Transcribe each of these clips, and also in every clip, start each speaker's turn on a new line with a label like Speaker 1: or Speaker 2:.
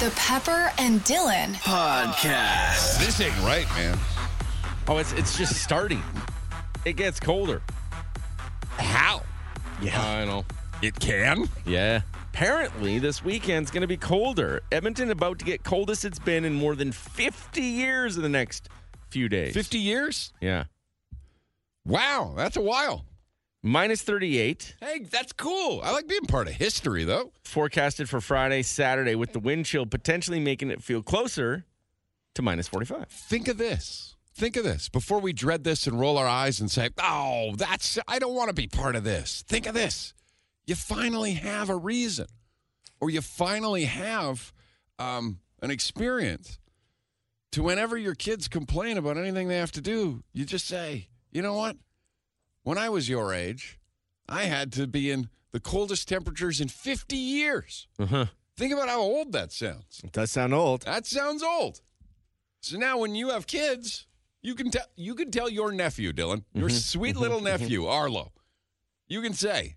Speaker 1: The Pepper and Dylan
Speaker 2: Podcast.
Speaker 3: This ain't right, man.
Speaker 4: Oh, it's it's just starting. It gets colder.
Speaker 3: How?
Speaker 4: I know.
Speaker 3: It can?
Speaker 4: Yeah. Apparently, this weekend's going to be colder. Edmonton about to get coldest it's been in more than 50 years in the next few days.
Speaker 3: 50 years?
Speaker 4: Yeah.
Speaker 3: Wow, that's a while.
Speaker 4: Minus 38
Speaker 3: Hey, that's cool. I like being part of history, though.
Speaker 4: forecasted for Friday, Saturday with the wind chill potentially making it feel closer to minus 45.
Speaker 3: Think of this. Think of this. Before we dread this and roll our eyes and say, oh, that's, I don't want to be part of this. Think of this. You finally have a reason, or you finally have um, an experience to whenever your kids complain about anything they have to do, you just say, you know what? When I was your age, I had to be in the coldest temperatures in 50 years.
Speaker 4: Uh-huh.
Speaker 3: Think about how old that sounds.
Speaker 4: It does sound old.
Speaker 3: That sounds old. So now when you have kids, you can tell you can tell your nephew, Dylan, your sweet little nephew, Arlo. You can say,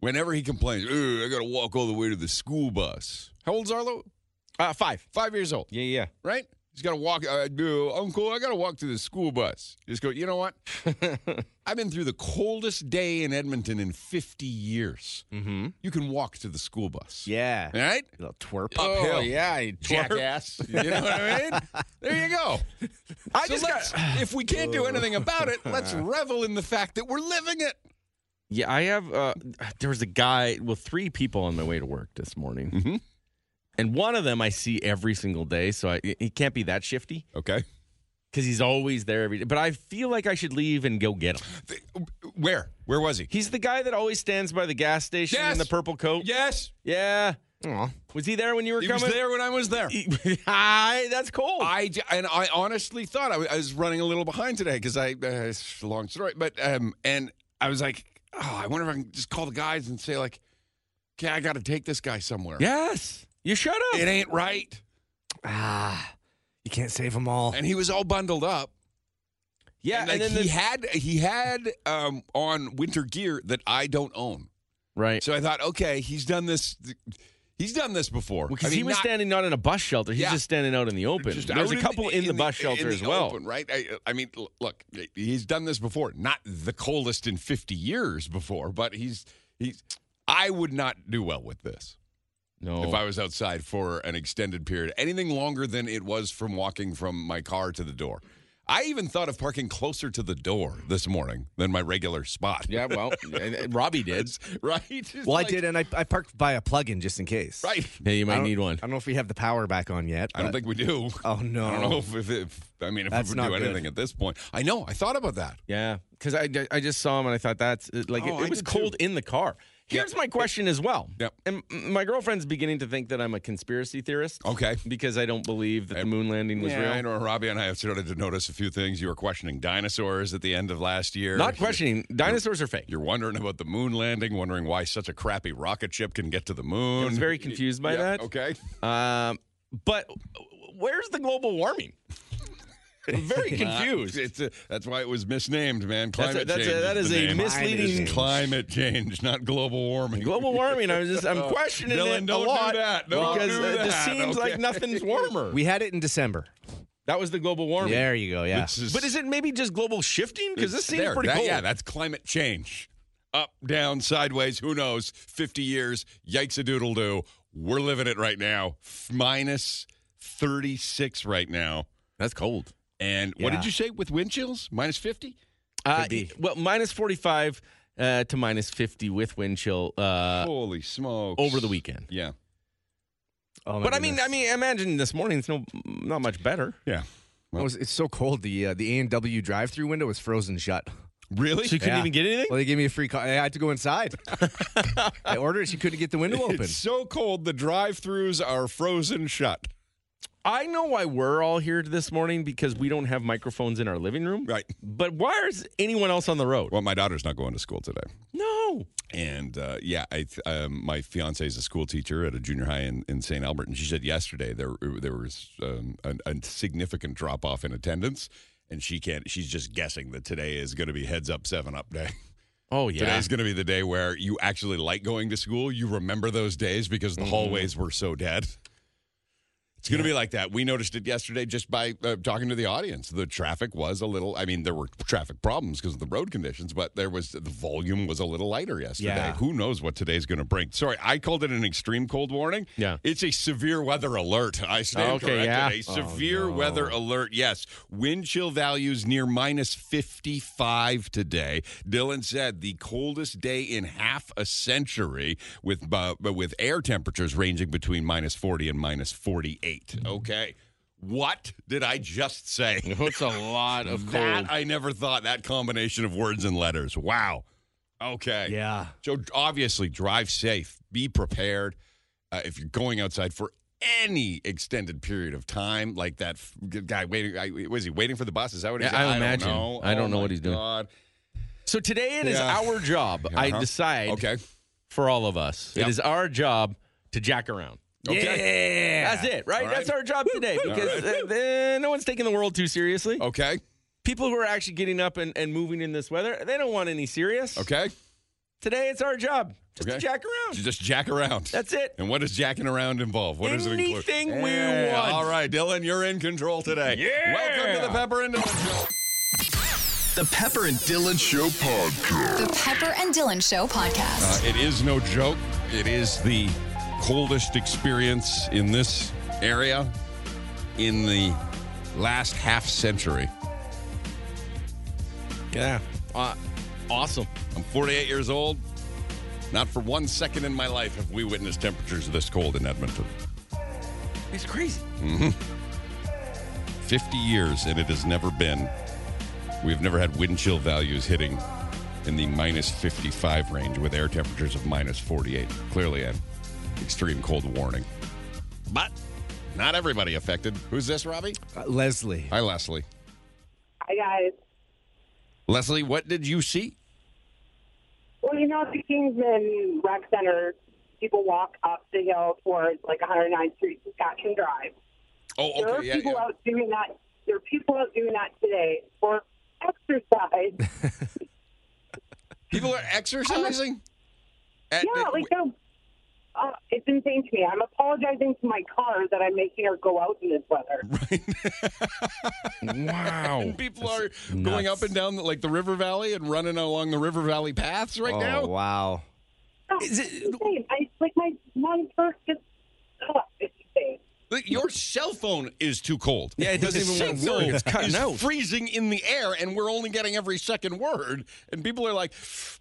Speaker 3: whenever he complains, "Ugh, I gotta walk all the way to the school bus. How old's Arlo?
Speaker 4: Uh, five.
Speaker 3: Five years old,
Speaker 4: Yeah, yeah.
Speaker 3: right? He's gotta walk. Uh, "Uh, Uncle, I gotta walk to the school bus. Just go. You know what? I've been through the coldest day in Edmonton in 50 years.
Speaker 4: Mm-hmm.
Speaker 3: You can walk to the school bus.
Speaker 4: Yeah.
Speaker 3: All right.
Speaker 4: Little twerp.
Speaker 3: Oh,
Speaker 4: yeah. You
Speaker 3: jackass. You know what I mean? There you go. I just got, if we can't do anything about it, let's revel in the fact that we're living it.
Speaker 4: Yeah, I have. Uh, there was a guy, well, three people on my way to work this morning,
Speaker 3: Mhm.
Speaker 4: and one of them I see every single day, so I, he can't be that shifty
Speaker 3: Okay.
Speaker 4: because he's always there every day. But I feel like I should leave and go get him.
Speaker 3: Where? Where was he?
Speaker 4: He's the guy that always stands by the gas station
Speaker 3: Yes.
Speaker 4: in the purple coat.
Speaker 3: Yes.
Speaker 4: Yeah. Was he there when you were
Speaker 3: He was
Speaker 4: coming?
Speaker 3: there when I was there.
Speaker 4: He- Hi, that's cold.
Speaker 3: I j- and I honestly thought I was, I was running a little behind today because I uh, it's a long story, but um and I was like, oh, I wonder if I can just call the guys and say like, okay, I got to take this guy somewhere.
Speaker 4: yes. You shut up.
Speaker 3: It ain't right.
Speaker 4: ah, you can't save them all.
Speaker 3: And he was all bundled up.
Speaker 4: yeah,
Speaker 3: and,
Speaker 4: and,
Speaker 3: like,
Speaker 4: then
Speaker 3: he
Speaker 4: the,
Speaker 3: had he had um, on winter gear that I don't own.
Speaker 4: right.
Speaker 3: So I thought, okay, he's done this. He's done this before.
Speaker 4: Because
Speaker 3: I mean,
Speaker 4: he was
Speaker 3: not-
Speaker 4: standing not in a bus shelter. He's
Speaker 3: Yeah.
Speaker 4: just standing out in the open.
Speaker 3: just
Speaker 4: There's
Speaker 3: out
Speaker 4: a couple in, the, bus shelter
Speaker 3: in
Speaker 4: as
Speaker 3: the
Speaker 4: well.
Speaker 3: open, right? I, I mean, l- look, he's done this before. Not the coldest in 50 years before, but he's he's. I would not do well with this
Speaker 4: No.
Speaker 3: if I was outside for an extended period, anything longer than it was from walking from my car to the door. I even thought of parking closer to the door this morning than my regular spot.
Speaker 4: yeah, well, and- and Robbie did.
Speaker 3: right? It's
Speaker 5: Well,
Speaker 3: like-
Speaker 5: I did, and I, I parked by a plug-in just in case.
Speaker 3: Right.
Speaker 4: Yeah, you
Speaker 5: I
Speaker 4: might
Speaker 5: don't-
Speaker 4: need
Speaker 5: I
Speaker 4: one.
Speaker 5: don't know if we have the power back on yet.
Speaker 3: I don't
Speaker 5: but-
Speaker 3: think we do.
Speaker 5: Oh no.
Speaker 3: I don't know if, if, if I mean if
Speaker 5: That's
Speaker 3: we would
Speaker 5: not
Speaker 3: do
Speaker 5: good.
Speaker 3: anything at this point. I know. I thought about that.
Speaker 4: Yeah, because I, I just saw him and I thought that's uh, like
Speaker 3: Oh,
Speaker 4: it,
Speaker 3: I
Speaker 4: it was
Speaker 3: did
Speaker 4: cold in the car. Here's my question as well.
Speaker 3: Yep.
Speaker 4: And m- my girlfriend's beginning to think that I'm a conspiracy theorist.
Speaker 3: Okay.
Speaker 4: Because I don't believe that the moon landing was
Speaker 3: I
Speaker 4: real.
Speaker 3: know Robbie and I have started to notice a few things. You were questioning dinosaurs at the end of last year.
Speaker 4: Not questioning. Dinosaurs are fake.
Speaker 3: You're wondering about the moon landing, wondering why such a crappy rocket ship can get to the moon.
Speaker 4: I was very confused by
Speaker 3: Yeah,
Speaker 4: that.
Speaker 3: Okay.
Speaker 4: Um, but where's the global warming? I'm very confused.
Speaker 3: Uh, It's a, that's why it was misnamed, man.
Speaker 4: That's a,
Speaker 3: Climate
Speaker 4: that's a,
Speaker 3: change.
Speaker 4: that is
Speaker 3: the
Speaker 4: a
Speaker 3: name.
Speaker 4: misleading
Speaker 5: change.
Speaker 3: Climate change, not global warming.
Speaker 4: Global warming. I was just I'm questioning
Speaker 3: Oh, Dylan,
Speaker 4: it
Speaker 3: don't
Speaker 4: a
Speaker 3: do
Speaker 4: lot
Speaker 3: that. Don't
Speaker 4: because
Speaker 3: do
Speaker 4: it just
Speaker 3: that,
Speaker 4: seems
Speaker 3: okay?
Speaker 4: like nothing's warmer.
Speaker 5: We had it in December.
Speaker 4: that was the global warming.
Speaker 5: There you go. Yeah.
Speaker 3: This
Speaker 4: But is it maybe just global shifting? Because this seems
Speaker 3: There,
Speaker 4: pretty
Speaker 3: that-
Speaker 4: cold.
Speaker 3: Yeah, that's climate change. Up, down, sideways, who knows? 50 years, yikes a doodle doo. We're living it right now. F- Minus 36 right now.
Speaker 4: that's cold.
Speaker 3: And what did
Speaker 5: Yeah.
Speaker 3: you say with wind chills? Minus 50?
Speaker 4: Uh,
Speaker 5: Could be.
Speaker 4: Well, minus 45 uh, to minus 50 with wind chill uh,
Speaker 3: Holy smokes.
Speaker 4: over the weekend.
Speaker 3: Yeah.
Speaker 5: Oh, my
Speaker 4: But I mean,
Speaker 5: goodness.
Speaker 4: I mean, imagine this morning it's no not much better.
Speaker 3: Yeah.
Speaker 5: It was- it's so cold. The uh, the A and W drive-through window was frozen shut.
Speaker 3: Really?
Speaker 4: So you couldn't
Speaker 5: Yeah.
Speaker 4: even get anything.
Speaker 5: Well, they gave me a free car. I had to go inside. I ordered. it. She couldn't get the window open.
Speaker 3: It's so cold, the drive throughs are frozen shut.
Speaker 4: I know why we're all here this morning because we don't have microphones in our living room.
Speaker 3: Right.
Speaker 4: But why is anyone else on the road?
Speaker 3: Well, my daughter's not going to school today.
Speaker 4: No.
Speaker 3: And uh, yeah, I th- um, my fiance is a school teacher at a junior high in, in St. Albert, and she said yesterday there there was um, a, a significant drop off in attendance, and she can't. She's just guessing that today is going to be heads up seven up day.
Speaker 4: Oh yeah.
Speaker 3: Today's going to be the day where you
Speaker 4: Mm-hmm.
Speaker 3: actually like going to school. You remember those days because the hallways were so dead. It's going to be like that. We noticed it yesterday just by uh, talking to the audience. The traffic was a little, I mean, there were traffic problems because of the road conditions, but there was, the volume was a little lighter yesterday.
Speaker 5: Yeah.
Speaker 3: Who knows what today's going to bring? Sorry, I called it an extreme cold warning.
Speaker 4: Yeah.
Speaker 3: It's a severe weather alert. I stand
Speaker 4: Okay,
Speaker 3: corrected.
Speaker 4: yeah.
Speaker 3: A
Speaker 4: Oh,
Speaker 3: severe
Speaker 4: no.
Speaker 3: weather alert. Yes. Wind chill values near minus 55 today. Dylan said the coldest day in half a century with uh, with air temperatures ranging between minus 40 and minus 48. Okay. What did I just say?
Speaker 4: It's a lot of cold.
Speaker 3: That I never thought that combination of words and letters. Wow. Okay.
Speaker 5: Yeah.
Speaker 3: So obviously, drive safe. Be prepared. Uh, if you're going outside for any extended period of time, like that f- guy waiting, I, was he waiting for the bus? Is that what he's?
Speaker 4: Yeah, I would imagine.
Speaker 3: Don't know. Oh
Speaker 4: I don't know what
Speaker 3: my
Speaker 4: he's doing.
Speaker 3: God.
Speaker 4: So today it is
Speaker 3: Yeah.
Speaker 4: our job. I
Speaker 3: Uh-huh.
Speaker 4: decide
Speaker 3: Okay.
Speaker 4: for all of us.
Speaker 3: Yep.
Speaker 4: It is our job to jack around.
Speaker 3: Okay.
Speaker 4: That's it, right?
Speaker 3: All right.
Speaker 4: That's our job today because uh, uh, no one's taking the world too seriously.
Speaker 3: Okay.
Speaker 4: People who are actually getting up and, and moving in this weather, they don't want any serious.
Speaker 3: Okay.
Speaker 4: Today it's our job just
Speaker 3: Okay.
Speaker 4: to jack around.
Speaker 3: You just jack around.
Speaker 4: That's it.
Speaker 3: And what does jacking around involve? What does it include?
Speaker 4: Anything we
Speaker 3: Yeah.
Speaker 4: want.
Speaker 3: All right, Dylan, you're in control today.
Speaker 4: Yeah.
Speaker 3: Welcome to the Pepper and Dylan Show.
Speaker 2: The Pepper and Dylan Show Podcast.
Speaker 1: The Pepper and Dylan Show podcast.
Speaker 3: Uh, it is no joke. It is the coldest experience in this area in the last half century.
Speaker 4: Yeah. Uh, awesome.
Speaker 3: I'm 48 years old. Not for one second in my life have we witnessed temperatures this cold in Edmonton.
Speaker 4: It's crazy.
Speaker 3: 50 years, and it has never been. We've never had wind chill values hitting in the minus 55 range with air temperatures of minus 48. Clearly, an extreme cold warning. But not everybody affected. Who's this, Robbie?
Speaker 5: Uh, Leslie.
Speaker 3: Hi, Leslie.
Speaker 6: Hi guys.
Speaker 3: Leslie, what did you see?
Speaker 6: Well, you know, at the Kingsman Rec Center, people walk up the hill towards like 109th Street, Saskatchewan Drive.
Speaker 3: Oh,
Speaker 6: There are
Speaker 3: okay, yeah,
Speaker 6: people
Speaker 3: yeah.
Speaker 6: out doing that. There are people out doing that today for exercise.
Speaker 3: People are exercising. At-
Speaker 6: yeah, like they're, uh, it's insane to me. I'm apologizing to my car that I'm making her go out in this weather.
Speaker 4: Wow.
Speaker 3: people are going
Speaker 5: nuts.
Speaker 3: up and down like the river valley and running along the river valley paths right
Speaker 5: oh,
Speaker 3: now.
Speaker 5: wow.
Speaker 6: Oh,
Speaker 4: Is it-
Speaker 6: it's insane. I like my one first just. Oh, it's insane.
Speaker 3: Like, Your cell phone is too cold.
Speaker 4: Yeah, it doesn't
Speaker 3: The
Speaker 4: even wanna
Speaker 3: signal
Speaker 4: work. It's cutting
Speaker 3: is
Speaker 4: out.
Speaker 3: freezing in the air, and we're only getting every second word. And people are like,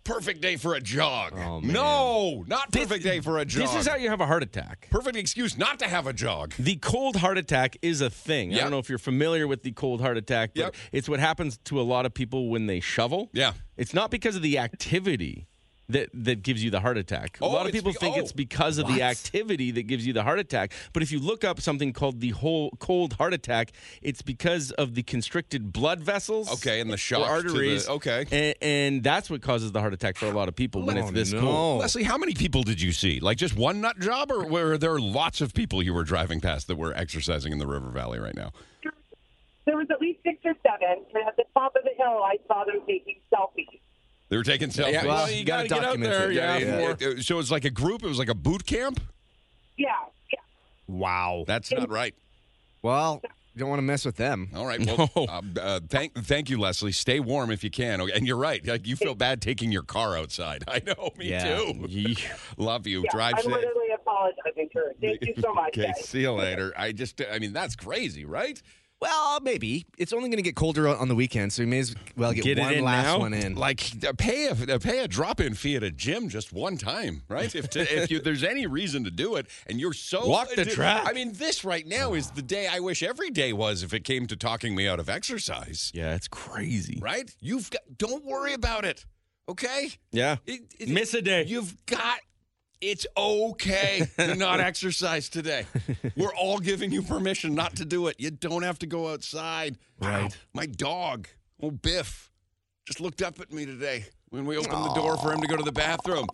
Speaker 3: "Perfect day for a jog."
Speaker 5: Oh, man.
Speaker 3: no, not perfect day for a jog.
Speaker 4: This is how you have a heart attack.
Speaker 3: perfect excuse not to have a jog.
Speaker 4: The cold heart attack is a thing. I
Speaker 3: Yeah.
Speaker 4: don't know if you're familiar with the cold heart attack, but
Speaker 3: Yep.
Speaker 4: it's what happens to a lot of people when they shovel.
Speaker 3: Yeah.
Speaker 4: It's not because of the activity that, that gives you the heart attack.
Speaker 3: Oh,
Speaker 4: a lot of
Speaker 3: it's
Speaker 4: people
Speaker 3: be-
Speaker 4: think
Speaker 3: oh.
Speaker 4: it's because of the activity that gives you the heart attack. But if you look up something called the whole cold heart attack, it's because of the constricted blood vessels.
Speaker 3: Okay, and the
Speaker 4: or
Speaker 3: shock to the-
Speaker 4: arteries.
Speaker 3: okay. Oh,
Speaker 4: And, and that's what causes the heart attack for a lot of people when it's this
Speaker 5: no.
Speaker 4: cold.
Speaker 3: Leslie, how many people did you see? Like just one nut job, or were there lots of people you were driving past that were exercising in the River Valley right now?
Speaker 6: There was at least six or seven, and at the top of the hill, I saw them taking selfies.
Speaker 3: They were taking selfies.
Speaker 4: Yeah, well, you gotta get out
Speaker 5: document it.
Speaker 4: there, yeah,
Speaker 5: yeah.
Speaker 4: for-
Speaker 3: It- it- so it was like a group. It was like a boot camp.
Speaker 6: Yeah, yeah.
Speaker 5: Wow.
Speaker 3: That's not right.
Speaker 5: Well, you don't want to mess with them.
Speaker 3: All right. Well,
Speaker 4: No.
Speaker 3: uh, uh, thank thank you, Leslie. Stay warm if you can. Okay, And you're right. Like, you feel bad taking your car outside. I know. Me
Speaker 5: Yeah.
Speaker 3: too. Love you.
Speaker 6: Yeah,
Speaker 3: Drive
Speaker 6: I'm
Speaker 3: safe.
Speaker 6: literally apologizing to her. Thank you so much.
Speaker 3: Okay.
Speaker 6: guys.
Speaker 3: See you later. I just. I mean, that's crazy, right?
Speaker 5: Well, maybe. It's only going to get colder on the weekend, so we may as well get,
Speaker 4: Get it
Speaker 5: one
Speaker 4: in
Speaker 5: last
Speaker 4: now?
Speaker 5: one in.
Speaker 3: Like uh, pay a uh, pay a drop in fee at a gym just one time, right? If to, if you, there's any reason to do it, and you're so
Speaker 4: Walk the
Speaker 3: addi-
Speaker 4: track.
Speaker 3: I mean, this right now is the day I wish every day was if it came to talking me out of exercise.
Speaker 4: Yeah, it's crazy.
Speaker 3: Right? You've got. Don't worry about it. Okay.
Speaker 4: Yeah.
Speaker 3: It- it-
Speaker 4: Miss a day.
Speaker 3: You've got. It's okay to not exercise today. We're all giving you permission not to do it. You don't have to go outside.
Speaker 5: Right.
Speaker 3: My dog, old Biff, just looked up at me today when we opened the door for him to go to the bathroom.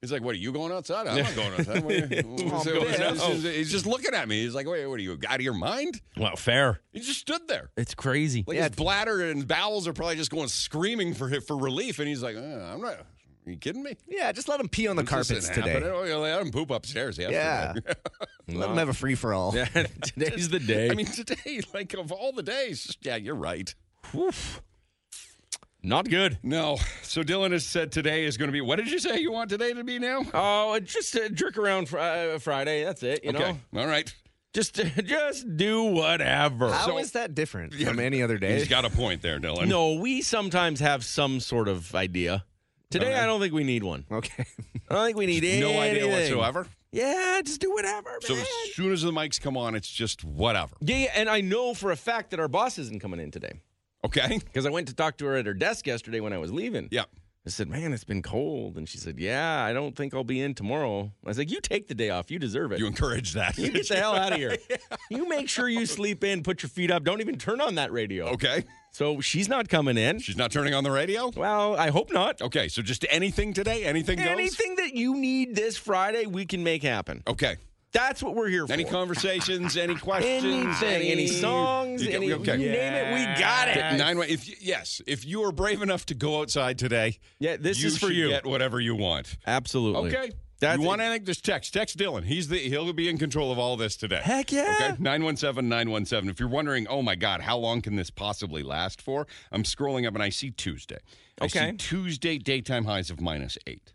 Speaker 3: He's like, "What are you going outside? I'm not going outside." What are you-
Speaker 4: Aw,
Speaker 3: So-
Speaker 4: Biff.
Speaker 3: he's just- He's just looking at me. He's like, "Wait, what are you out of your mind?"
Speaker 4: Well, fair.
Speaker 3: He just stood there.
Speaker 4: It's crazy.
Speaker 3: Like his bladder and bowels are probably just going screaming for for relief, and he's like, uh, "I'm not, you kidding me?
Speaker 5: Yeah, just let them pee on the
Speaker 3: This
Speaker 5: carpets
Speaker 3: isn't
Speaker 5: today.
Speaker 3: happening. Oh, yeah, let them poop upstairs.
Speaker 5: Yeah.
Speaker 3: Yesterday.
Speaker 5: Let them have a free for all.
Speaker 4: Today's the day.
Speaker 3: I mean, today, like of all the days, yeah, you're right.
Speaker 4: Oof. not good.
Speaker 3: No. So Dylan has said today is going to be. What did you say you want today to be now?
Speaker 4: Oh, it's just a jerk around fr- uh, Friday. That's it. You know,
Speaker 3: All right.
Speaker 4: just uh, just do whatever.
Speaker 5: How is
Speaker 4: So-
Speaker 5: that different from any other day?
Speaker 3: He's got a point there, Dylan.
Speaker 4: no, we sometimes have some sort of idea. Today, I don't think we need one.
Speaker 5: okay.
Speaker 4: I don't think we need
Speaker 3: No idea
Speaker 4: anything.
Speaker 3: whatsoever.
Speaker 4: Yeah, just do whatever, man.
Speaker 3: So as soon as the mics come on, it's just whatever.
Speaker 4: yeah, yeah, and I know for a fact that our boss isn't coming in today
Speaker 3: Okay.
Speaker 4: because I went to talk to her at her desk yesterday when I was leaving.
Speaker 3: Yeah.
Speaker 4: I said, "Man, it's been cold," and she said, "Yeah, I don't think I'll be in tomorrow." I was like, "You take the day off. You deserve it.
Speaker 3: You encourage that.
Speaker 4: You get the hell out of here. You make sure you sleep in, put your feet up. Don't even turn on that radio."
Speaker 3: okay.
Speaker 4: So she's not coming in.
Speaker 3: She's not turning on the radio.
Speaker 4: Well, I hope not.
Speaker 3: Okay. So just anything today. Anything Oh, goes.
Speaker 4: Anything that you need this Friday, we can make happen.
Speaker 3: Okay.
Speaker 4: That's what we're here for.
Speaker 3: Any conversations? Any questions?
Speaker 4: Anything, any songs,
Speaker 3: You get-
Speaker 4: any-
Speaker 3: okay.
Speaker 4: you name it, we got it.
Speaker 3: Okay, Nine. If you, yes, if you are brave enough to go outside today,
Speaker 4: Yeah, this
Speaker 3: you
Speaker 4: is for
Speaker 3: should
Speaker 4: you.
Speaker 3: Get whatever you want.
Speaker 4: Absolutely.
Speaker 3: Okay.
Speaker 4: That's
Speaker 3: you want anything? Just text. Text Dylan. He's the he'll be in control of all this today.
Speaker 4: Heck yeah.
Speaker 3: Okay. 917 917. If you're wondering, oh my God, how long can this possibly last for? I'm scrolling up and I see Tuesday. I
Speaker 4: Okay.
Speaker 3: see Tuesday daytime highs of minus eight.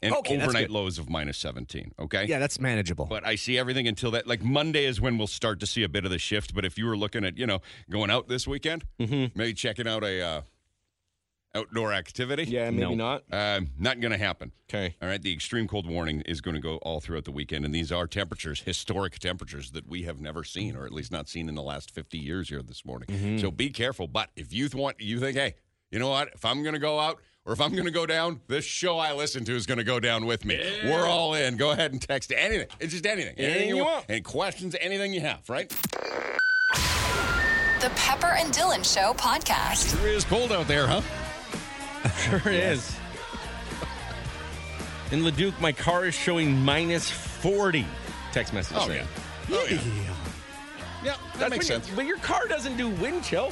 Speaker 3: And
Speaker 5: Okay, that's
Speaker 3: overnight
Speaker 5: good.
Speaker 3: lows of minus seventeen. Okay.
Speaker 5: Yeah, that's manageable.
Speaker 3: But I see everything until that. Like Monday is when we'll start to see a bit of the shift. But if you were looking at, you know, going out this weekend, maybe checking out a uh, outdoor activity.
Speaker 4: Yeah,
Speaker 3: No.
Speaker 4: maybe not.
Speaker 3: Uh, not going to happen.
Speaker 4: Okay.
Speaker 3: All right. The extreme cold warning is going to go all throughout the weekend. And these are temperatures, historic temperatures that we have never seen, or at least not seen in the last 50 years here this morning.
Speaker 4: Mm-hmm.
Speaker 3: So be careful. But if you th- want, you think, hey, you know what? If I'm going to go out or if I'm going to go down, this show I listen to is going to go down with me. We're all in. Go ahead and text anything. It's just anything.
Speaker 4: Anything you want.
Speaker 3: Any questions, anything you have, right?
Speaker 1: The Pepper and Dylan Show podcast.
Speaker 3: Sure is cold out there, huh?
Speaker 4: Sure is. In Leduc, my car is showing minus 40. Text message.
Speaker 3: Oh,
Speaker 4: saying.
Speaker 3: yeah. Oh, yeah. Yeah, that
Speaker 4: That's
Speaker 3: makes
Speaker 4: when you-
Speaker 3: sense.
Speaker 4: But your car doesn't do wind chill.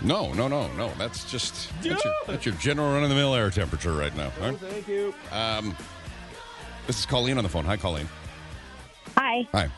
Speaker 3: No, no, no, no. That's just that's, your,
Speaker 4: Yeah.
Speaker 3: that's your general run-of-the-mill air temperature right now. all right?
Speaker 4: Thank you.
Speaker 3: This is Colleen on the phone. Hi, Colleen.
Speaker 6: Hi.
Speaker 3: Hi.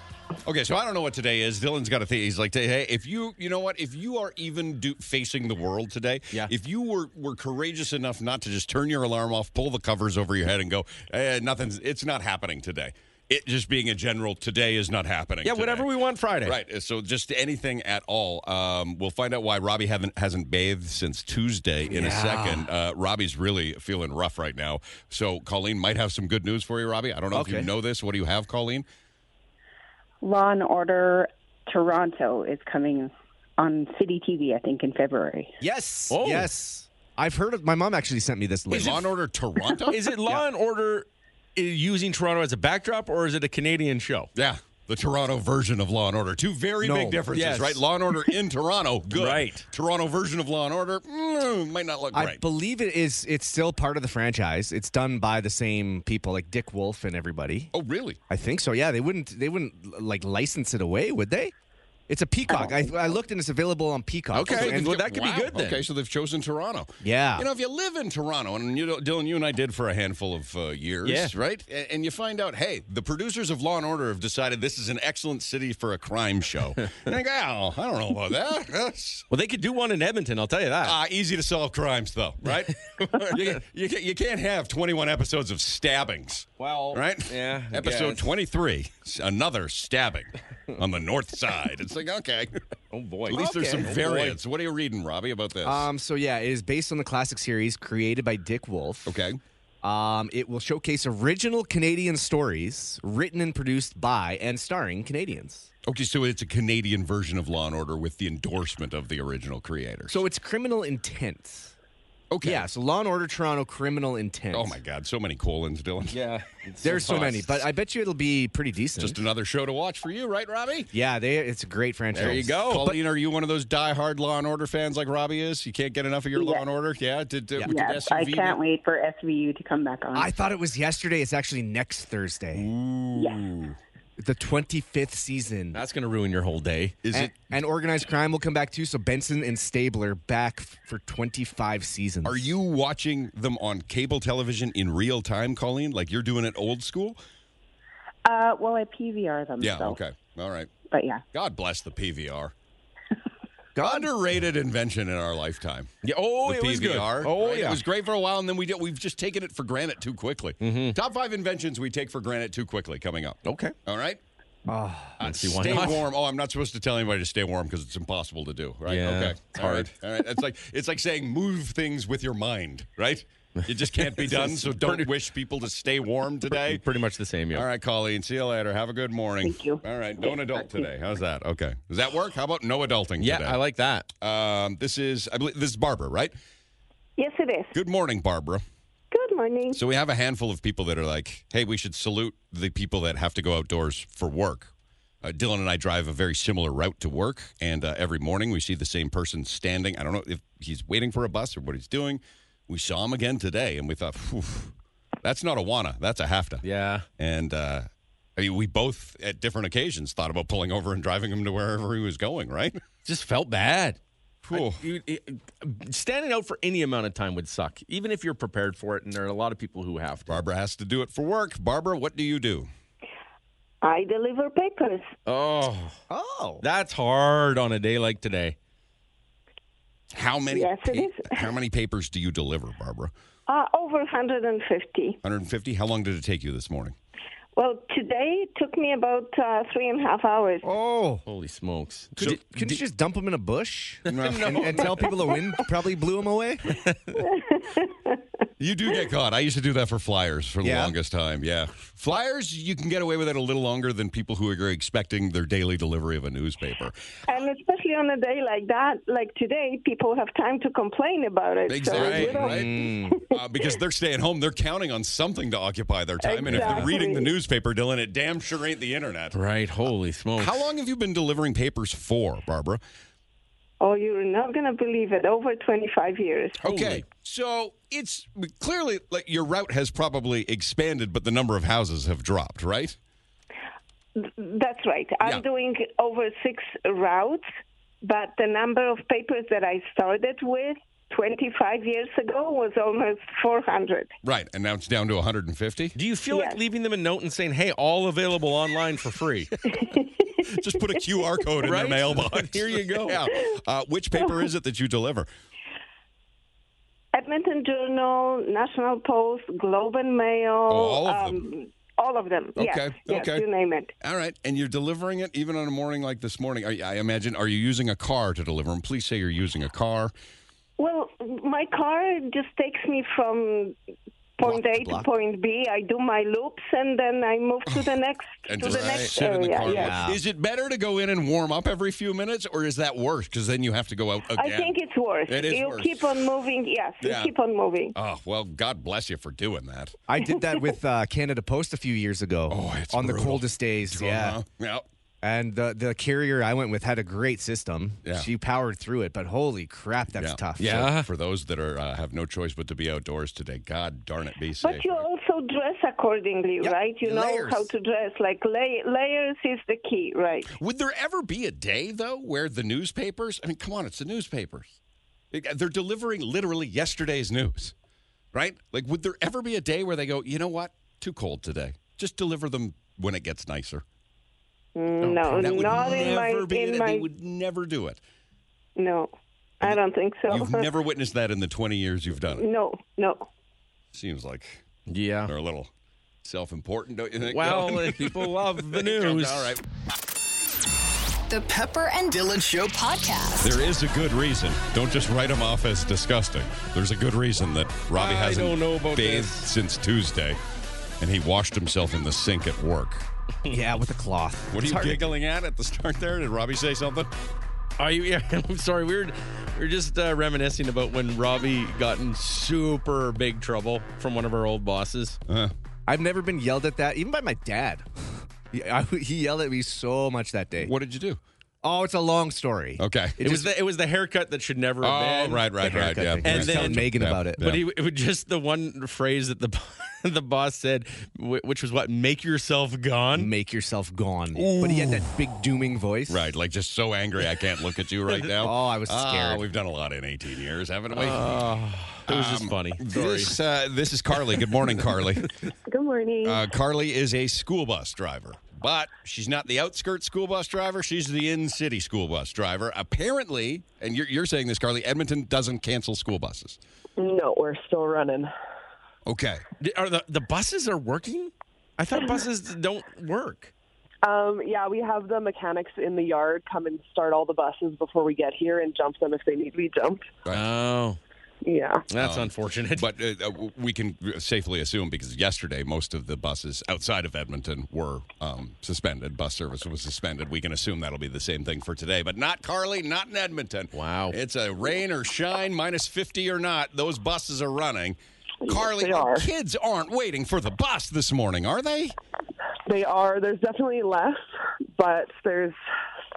Speaker 3: Okay, so I don't know what today is. Dylan's got a thing. He's like, hey, if you, you know what, if you are even do- facing the world today,
Speaker 4: Yeah.
Speaker 3: if you were were courageous enough not to just turn your alarm off, pull the covers over your head, and go, eh, nothing's, it's not happening today. It just being a general, today is not happening.
Speaker 4: Yeah,
Speaker 3: today.
Speaker 4: whatever we want Friday.
Speaker 3: Right. Uh, So just anything at all. Um, we'll find out why Robbie haven't hasn't bathed since Tuesday in a second. Uh, Robbie's really feeling rough right now. So Colleen might have some good news for you, Robbie. I don't know if you
Speaker 5: Okay.
Speaker 3: know this. What do you have, Colleen?
Speaker 6: Law and Order Toronto is coming on City TV, I think, in February.
Speaker 5: yes.
Speaker 4: Oh.
Speaker 5: Yes. I've heard of my mom actually sent me this list.
Speaker 3: Law and Order Toronto.
Speaker 4: Is it Law and Order uh, using Toronto as a backdrop, or is it a Canadian show?
Speaker 3: yeah. The Toronto version of Law and Order. Two very
Speaker 5: No.
Speaker 3: big differences,
Speaker 4: Yes.
Speaker 3: right? Law and Order in Toronto, good.
Speaker 4: Right.
Speaker 3: Toronto version of Law and Order mm, might not look
Speaker 5: I
Speaker 3: great.
Speaker 5: believe it is it's still part of the franchise. It's done by the same people like Dick Wolf and everybody.
Speaker 3: oh, really?
Speaker 5: I think so. Yeah, they wouldn't they wouldn't like license it away, would they? It's a Peacock. I, I looked and it's available on Peacock.
Speaker 3: Okay,
Speaker 5: And-
Speaker 4: well, that could be
Speaker 3: Wow.
Speaker 4: good then.
Speaker 3: Okay, so they've chosen Toronto.
Speaker 5: Yeah.
Speaker 3: You know, if you live in Toronto, and you, know, Dylan, you and I did for a handful of uh, years,
Speaker 4: Yeah.
Speaker 3: right? A- And you find out, hey, the producers of Law and Order have decided this is an excellent city for a crime show. and I go, oh, I don't know about that. That's-
Speaker 4: Well, they could do one in Edmonton. I'll tell you that.
Speaker 3: Ah, easy to solve crimes, though, right? you, you, can't- you can't have 21 episodes of stabbings.
Speaker 4: Well,
Speaker 3: right?
Speaker 4: yeah, I
Speaker 3: Episode
Speaker 4: guess.
Speaker 3: 23, another stabbing on the north side. It's like, okay.
Speaker 4: oh boy.
Speaker 3: At least there's some
Speaker 5: Okay.
Speaker 3: variants. What are you reading, Robbie, about this?
Speaker 4: Uh,
Speaker 5: Um, so yeah, it is based on the classic series created by Dick Wolf.
Speaker 3: okay.
Speaker 5: Um, it will showcase original Canadian stories written and produced by and starring Canadians.
Speaker 3: Okay, so it's a Canadian version of Law and Order with the endorsement of the original creator.
Speaker 5: So it's criminal intent.
Speaker 3: okay.
Speaker 5: Yeah, so Law and Order Toronto criminal intent.
Speaker 3: Oh my God, so many colons, Dylan.
Speaker 4: Yeah.
Speaker 5: There's so many, but I bet you it'll be pretty decent.
Speaker 3: Just another show to watch for you, right, Robbie?
Speaker 5: yeah, they it's a great franchise.
Speaker 4: There you go.
Speaker 3: Colleen, are you one of those die-hard Law and Order fans like Robbie is? You can't get enough of your Law
Speaker 6: Yes.
Speaker 3: and Order. Yeah. Did, did, did
Speaker 6: Yes,
Speaker 3: SUV
Speaker 6: I can't wait for SVU to come back on.
Speaker 5: I thought it was yesterday. It's actually next Thursday.
Speaker 6: yes.
Speaker 5: the 25th season.
Speaker 4: That's going to ruin your whole day.
Speaker 3: Is
Speaker 5: and,
Speaker 3: it?
Speaker 5: and organized crime will come back too. So Benson and Stabler back f- for 25 seasons.
Speaker 3: Are you watching them on cable television in real time, Colleen? Like you're doing it old school?
Speaker 6: Uh, well, I PVR them.
Speaker 3: Yeah.
Speaker 6: so-
Speaker 3: Okay. All right.
Speaker 6: But yeah,
Speaker 3: God bless the PVR. Underrated invention in our lifetime.
Speaker 4: Yeah, oh,
Speaker 3: the
Speaker 4: it
Speaker 3: PVR.
Speaker 4: was good. Oh,
Speaker 3: right?
Speaker 4: yeah.
Speaker 3: It was great for a while, and then we did, we've just taken it for granted too quickly.
Speaker 4: Mm-hmm.
Speaker 3: Top five inventions we take for granted too quickly coming up.
Speaker 4: okay.
Speaker 3: All right?
Speaker 5: Ah,
Speaker 3: Uh,
Speaker 4: see why
Speaker 3: stay
Speaker 4: not.
Speaker 3: warm. Oh, I'm not supposed to tell anybody to stay warm because it's impossible to do. Right?
Speaker 4: Yeah,
Speaker 3: okay.
Speaker 4: it's
Speaker 3: All right.
Speaker 4: hard.
Speaker 3: All right. It's like it's like saying move things with your mind. Right? It just can't be done. So don't wish people to stay warm today.
Speaker 4: Pretty much the same, yeah.
Speaker 3: All right, Colleen. See you later. Have a good morning.
Speaker 6: Thank you.
Speaker 3: All right. Don't adult today. How's that? Okay. Does that work? How about no adulting
Speaker 4: Yeah,
Speaker 3: today?
Speaker 4: I like that.
Speaker 3: Um, this is I believe this is Barbara, right?
Speaker 6: yes, it is.
Speaker 3: Good morning, Barbara.
Speaker 6: Good morning.
Speaker 3: So we have a handful of people that are like, "Hey, we should salute the people that have to go outdoors for work." Uh, Dylan and I drive a very similar route to work, and uh, every morning we see the same person standing. I don't know if he's waiting for a bus or what he's doing. We saw him again today, and we thought, Phew, "That's not a wanna, that's a have to."
Speaker 4: Yeah.
Speaker 3: And uh, I mean, we both at different occasions thought about pulling over and driving him to wherever he was going. Right?
Speaker 4: Just felt bad.
Speaker 3: Phew.
Speaker 4: You, it- standing out for any amount of time would suck, even if you're prepared for it. And there are a lot of people who have to.
Speaker 3: Barbara has to do it for work. Barbara, what do you do?
Speaker 6: I deliver papers.
Speaker 4: Oh,
Speaker 5: oh.
Speaker 4: that's hard on a day like today.
Speaker 3: How many?
Speaker 6: Yes, it is.
Speaker 3: How many papers do you deliver, Barbara?
Speaker 6: Uh, over 150.
Speaker 3: 150. How long did it take you this morning?
Speaker 6: Well, today took me about uh, three and a half hours.
Speaker 5: Oh.
Speaker 4: Holy smokes.
Speaker 5: Could, you, could you just dump him in a bush and, and tell people the wind probably blew him away?
Speaker 3: You do get caught. I used to do that for flyers for the
Speaker 5: Yeah?
Speaker 3: longest time. Yeah, flyers you can get away with it a little longer than people who are expecting their daily delivery of a newspaper.
Speaker 6: And especially on a day like that, like today, people have time to complain about it. So
Speaker 3: Exactly,
Speaker 6: you know,
Speaker 3: right? Uh, because they're staying home, they're counting on something to occupy their time, and if they're reading the
Speaker 6: Exactly.
Speaker 3: newspaper, Dylan, it damn sure ain't the internet.
Speaker 4: Right. Holy smokes.
Speaker 3: How long have you been delivering papers for, Barbara?
Speaker 6: Oh, you're not going to believe it. Over 25 years.
Speaker 3: Okay, so it's clearly like your route has probably expanded, but the number of houses have dropped, right?
Speaker 6: That's right. I'm
Speaker 3: Yeah.
Speaker 6: doing over six routes, but the number of papers that I started with 25 years ago was almost 400.
Speaker 3: Right, and now it's down to 150.
Speaker 4: Do you feel like
Speaker 6: Yes.
Speaker 4: leaving them a note and saying, hey, all available online for free?
Speaker 3: Just put a QR code in
Speaker 4: Right?
Speaker 3: their mailbox.
Speaker 4: Here you go.
Speaker 3: Yeah. Uh, which paper is it that you deliver?
Speaker 6: Edmonton Journal, National Post, Globe and Mail. um,
Speaker 3: all of them.
Speaker 6: All of them. Yes,
Speaker 3: Okay,
Speaker 6: yes,
Speaker 3: okay.
Speaker 6: You name it.
Speaker 3: All right, and you're delivering it even on a morning like this morning. Are, you- I imagine. Are you using a car to deliver them? Please say you're using a car.
Speaker 6: Well, my car just takes me from point
Speaker 5: Block to
Speaker 6: A to,
Speaker 5: block.
Speaker 6: point B. I do my loops and then I move to the next
Speaker 3: And
Speaker 6: to
Speaker 3: just
Speaker 6: the next
Speaker 3: sit in
Speaker 6: area.
Speaker 3: the car.
Speaker 6: yes.
Speaker 5: Yeah.
Speaker 3: Is it better to go in and warm up every few minutes, or is that worse? Because then you have to go out again.
Speaker 6: I think it's worse.
Speaker 3: It is
Speaker 6: you
Speaker 3: worse.
Speaker 6: keep on moving. Yes,
Speaker 3: Yeah.
Speaker 6: you keep on moving.
Speaker 3: Oh well, God bless you for doing that.
Speaker 5: I did that with uh, Canada Post a few years ago
Speaker 3: Oh, it's
Speaker 5: on the
Speaker 3: brutal.
Speaker 5: coldest days. Yeah.
Speaker 3: Uh-huh. yeah.
Speaker 5: And the, the carrier I went with had a great system.
Speaker 3: Yeah.
Speaker 5: She powered through it, but holy crap, that's
Speaker 3: yeah.
Speaker 5: tough.
Speaker 3: So
Speaker 4: Yeah.
Speaker 3: for those that are uh, have no choice but to be outdoors today, God darn it, be safe.
Speaker 6: But you also dress accordingly,
Speaker 5: Yeah,
Speaker 6: right? You know
Speaker 5: layers.
Speaker 6: how to dress. Like lay- layers is the key, right?
Speaker 3: Would there ever be a day, though, where the newspapers, I mean, come on, it's the newspapers. It- uh, They're delivering literally yesterday's news, right? Like, would there ever be a day where they go, you know what? Too cold today. Just deliver them when it gets nicer.
Speaker 6: no,
Speaker 3: That would
Speaker 6: not in my
Speaker 3: never be
Speaker 6: in
Speaker 3: it.
Speaker 6: my
Speaker 3: They would never do it.
Speaker 6: no. I don't think so.
Speaker 3: You've never witnessed that in the 20 years you've done it.
Speaker 6: no, no. Mm.
Speaker 3: Seems like
Speaker 4: Yeah.
Speaker 3: they're a little self important, don't you think?
Speaker 4: Well,
Speaker 3: Dylan?
Speaker 4: if people love the news.
Speaker 3: All right.
Speaker 1: The Pepper and Dylan Show podcast.
Speaker 3: There is a good reason. Don't just write them off as disgusting. There's a good reason that Robbie
Speaker 4: I
Speaker 3: hasn't
Speaker 4: don't know about
Speaker 3: bathed
Speaker 4: this.
Speaker 3: since Tuesday, and he washed himself in the sink at work.
Speaker 5: Yeah, with a cloth.
Speaker 3: What are you giggling at at the start there? Did Robbie say something?
Speaker 4: Are you? Yeah, I'm sorry. We were, we were just uh, reminiscing about when Robbie got in super big trouble from one of our old bosses.
Speaker 5: I've never been yelled at that, even by my dad. He, I, he yelled at me so much that day.
Speaker 3: What did you do?
Speaker 5: Oh, it's a long story.
Speaker 3: Okay.
Speaker 4: It, was the, it was the haircut that should never have
Speaker 3: Oh,
Speaker 4: been.
Speaker 3: right, right,
Speaker 5: The
Speaker 3: right.
Speaker 5: haircut
Speaker 3: Yeah.
Speaker 5: thing.
Speaker 4: And
Speaker 5: Just
Speaker 4: then-
Speaker 5: tell Megan
Speaker 3: Yeah.
Speaker 5: about it.
Speaker 3: Yeah.
Speaker 4: But he, it was just the one phrase that the bo- the boss said, wh- which was what? Make yourself gone.
Speaker 5: Make yourself gone. But he had that big dooming voice.
Speaker 3: Right, like just so angry I can't look at you right now.
Speaker 5: Oh, I was
Speaker 3: Ah,
Speaker 5: scared. Ah.
Speaker 3: we've done a lot in 18 years, haven't we? Um,
Speaker 4: It was just funny.
Speaker 3: this, uh, this is Carly. Good morning, Carly.
Speaker 6: Good morning.
Speaker 3: Uh, Carly is a school bus driver, but she's not the outskirts school bus driver. She's the in city school bus driver. Apparently, and you're, you're saying this, Carly, Edmonton doesn't cancel school buses.
Speaker 7: No, we're still running.
Speaker 3: Okay.
Speaker 4: D- Are the, the buses are working? I thought buses don't work.
Speaker 7: Um, yeah, we have the mechanics in the yard come and start all the buses before we get here and jump them if they need to be jumped.
Speaker 4: Oh,
Speaker 7: Yeah.
Speaker 4: that's unfortunate.
Speaker 3: But uh, uh, w- we can safely assume because yesterday most of the buses outside of Edmonton were um, suspended. Bus service was suspended. We can assume that'll be the same thing for today, but not Carly, not in Edmonton.
Speaker 4: Wow.
Speaker 3: It's a rain or shine, minus 50 or not, those buses are running. Carly,
Speaker 7: they are.
Speaker 3: kids aren't waiting for the bus this morning, are they?
Speaker 7: They are, there's definitely less, but there's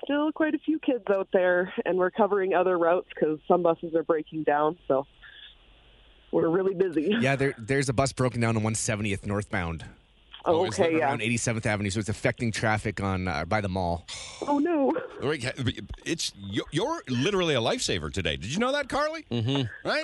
Speaker 7: still quite a few kids out there, and we're covering other routes because some buses are breaking down. So we're really busy.
Speaker 5: Yeah, there, there's a bus broken down on 170th northbound
Speaker 7: Oh,
Speaker 3: is that
Speaker 7: okay, yeah.
Speaker 5: around 87th Avenue, so it's affecting traffic on uh, by the mall.
Speaker 7: Oh, no.
Speaker 3: Like, It's you're- you're literally a lifesaver today. Did you know that, Carly? Mm-hmm. Right?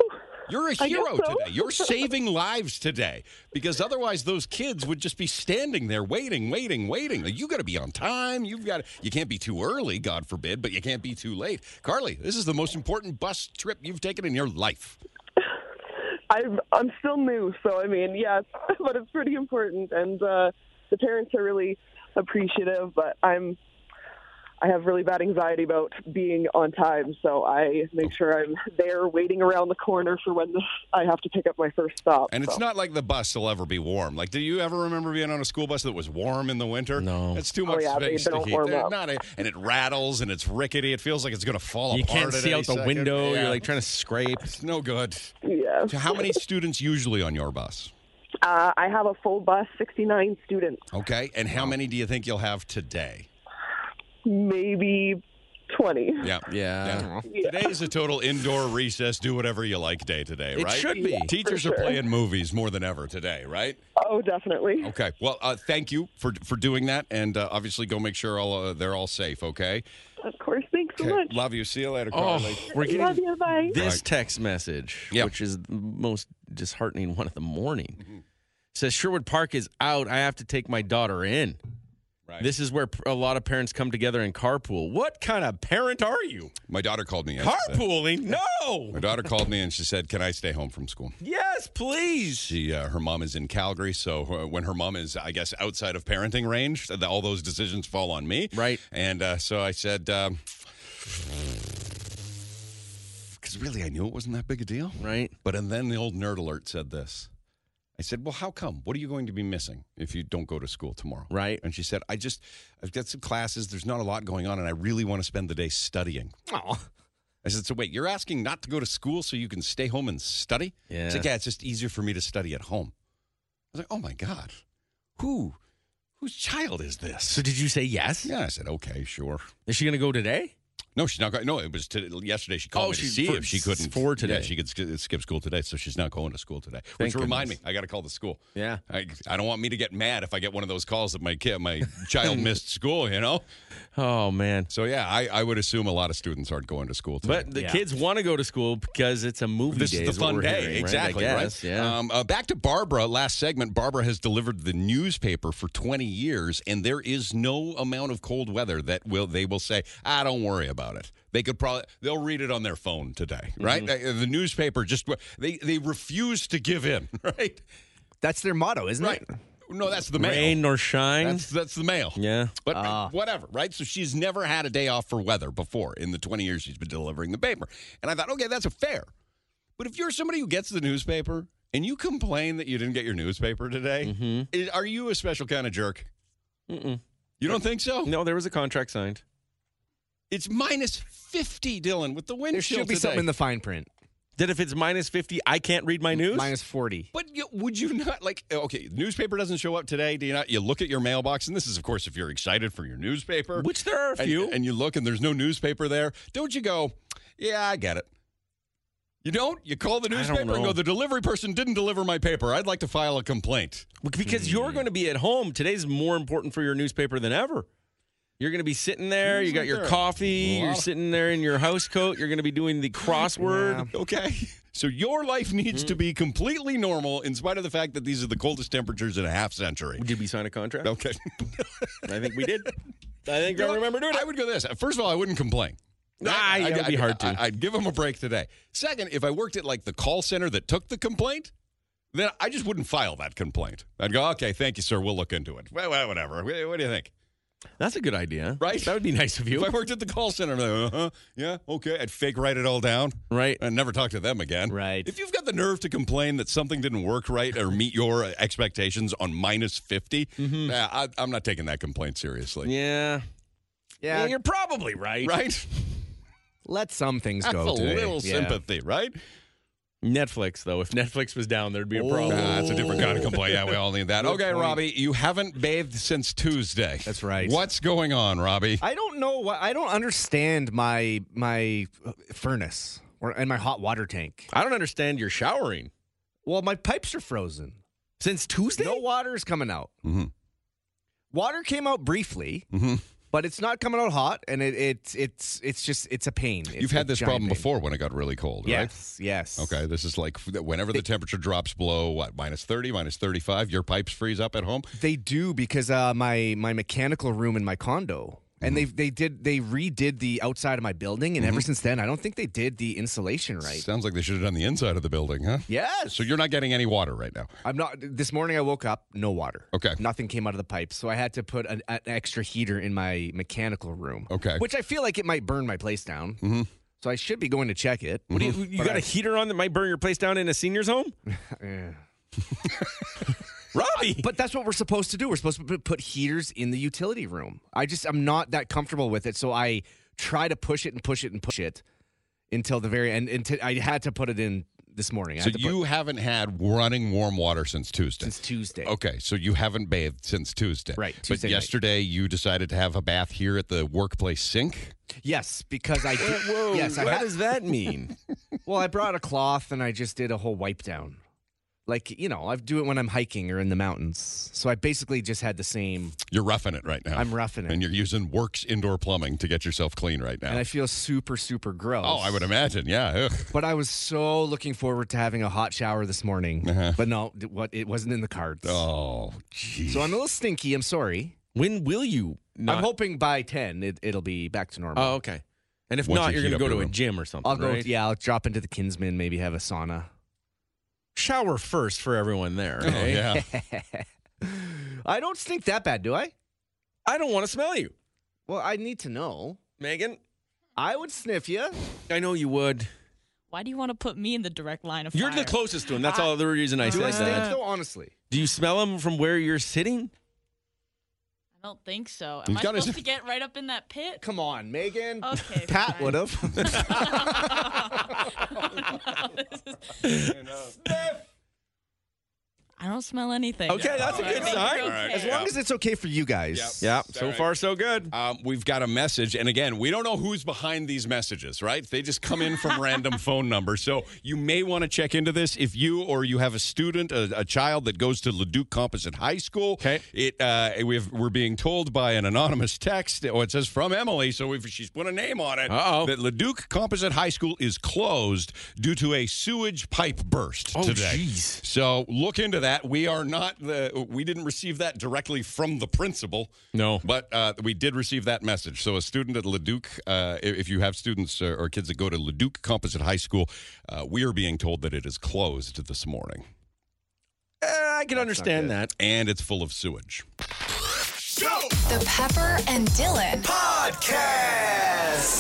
Speaker 3: You're a
Speaker 7: I guess
Speaker 3: hero
Speaker 7: so.
Speaker 3: today. You're saving lives today because otherwise those kids would just be standing there waiting, waiting, waiting. You got to be on time. You've got you can't be too early, God forbid, but you can't be too late. Carly, this is the most important bus trip you've taken in your life.
Speaker 7: I've, I'm still new, so I mean, yeah, but it's pretty important, and uh, the parents are really appreciative. But I'm, I have really bad anxiety about being on time, so I make sure I'm there, waiting around the corner for when I have to pick up my first stop.
Speaker 3: And it's
Speaker 7: so.
Speaker 3: not like the bus will ever be warm. Like, do you ever remember being on a school bus that was warm in the winter?
Speaker 4: No.
Speaker 3: It's too much
Speaker 7: Oh, yeah, they
Speaker 3: space to
Speaker 7: don't
Speaker 3: heat.
Speaker 7: warm
Speaker 3: They're
Speaker 7: up.
Speaker 3: not a- and it rattles and it's rickety. It feels like it's going to fall
Speaker 4: you
Speaker 3: apart.
Speaker 4: can't
Speaker 3: at
Speaker 4: see
Speaker 3: any
Speaker 4: out the
Speaker 3: second.
Speaker 4: window.
Speaker 3: Yeah.
Speaker 4: You're like trying to scrape.
Speaker 3: It's no good.
Speaker 7: yeah.
Speaker 3: So how many students usually on your bus?
Speaker 7: Uh, I have a full bus, 69 students,
Speaker 3: Okay. And how many do you think you'll have today?
Speaker 7: maybe 20.
Speaker 3: Yeah.
Speaker 4: Yeah.
Speaker 3: Today is a total indoor recess, do whatever you like day today,
Speaker 4: It
Speaker 3: right?
Speaker 4: should be.
Speaker 3: Teachers
Speaker 7: for
Speaker 3: are
Speaker 7: sure.
Speaker 3: playing movies more than ever today, right?
Speaker 7: Oh, definitely.
Speaker 3: Okay. Well, uh, thank you for for doing that, and uh, obviously go make sure all uh, they're all safe. Okay.
Speaker 7: Of course. Thanks so much.
Speaker 3: Love you. See you later,
Speaker 4: Oh,
Speaker 3: Carly.
Speaker 4: we're
Speaker 7: Love
Speaker 4: getting
Speaker 7: you. Bye.
Speaker 4: this
Speaker 3: Right.
Speaker 4: text message,
Speaker 3: Yep.
Speaker 4: which is the most disheartening one of the morning. Says Sherwood Park is out. I have to take my daughter in.
Speaker 3: Right.
Speaker 4: This is where p- a lot of parents come together and carpool. What kind of parent are you?
Speaker 3: My daughter called me. yesterday.
Speaker 4: Carpooling? No.
Speaker 3: My daughter called me and she said, "Can I stay home from school?"
Speaker 4: Yes, please.
Speaker 3: She, uh, her mom is in Calgary, so uh, when her mom is, I guess, outside of parenting range, th- all those decisions fall on me.
Speaker 4: Right.
Speaker 3: And uh, so I said, because really, I knew it wasn't that big a deal.
Speaker 4: Right.
Speaker 3: But and then the old nerd alert said this. I said, "Well, how come? What are you going to be missing if you don't go to school tomorrow?"
Speaker 4: Right.
Speaker 3: And she said, "I just, I've got some classes. There's not a lot going on, and I really want to spend the day studying."
Speaker 5: Oh,
Speaker 3: I said, so wait, you're asking not to go to school so you can stay home and study?
Speaker 4: Yeah.
Speaker 3: It's like, yeah, it's just easier for me to study at home. I was like, oh my God, who, whose child is this?
Speaker 4: So did you say yes?
Speaker 3: Yeah, I said, okay, sure.
Speaker 4: Is she going to go today?
Speaker 3: No, she's not going. No, it was to, yesterday. She called
Speaker 4: Oh,
Speaker 3: me to
Speaker 4: she-
Speaker 3: see
Speaker 4: for-
Speaker 3: if she couldn't
Speaker 4: for today.
Speaker 3: Yeah, she could sk- skip school today, so she's not going to school today. Which
Speaker 4: Thank
Speaker 3: remind me,
Speaker 4: goodness.
Speaker 3: I got to call the school.
Speaker 4: Yeah.
Speaker 3: I, I don't want me to get mad if I get one of those calls that my kid, my child missed school. You know.
Speaker 4: Oh man.
Speaker 3: So yeah, I, I would assume a lot of students aren't going to school today.
Speaker 4: But the
Speaker 5: Yeah.
Speaker 4: kids want to go to school because it's a movie
Speaker 3: this
Speaker 4: day.
Speaker 3: is the
Speaker 4: what
Speaker 3: fun
Speaker 4: we're
Speaker 3: day
Speaker 4: hearing, right? I
Speaker 3: exactly right,
Speaker 4: guess, Yeah.
Speaker 3: um, uh, back to barbara last segment barbara has delivered the newspaper for 20 years and there is no amount of cold weather that will they will say i don't worry about it they could probably they'll read it on their phone today
Speaker 4: Mm-hmm.
Speaker 3: right Uh, the newspaper just they they refuse to give in right
Speaker 5: that's their motto, isn't
Speaker 3: right
Speaker 5: it?
Speaker 3: no that's the mail
Speaker 4: Rain or shine.
Speaker 3: that's that's the mail
Speaker 4: yeah. Ah.
Speaker 3: but whatever, right? So she's never had a day off for weather before in the 20 years she's been delivering the paper. And I thought, okay, that's a fair. But if you're somebody who gets the newspaper and you complain that you didn't get your newspaper today, i- are you a special kind of jerk?
Speaker 4: Mm-hmm. Mm-mm.
Speaker 3: You don't think so?
Speaker 4: No, there was a contract signed.
Speaker 3: It's minus 50, Dylan, with the wind
Speaker 5: There should be something in the fine print.
Speaker 4: That if it's minus 50, I can't read my news?
Speaker 5: Minus 40.
Speaker 3: But you, would you not like? Okay, newspaper doesn't show up today. Do you not? You look at your mailbox, and this is, of course, if you're excited for your newspaper,
Speaker 4: Which there are a
Speaker 3: and,
Speaker 4: few.
Speaker 3: and you look, and there's no newspaper there. Don't you go? Yeah, I get it. You don't. You call the
Speaker 4: don't
Speaker 3: newspaper and
Speaker 4: know.
Speaker 3: go. The delivery person didn't deliver my paper. I'd like to file a complaint.
Speaker 4: because you're going to be at home. Today's more important for your newspaper than ever. You're going to be sitting there. You got your
Speaker 3: Isn't there
Speaker 4: coffee.
Speaker 3: a
Speaker 4: You're
Speaker 3: lot of-
Speaker 4: sitting there in your house coat. You're going to be doing the crossword.
Speaker 3: Okay. So your life needs to be completely normal, in spite of the fact that these are the coldest temperatures in a half century.
Speaker 4: Did we sign a contract?
Speaker 3: Okay.
Speaker 4: I think we did. I think I remember doing
Speaker 3: I
Speaker 4: it.
Speaker 3: would go this. First of all, I wouldn't complain.
Speaker 4: Ah, yeah, it'd be hard to.
Speaker 3: I, would give them a break today. Second, if I worked at like the call center that took the complaint, then I just wouldn't file that complaint. I'd go, okay, thank you, sir. We'll look into it. Well, well, whatever. Wh- What do you think?
Speaker 4: That's a good idea.
Speaker 3: Right?
Speaker 4: That would be nice of
Speaker 3: If I
Speaker 4: you.
Speaker 3: worked at the call center, I'd be like, uh-huh, yeah, okay. I'd fake write it all down.
Speaker 4: Right.
Speaker 3: And never talk to them again.
Speaker 5: Right.
Speaker 3: If you've got the nerve to complain that something didn't work right or meet your uh, expectations on minus 50,
Speaker 4: Mm-hmm.
Speaker 3: nah, I, I'm not taking that complaint seriously.
Speaker 4: Yeah.
Speaker 5: Yeah,
Speaker 4: You're probably right.
Speaker 3: Right?
Speaker 5: let some things
Speaker 3: That's
Speaker 5: go.
Speaker 3: a
Speaker 5: today.
Speaker 3: little
Speaker 5: Yeah.
Speaker 3: sympathy, right?
Speaker 4: Netflix, though. If Netflix was down, there'd be
Speaker 5: Oh.
Speaker 4: a problem.
Speaker 3: Nah, that's a different kind of complaint. Yeah, we all need that. Okay, Robbie, you haven't bathed since Tuesday.
Speaker 5: That's right.
Speaker 3: What's going on, Robbie?
Speaker 5: I don't know why. I don't understand my my uh, furnace or and my hot water tank.
Speaker 4: I don't understand your showering.
Speaker 5: Well, my pipes are frozen
Speaker 4: Since Tuesday?
Speaker 5: No water is coming out.
Speaker 3: Mhm.
Speaker 5: Water came out briefly,
Speaker 3: Mhm.
Speaker 5: but it's not coming out hot, and it, it's it's it's just it's a pain. It's
Speaker 3: You've
Speaker 5: a
Speaker 3: had this
Speaker 5: giant
Speaker 3: problem
Speaker 5: pain.
Speaker 3: before when it got really cold,
Speaker 5: Yes, yes.
Speaker 3: right? Okay, this is like f- whenever the temperature drops below what minus thirty, minus thirty-five, your pipes freeze up at home.
Speaker 5: They do because uh, my my mechanical room in my condo. And
Speaker 3: Mm-hmm.
Speaker 5: they they did they redid the outside of my building, and ever since then, I don't think they did the insulation right.
Speaker 3: Sounds like they should have done the inside of the building, huh?
Speaker 5: Yes.
Speaker 3: So you're not getting any water right now.
Speaker 5: I'm not. This morning I woke up, no water.
Speaker 3: Okay.
Speaker 5: Nothing came out of the pipe, so I had to put an, an extra heater in my mechanical room.
Speaker 3: Okay.
Speaker 5: Which I feel like it might burn my place down. Mm-hmm. So I should be going to check it.
Speaker 4: What do you, you got a heater on that might burn your place down in a senior's home?
Speaker 5: Yeah.
Speaker 4: Robbie!
Speaker 5: But that's what we're supposed to do. We're supposed to put- put heaters in the utility room. I just I'm not that comfortable with it, so I try to push it and push it and push it until the very end. Until I had to put it in this morning. I
Speaker 3: So
Speaker 5: had to put-
Speaker 3: you haven't had running warm water since Tuesday.
Speaker 5: since Tuesday.
Speaker 3: Okay, so you haven't bathed since Tuesday.
Speaker 5: Right,
Speaker 3: but
Speaker 5: Tuesday night.
Speaker 3: yesterday you decided to have a bath here at the workplace sink.
Speaker 5: Yes, because I did, yes I
Speaker 4: what
Speaker 5: had
Speaker 4: does that mean?
Speaker 5: Well, I brought a cloth and I just did a whole wipe down. Like, you know, I do it when I'm hiking or in the mountains. So I basically just had the same.
Speaker 3: You're roughing it right now.
Speaker 5: I'm roughing it.
Speaker 3: Oh. And you're using Works Indoor Plumbing to get yourself clean right now.
Speaker 5: And I feel super, super gross.
Speaker 3: oh, I would imagine. Yeah. Ugh.
Speaker 5: But I was so looking forward to having a hot shower this morning. But no, d- what it wasn't in the cards.
Speaker 3: Oh, geez.
Speaker 5: So I'm a little stinky. I'm sorry.
Speaker 4: when will you? Not-
Speaker 5: I'm hoping by 10 it, it'll be back to normal.
Speaker 4: Oh, okay. And if
Speaker 3: Once
Speaker 4: not,
Speaker 3: you
Speaker 4: you're
Speaker 3: heat
Speaker 4: going to
Speaker 3: up
Speaker 4: go
Speaker 3: your
Speaker 4: to a
Speaker 3: room.
Speaker 4: gym or something.
Speaker 5: I'll go.
Speaker 4: right?
Speaker 5: Yeah, I'll drop into the Kinsman, maybe have a sauna.
Speaker 4: Shower first for everyone there.
Speaker 3: Oh,
Speaker 4: eh?
Speaker 3: yeah.
Speaker 5: I don't stink that bad, do I?
Speaker 4: I don't want to smell you,
Speaker 5: Well, I need to know.
Speaker 4: Megan.
Speaker 5: I would sniff you.
Speaker 4: I know you would.
Speaker 8: Why do you want to put me in the direct line of
Speaker 4: You're
Speaker 8: fire?
Speaker 4: the closest to him. That's all the reason I
Speaker 5: Do I
Speaker 4: said
Speaker 5: stink
Speaker 4: that.
Speaker 5: though? Honestly.
Speaker 4: Do you smell him from where you're sitting?
Speaker 8: I don't think so. Am
Speaker 3: You've
Speaker 8: I
Speaker 3: got his-
Speaker 8: supposed to get right up in that pit?
Speaker 5: Come on, Megan.
Speaker 8: Okay,
Speaker 5: Pat
Speaker 8: fine.
Speaker 5: would have.
Speaker 8: No, this is- I don't smell anything.
Speaker 4: Okay, that's a good
Speaker 8: I think
Speaker 4: sign.
Speaker 8: you're
Speaker 4: All right.
Speaker 8: okay.
Speaker 5: as long as it's okay for you guys.
Speaker 3: Yep.
Speaker 4: Yeah.
Speaker 3: All
Speaker 4: So
Speaker 3: right.
Speaker 4: far, so good.
Speaker 3: Um, we've got a message, and again, we don't know who's behind these messages, right? They just come in from random phone numbers. So you may want to check into this if you or you have a student, a, a child that goes to Leduc Composite High School.
Speaker 4: Okay.
Speaker 3: It uh, we've, we're being told by an anonymous text. Oh, it says from Emily, so if she's put a name on it.
Speaker 4: Uh-oh.
Speaker 3: That Leduc Composite High School is closed due to a sewage pipe burst
Speaker 4: Oh,
Speaker 3: today.
Speaker 4: jeez.
Speaker 3: So look into that. We are not the. We didn't receive that directly from the principal.
Speaker 4: No.
Speaker 3: but uh, we did receive that message. So a student at Leduc, uh, i- if you have students or, or kids that go to Leduc Composite High School, uh, we are being told that it is closed this morning
Speaker 4: Uh, I can understand that.
Speaker 3: and it's full of sewage.
Speaker 9: The Pepper and Dylan.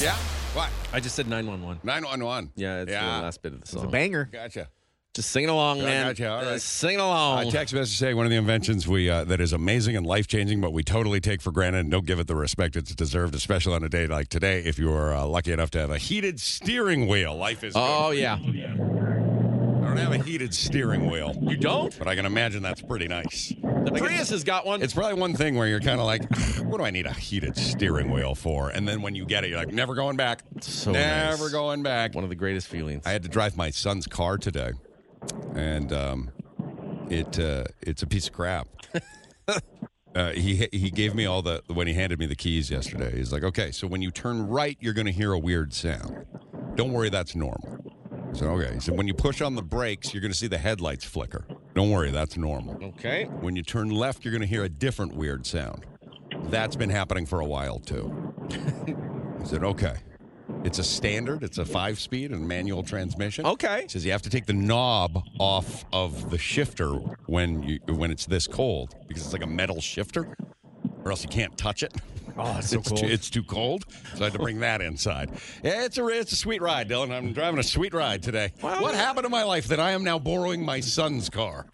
Speaker 3: Yeah. What?
Speaker 4: I just said nine one one.
Speaker 3: Nine one one.
Speaker 4: Yeah, it's
Speaker 3: Yeah.
Speaker 4: the last bit of the
Speaker 5: It's a
Speaker 4: song.
Speaker 5: banger.
Speaker 3: Gotcha.
Speaker 4: Just singing along,
Speaker 3: Yeah, I
Speaker 4: man.
Speaker 3: got you. All
Speaker 4: Uh,
Speaker 3: right.
Speaker 4: Singing along.
Speaker 3: Uh, text message saying one of the inventions we uh, that is amazing and life changing, but we totally take for granted and don't give it the respect it's deserved, especially on a day like today. If you are uh, lucky enough to have a heated steering wheel, life is.
Speaker 4: oh
Speaker 3: good.
Speaker 4: yeah.
Speaker 3: I don't have a heated steering wheel,
Speaker 4: You don't?
Speaker 3: but I can imagine that's pretty nice.
Speaker 4: The Prius has got one.
Speaker 3: It's probably one thing where you're kind of like, what do I need a heated steering wheel for? And then when you get it, you're like, never going back.
Speaker 4: so nice.
Speaker 3: never going back.
Speaker 4: one of the greatest feelings.
Speaker 3: I had to drive my son's car today, and um, it uh, it's a piece of crap. uh, he he gave me all the when he handed me the keys yesterday. He's like, okay, so when you turn right, you're going to hear a weird sound. Don't worry, that's normal. I said, okay. He said, when you push on the brakes, you're going to see the headlights flicker. Don't worry, that's normal.
Speaker 4: okay.
Speaker 3: When you turn left, you're going to hear a different weird sound. That's been happening for a while, too. I said, okay. It's a standard, it's a five speed and manual transmission.
Speaker 4: Okay.
Speaker 3: It says you have to take the knob off of the shifter when you when it's this cold because it's like a metal shifter, or else you can't touch it.
Speaker 5: Oh, it's so
Speaker 3: it's,
Speaker 5: cold.
Speaker 3: Too, it's too cold, so I had to bring that inside. Yeah, it's a it's a sweet ride, Dylan. I'm driving a sweet ride today. what happened to my life that I am now borrowing my son's car?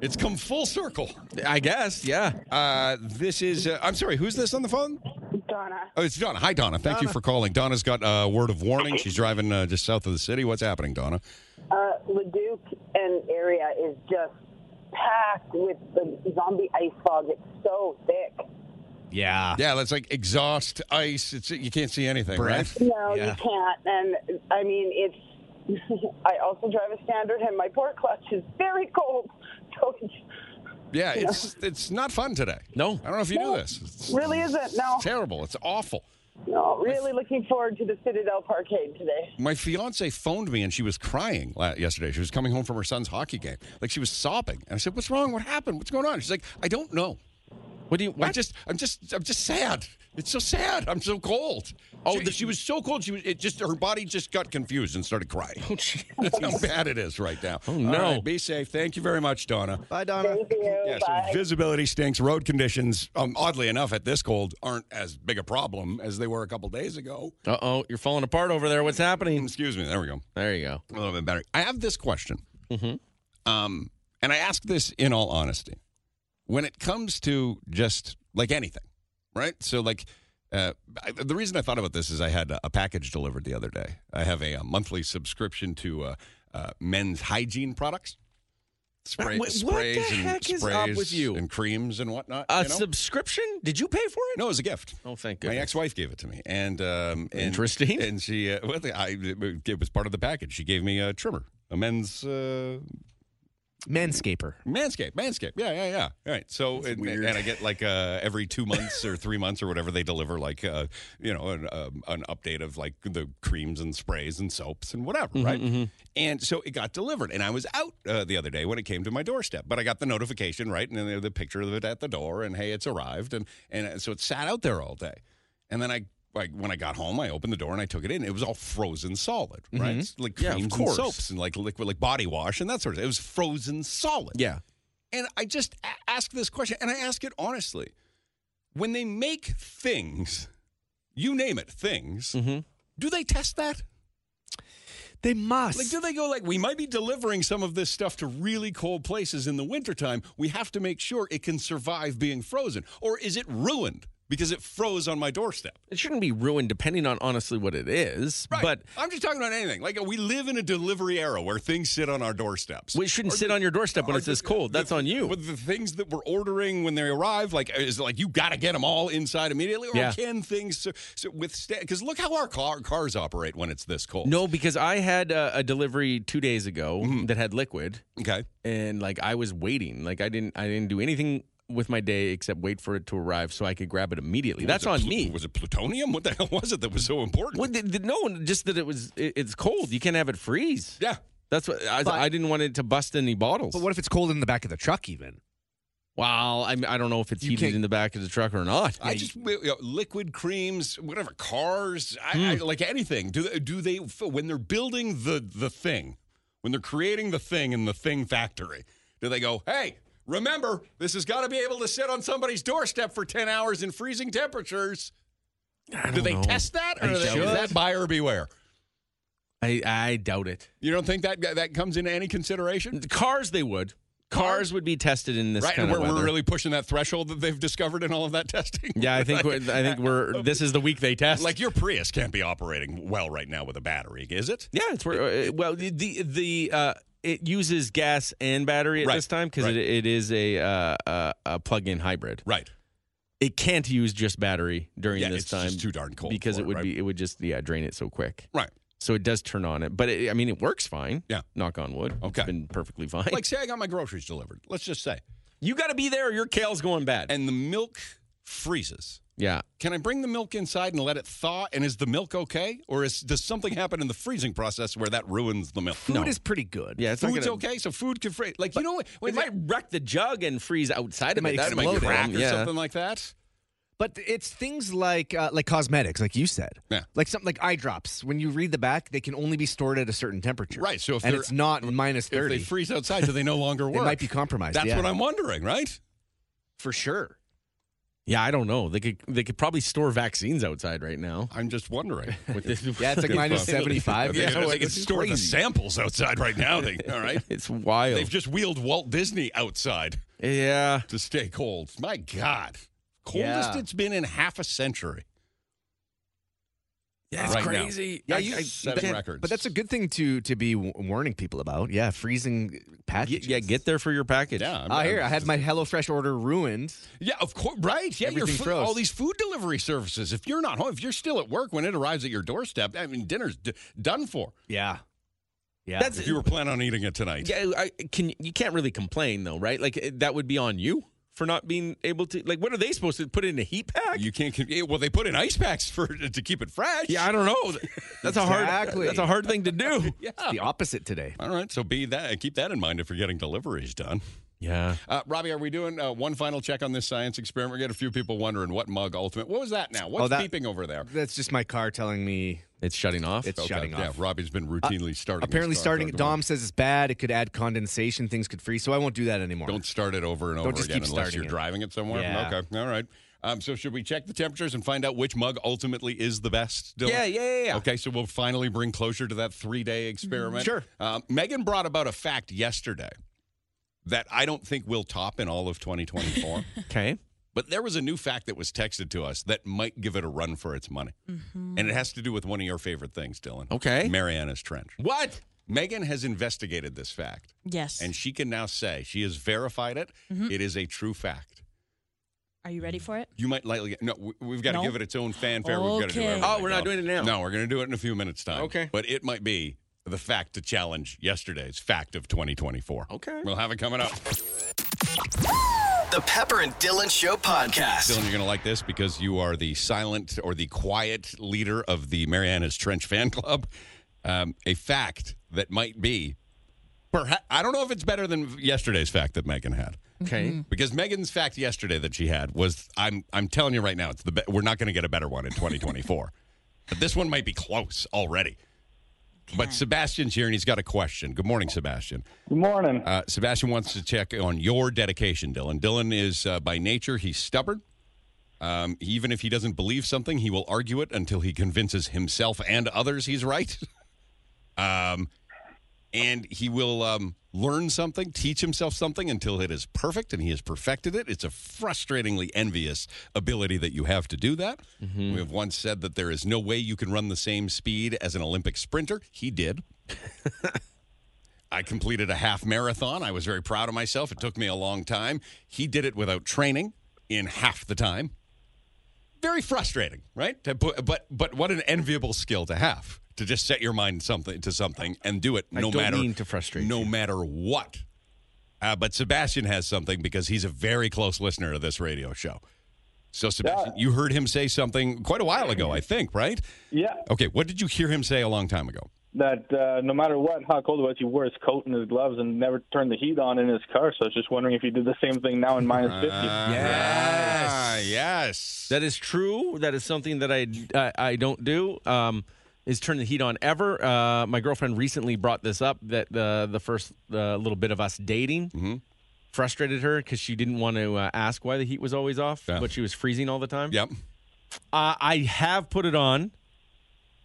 Speaker 3: It's come full circle.
Speaker 4: I guess. Yeah.
Speaker 3: Uh, this is. Uh, I'm sorry. Who's this on the phone?
Speaker 6: Donna.
Speaker 3: Oh, it's Donna. Hi, Donna. Thank you for calling. Donna's got a word of warning. She's driving uh, just south of the city. What's happening, Donna?
Speaker 10: Uh, Leduc and area is just packed with the zombie ice fog. It's so thick.
Speaker 5: Yeah.
Speaker 3: Yeah, that's like exhaust, ice. It's you can't see anything,
Speaker 5: Breath.
Speaker 3: right?
Speaker 10: No,
Speaker 5: Yeah.
Speaker 10: you can't. And I mean, it's. I also drive a standard, and my port clutch is very cold. So it
Speaker 3: Yeah, it's it's not fun today.
Speaker 4: No.
Speaker 3: I don't know if you knew this. It's
Speaker 10: really isn't. No,
Speaker 3: terrible. It's awful.
Speaker 10: no. Really looking forward to the Citadel Parkade today.
Speaker 3: My fiance phoned me and she was crying la- yesterday. She was coming home from her son's hockey game. Like she was sobbing. And I said, "What's wrong? What happened? What's going on?" She's like, "I don't know.
Speaker 4: What do you?
Speaker 3: I just I'm just I'm just sad. It's so sad. I'm so cold." Oh, she, she was so cold. She was it just her body just got confused and started crying. That's how bad it is right now. Oh
Speaker 4: no.
Speaker 3: be safe. Thank you very much, Donna.
Speaker 5: Bye, Donna.
Speaker 10: Thank you.
Speaker 3: Yeah,
Speaker 10: Bye.
Speaker 3: so visibility stinks. Road conditions, um, oddly enough, at this cold, aren't as big a problem as they were a couple days ago.
Speaker 4: Uh oh, you're falling apart over there. What's happening?
Speaker 3: Excuse me. There we go.
Speaker 4: There you go.
Speaker 3: A little bit better. I have this question. Mm-hmm. Um, and I ask this in all honesty. When it comes to just like anything, right? So, like, uh, I, the reason I thought about this is I had a, a package delivered the other day. I have a, uh monthly subscription to uh, uh, men's hygiene products. Spray,
Speaker 4: What- what the
Speaker 3: sprays
Speaker 4: heck
Speaker 3: and
Speaker 4: is
Speaker 3: sprays
Speaker 4: up with you?
Speaker 3: and creams and whatnot.
Speaker 4: A
Speaker 3: you know?
Speaker 4: subscription? Did you pay for it?
Speaker 3: No, it was a gift.
Speaker 4: Oh, thank
Speaker 3: My
Speaker 4: goodness.
Speaker 3: ex-wife gave it to me, and um, and-
Speaker 4: Interesting.
Speaker 3: And she, uh, well, I, it was part of the package. She gave me a trimmer, a men's uh,
Speaker 5: Manscaper.
Speaker 3: manscape, manscape. Yeah, yeah, yeah. All right. So and, and I get like uh, every two months or three months or whatever they deliver like uh, you know an, um, an update of like the creams and sprays and soaps and whatever,
Speaker 4: Mm-hmm,
Speaker 3: right? And so it got delivered, and I was out uh, the other day when it came to my doorstep, but I got the notification right, and then the- the picture of it at the door, and hey, it's arrived, and and uh, so it sat out there all day. And then I, like, when I got home, I opened the door and I took it in. It was all frozen solid, right? It's Like
Speaker 4: Mm-hmm. Yeah,
Speaker 3: creams
Speaker 4: of
Speaker 3: and
Speaker 4: course.
Speaker 3: soaps and like liquid, like body wash and that sort of. thing. It was frozen solid.
Speaker 4: Yeah.
Speaker 3: And I just a- ask this question, and I ask it honestly. When they make things, you name it, things, do they test that?
Speaker 5: They must.
Speaker 3: Like, do they go like, we might be delivering some of this stuff to really cold places in the wintertime. We have to make sure it can survive being frozen. Or is it ruined because it froze on my doorstep?
Speaker 4: It shouldn't be ruined depending on honestly what it is. But
Speaker 3: I'm just talking about anything. Like we live in a delivery era where things sit on our doorsteps.
Speaker 4: we shouldn't
Speaker 3: Or
Speaker 4: sit
Speaker 3: the-
Speaker 4: on your doorstep when
Speaker 3: are
Speaker 4: it's this
Speaker 3: the-
Speaker 4: cold. That's
Speaker 3: the-
Speaker 4: on you.
Speaker 3: With the things that we're ordering when they arrive, like is it like you got to get them all inside immediately, or
Speaker 4: Yeah.
Speaker 3: can things so, so withstand? Because look how our car, cars operate when it's this cold.
Speaker 4: No, because I had uh, a delivery two days ago
Speaker 3: Mm-hmm.
Speaker 4: that had liquid,
Speaker 3: Okay.
Speaker 4: and like I was waiting. Like I didn't, I didn't do anything with my day except wait for it to arrive so I could grab it immediately. That's
Speaker 3: Was it
Speaker 4: on
Speaker 3: pl-
Speaker 4: me.
Speaker 3: Was it plutonium? What the hell was it that was so important?
Speaker 4: Well, the, the, no, just that it was. It, it's cold. You can't have it freeze.
Speaker 3: yeah.
Speaker 4: That's what I, I didn't want it to bust any bottles.
Speaker 5: But what if it's cold in the back of the truck? Even
Speaker 4: Well, I, mean, I don't know if it's
Speaker 5: You
Speaker 4: heated
Speaker 5: can't-
Speaker 4: in the back of the truck or not.
Speaker 3: I just you know, liquid creams, whatever cars, I, I,
Speaker 4: Mm.
Speaker 3: like anything. Do they, do they when they're building the the thing, when they're creating the thing in the thing factory, do they go, hey? Remember, this has got to be able to sit on somebody's doorstep for 10 hours in freezing temperatures. Do they test that? Or
Speaker 4: They
Speaker 3: do they- is
Speaker 4: should.
Speaker 3: that buyer beware?
Speaker 4: I, I doubt it.
Speaker 3: You don't think that that comes into any consideration?
Speaker 4: Cars, they would. Cars would be tested in this
Speaker 3: right,
Speaker 4: kind
Speaker 3: and we're,
Speaker 4: of weather.
Speaker 3: we're really pushing that threshold that they've discovered in all of that testing.
Speaker 4: yeah, I think we're, I think we're. This is the week they test.
Speaker 3: Like your Prius can't be operating well right now with a battery, is it?
Speaker 4: yeah, it's where. uh, Well, the the- the uh, it uses gas and battery at
Speaker 3: Right,
Speaker 4: this time because
Speaker 3: right.
Speaker 4: it, it is a uh, uh, a plug-in hybrid.
Speaker 3: Right.
Speaker 4: It can't use just battery during
Speaker 3: Yeah,
Speaker 4: this
Speaker 3: it's
Speaker 4: time.
Speaker 3: just too darn cold
Speaker 4: because
Speaker 3: for
Speaker 4: it
Speaker 3: it,
Speaker 4: would
Speaker 3: right?
Speaker 4: be it would just yeah drain it so quick.
Speaker 3: Right.
Speaker 4: So it does turn on it, but it, I mean it works fine.
Speaker 3: Yeah.
Speaker 4: Knock on wood.
Speaker 3: Okay.
Speaker 4: It's been perfectly fine.
Speaker 3: Like, say I got my groceries delivered. Let's just say,
Speaker 4: you got to be there. or Your kale's going bad.
Speaker 3: and the milk freezes.
Speaker 4: yeah.
Speaker 3: Can I bring the milk inside and let it thaw? And is the milk okay, or is, does something happen in the freezing process where that ruins the milk?
Speaker 5: Food is pretty good.
Speaker 4: Yeah. It's not
Speaker 3: Food's
Speaker 4: gonna,
Speaker 3: okay, so food can freeze. Like you know,
Speaker 4: It
Speaker 3: when
Speaker 4: might wreck the jug and freeze outside
Speaker 5: It
Speaker 4: of it.
Speaker 5: might
Speaker 4: That might
Speaker 5: explode it.
Speaker 4: crack or
Speaker 3: or
Speaker 4: yeah.
Speaker 3: something like that.
Speaker 5: But it's things like uh, like cosmetics, like you said,
Speaker 3: Yeah.
Speaker 5: like something like eye drops. When you read the back, they can only be stored at a certain temperature,
Speaker 3: Right, so if
Speaker 5: and
Speaker 3: they're-
Speaker 5: it's not minus
Speaker 3: If
Speaker 5: thirty,
Speaker 3: they freeze outside, do they no longer
Speaker 5: it
Speaker 3: work?
Speaker 5: might be compromised.
Speaker 3: That's
Speaker 5: yeah.
Speaker 3: what I'm wondering, right?
Speaker 5: for sure.
Speaker 4: Yeah, I don't know. They could they could probably store vaccines outside right now.
Speaker 3: I'm just wondering.
Speaker 4: With this,
Speaker 5: Yeah, it's like minus seventy five.
Speaker 3: They,
Speaker 5: Yeah,
Speaker 3: they
Speaker 5: like,
Speaker 3: can
Speaker 5: it's
Speaker 3: store the
Speaker 5: crazy.
Speaker 3: samples outside right now. They, all right.
Speaker 4: It's wild.
Speaker 3: They've just wheeled Walt Disney outside
Speaker 4: yeah,
Speaker 3: to stay cold. My God. Coldest
Speaker 5: Yeah.
Speaker 3: it's been in half a century.
Speaker 4: yeah,
Speaker 3: it's Right now. crazy.
Speaker 4: Yeah,
Speaker 3: I-
Speaker 4: you,
Speaker 3: I- Seven
Speaker 5: That-
Speaker 3: records.
Speaker 5: But that's a good thing to to be w- warning people about. Yeah, freezing
Speaker 4: yeah,
Speaker 5: packages.
Speaker 4: yeah, get there for your package.
Speaker 3: Yeah. I'm-
Speaker 5: I hear.
Speaker 3: I'm-
Speaker 5: I had my HelloFresh order ruined.
Speaker 3: Yeah, of course. Right. Yeah, your
Speaker 5: Everything
Speaker 3: food,
Speaker 5: froze.
Speaker 3: all these food delivery services. If you're not home, if you're still at work when it arrives at your doorstep, I mean, dinner's d- done for.
Speaker 5: Yeah, yeah.
Speaker 4: That's-
Speaker 3: If you were planning on eating it tonight.
Speaker 4: yeah. I, can you can't really complain though, right? Like it- that would be on you for not being able to. Like, what are they supposed to put in a heat pack?
Speaker 3: You can't. con- Well, they put in ice packs for to keep it fresh.
Speaker 4: yeah, I don't know. That's a hard.
Speaker 5: Exactly.
Speaker 4: That's a hard thing to do.
Speaker 3: Yeah.
Speaker 5: the opposite today.
Speaker 3: All right. So be that. Keep that in mind if you're getting deliveries done.
Speaker 4: Yeah.
Speaker 3: Uh, Robbie, are we doing uh, one final check on this science experiment? We got a few people wondering what mug ultimate. What was that now? What's
Speaker 5: Oh, that-
Speaker 3: beeping over there?
Speaker 5: That's just my car telling me
Speaker 4: It's shutting off.
Speaker 5: it's shutting
Speaker 3: yeah,
Speaker 5: off. Uh,
Speaker 3: Robbie's been routinely starting.
Speaker 5: Apparently,
Speaker 3: this car.
Speaker 5: starting.
Speaker 3: Don't-
Speaker 5: Dom says it's bad. It could add condensation. Things could freeze. So I won't do that anymore.
Speaker 3: Don't start it over and over
Speaker 5: just
Speaker 3: again
Speaker 5: keep
Speaker 3: unless
Speaker 5: starting
Speaker 3: you're
Speaker 5: it.
Speaker 3: driving it somewhere.
Speaker 5: Yeah.
Speaker 3: Okay. All right. Um, so should we check the temperatures and find out which mug ultimately is the best? Dylan?
Speaker 4: Yeah, yeah, yeah, yeah.
Speaker 3: Okay, so we'll finally bring closure to that
Speaker 5: Mm,
Speaker 3: three-day experiment. Sure. Um, Megan brought about a fact yesterday that I don't think will top in all of 2024.
Speaker 4: Okay.
Speaker 3: But there was a new fact that was texted to us that might give it a run for its money.
Speaker 8: Mm-hmm.
Speaker 3: And it has to do with one of your favorite things, Dylan.
Speaker 4: Okay.
Speaker 3: Mariana's Trench.
Speaker 4: What?
Speaker 3: Megan has investigated this fact,
Speaker 8: Yes.
Speaker 3: and she can now say she has verified it.
Speaker 8: Mm-hmm.
Speaker 3: It is a true fact.
Speaker 8: Are you ready for it?
Speaker 3: You might lightly no. we- We've got
Speaker 8: No.
Speaker 3: to give it its own fanfare. We've got to do
Speaker 8: Okay.
Speaker 3: everything.
Speaker 4: Oh, we're not doing it now.
Speaker 3: No, we're going to do it in a few minutes time.
Speaker 4: Okay.
Speaker 3: But it might be the fact to challenge yesterday's fact of 2024.
Speaker 4: Okay.
Speaker 3: We'll have it coming up.
Speaker 1: The Pepper and Dylan Show podcast.
Speaker 3: Dylan, you're going to like this because you are the silent or the quiet leader of the Marianas Trench fan club. Um, a fact that might be, perhaps, I don't know if it's better than yesterday's fact that Megan had.
Speaker 4: Okay.
Speaker 3: Because Megan's fact yesterday that she had was, I'm, I'm telling you right now, it's the be- we're not going to get a better one in 2024. but this one might be close already. But Sebastian's here and he's got a question. Good morning, Sebastian.
Speaker 11: Good morning.
Speaker 3: Uh, Sebastian wants to check on your dedication, Dylan. Dylan is uh, by nature he's stubborn. Um, even if he doesn't believe something, he will argue it until he convinces himself and others he's right. um, and he will um, learn something, teach himself something until it is perfect and he has perfected it. It's a frustratingly envious ability that you have to do that. We have once said that there is no way you can run the same speed as an Olympic sprinter. He did. I completed a half marathon. I was very proud of myself. It took me a long time. He did it without training in half the time. Very frustrating, right? To put, but but what an enviable skill to have to just set your mind something to something and do it
Speaker 4: I
Speaker 3: no
Speaker 4: don't
Speaker 3: matter
Speaker 4: mean to frustrate
Speaker 3: no
Speaker 4: you.
Speaker 3: matter what. Uh, but Sebastian has something because he's a very close listener to this radio show. So Sebastian, you heard him say something quite a while ago, I think, right?
Speaker 11: Yeah,
Speaker 3: Okay, what did you hear him say a long time ago?
Speaker 11: that uh, no matter what, how cold it was, he wore his coat and his gloves and never turned the heat on in his car. So I was just wondering if you did the same thing now in minus 50.
Speaker 4: Yes.
Speaker 3: Ah, yes.
Speaker 4: That is true. That is something that I I, I don't do. Um, is turn the heat on ever? Uh, my girlfriend recently brought this up that the the first uh, little bit of us dating
Speaker 3: Mm-hmm.
Speaker 4: frustrated her because she didn't want to uh, ask why the heat was always off,
Speaker 3: Yeah.
Speaker 4: but she was freezing all the time.
Speaker 3: Yep.
Speaker 4: Uh, I have put it on.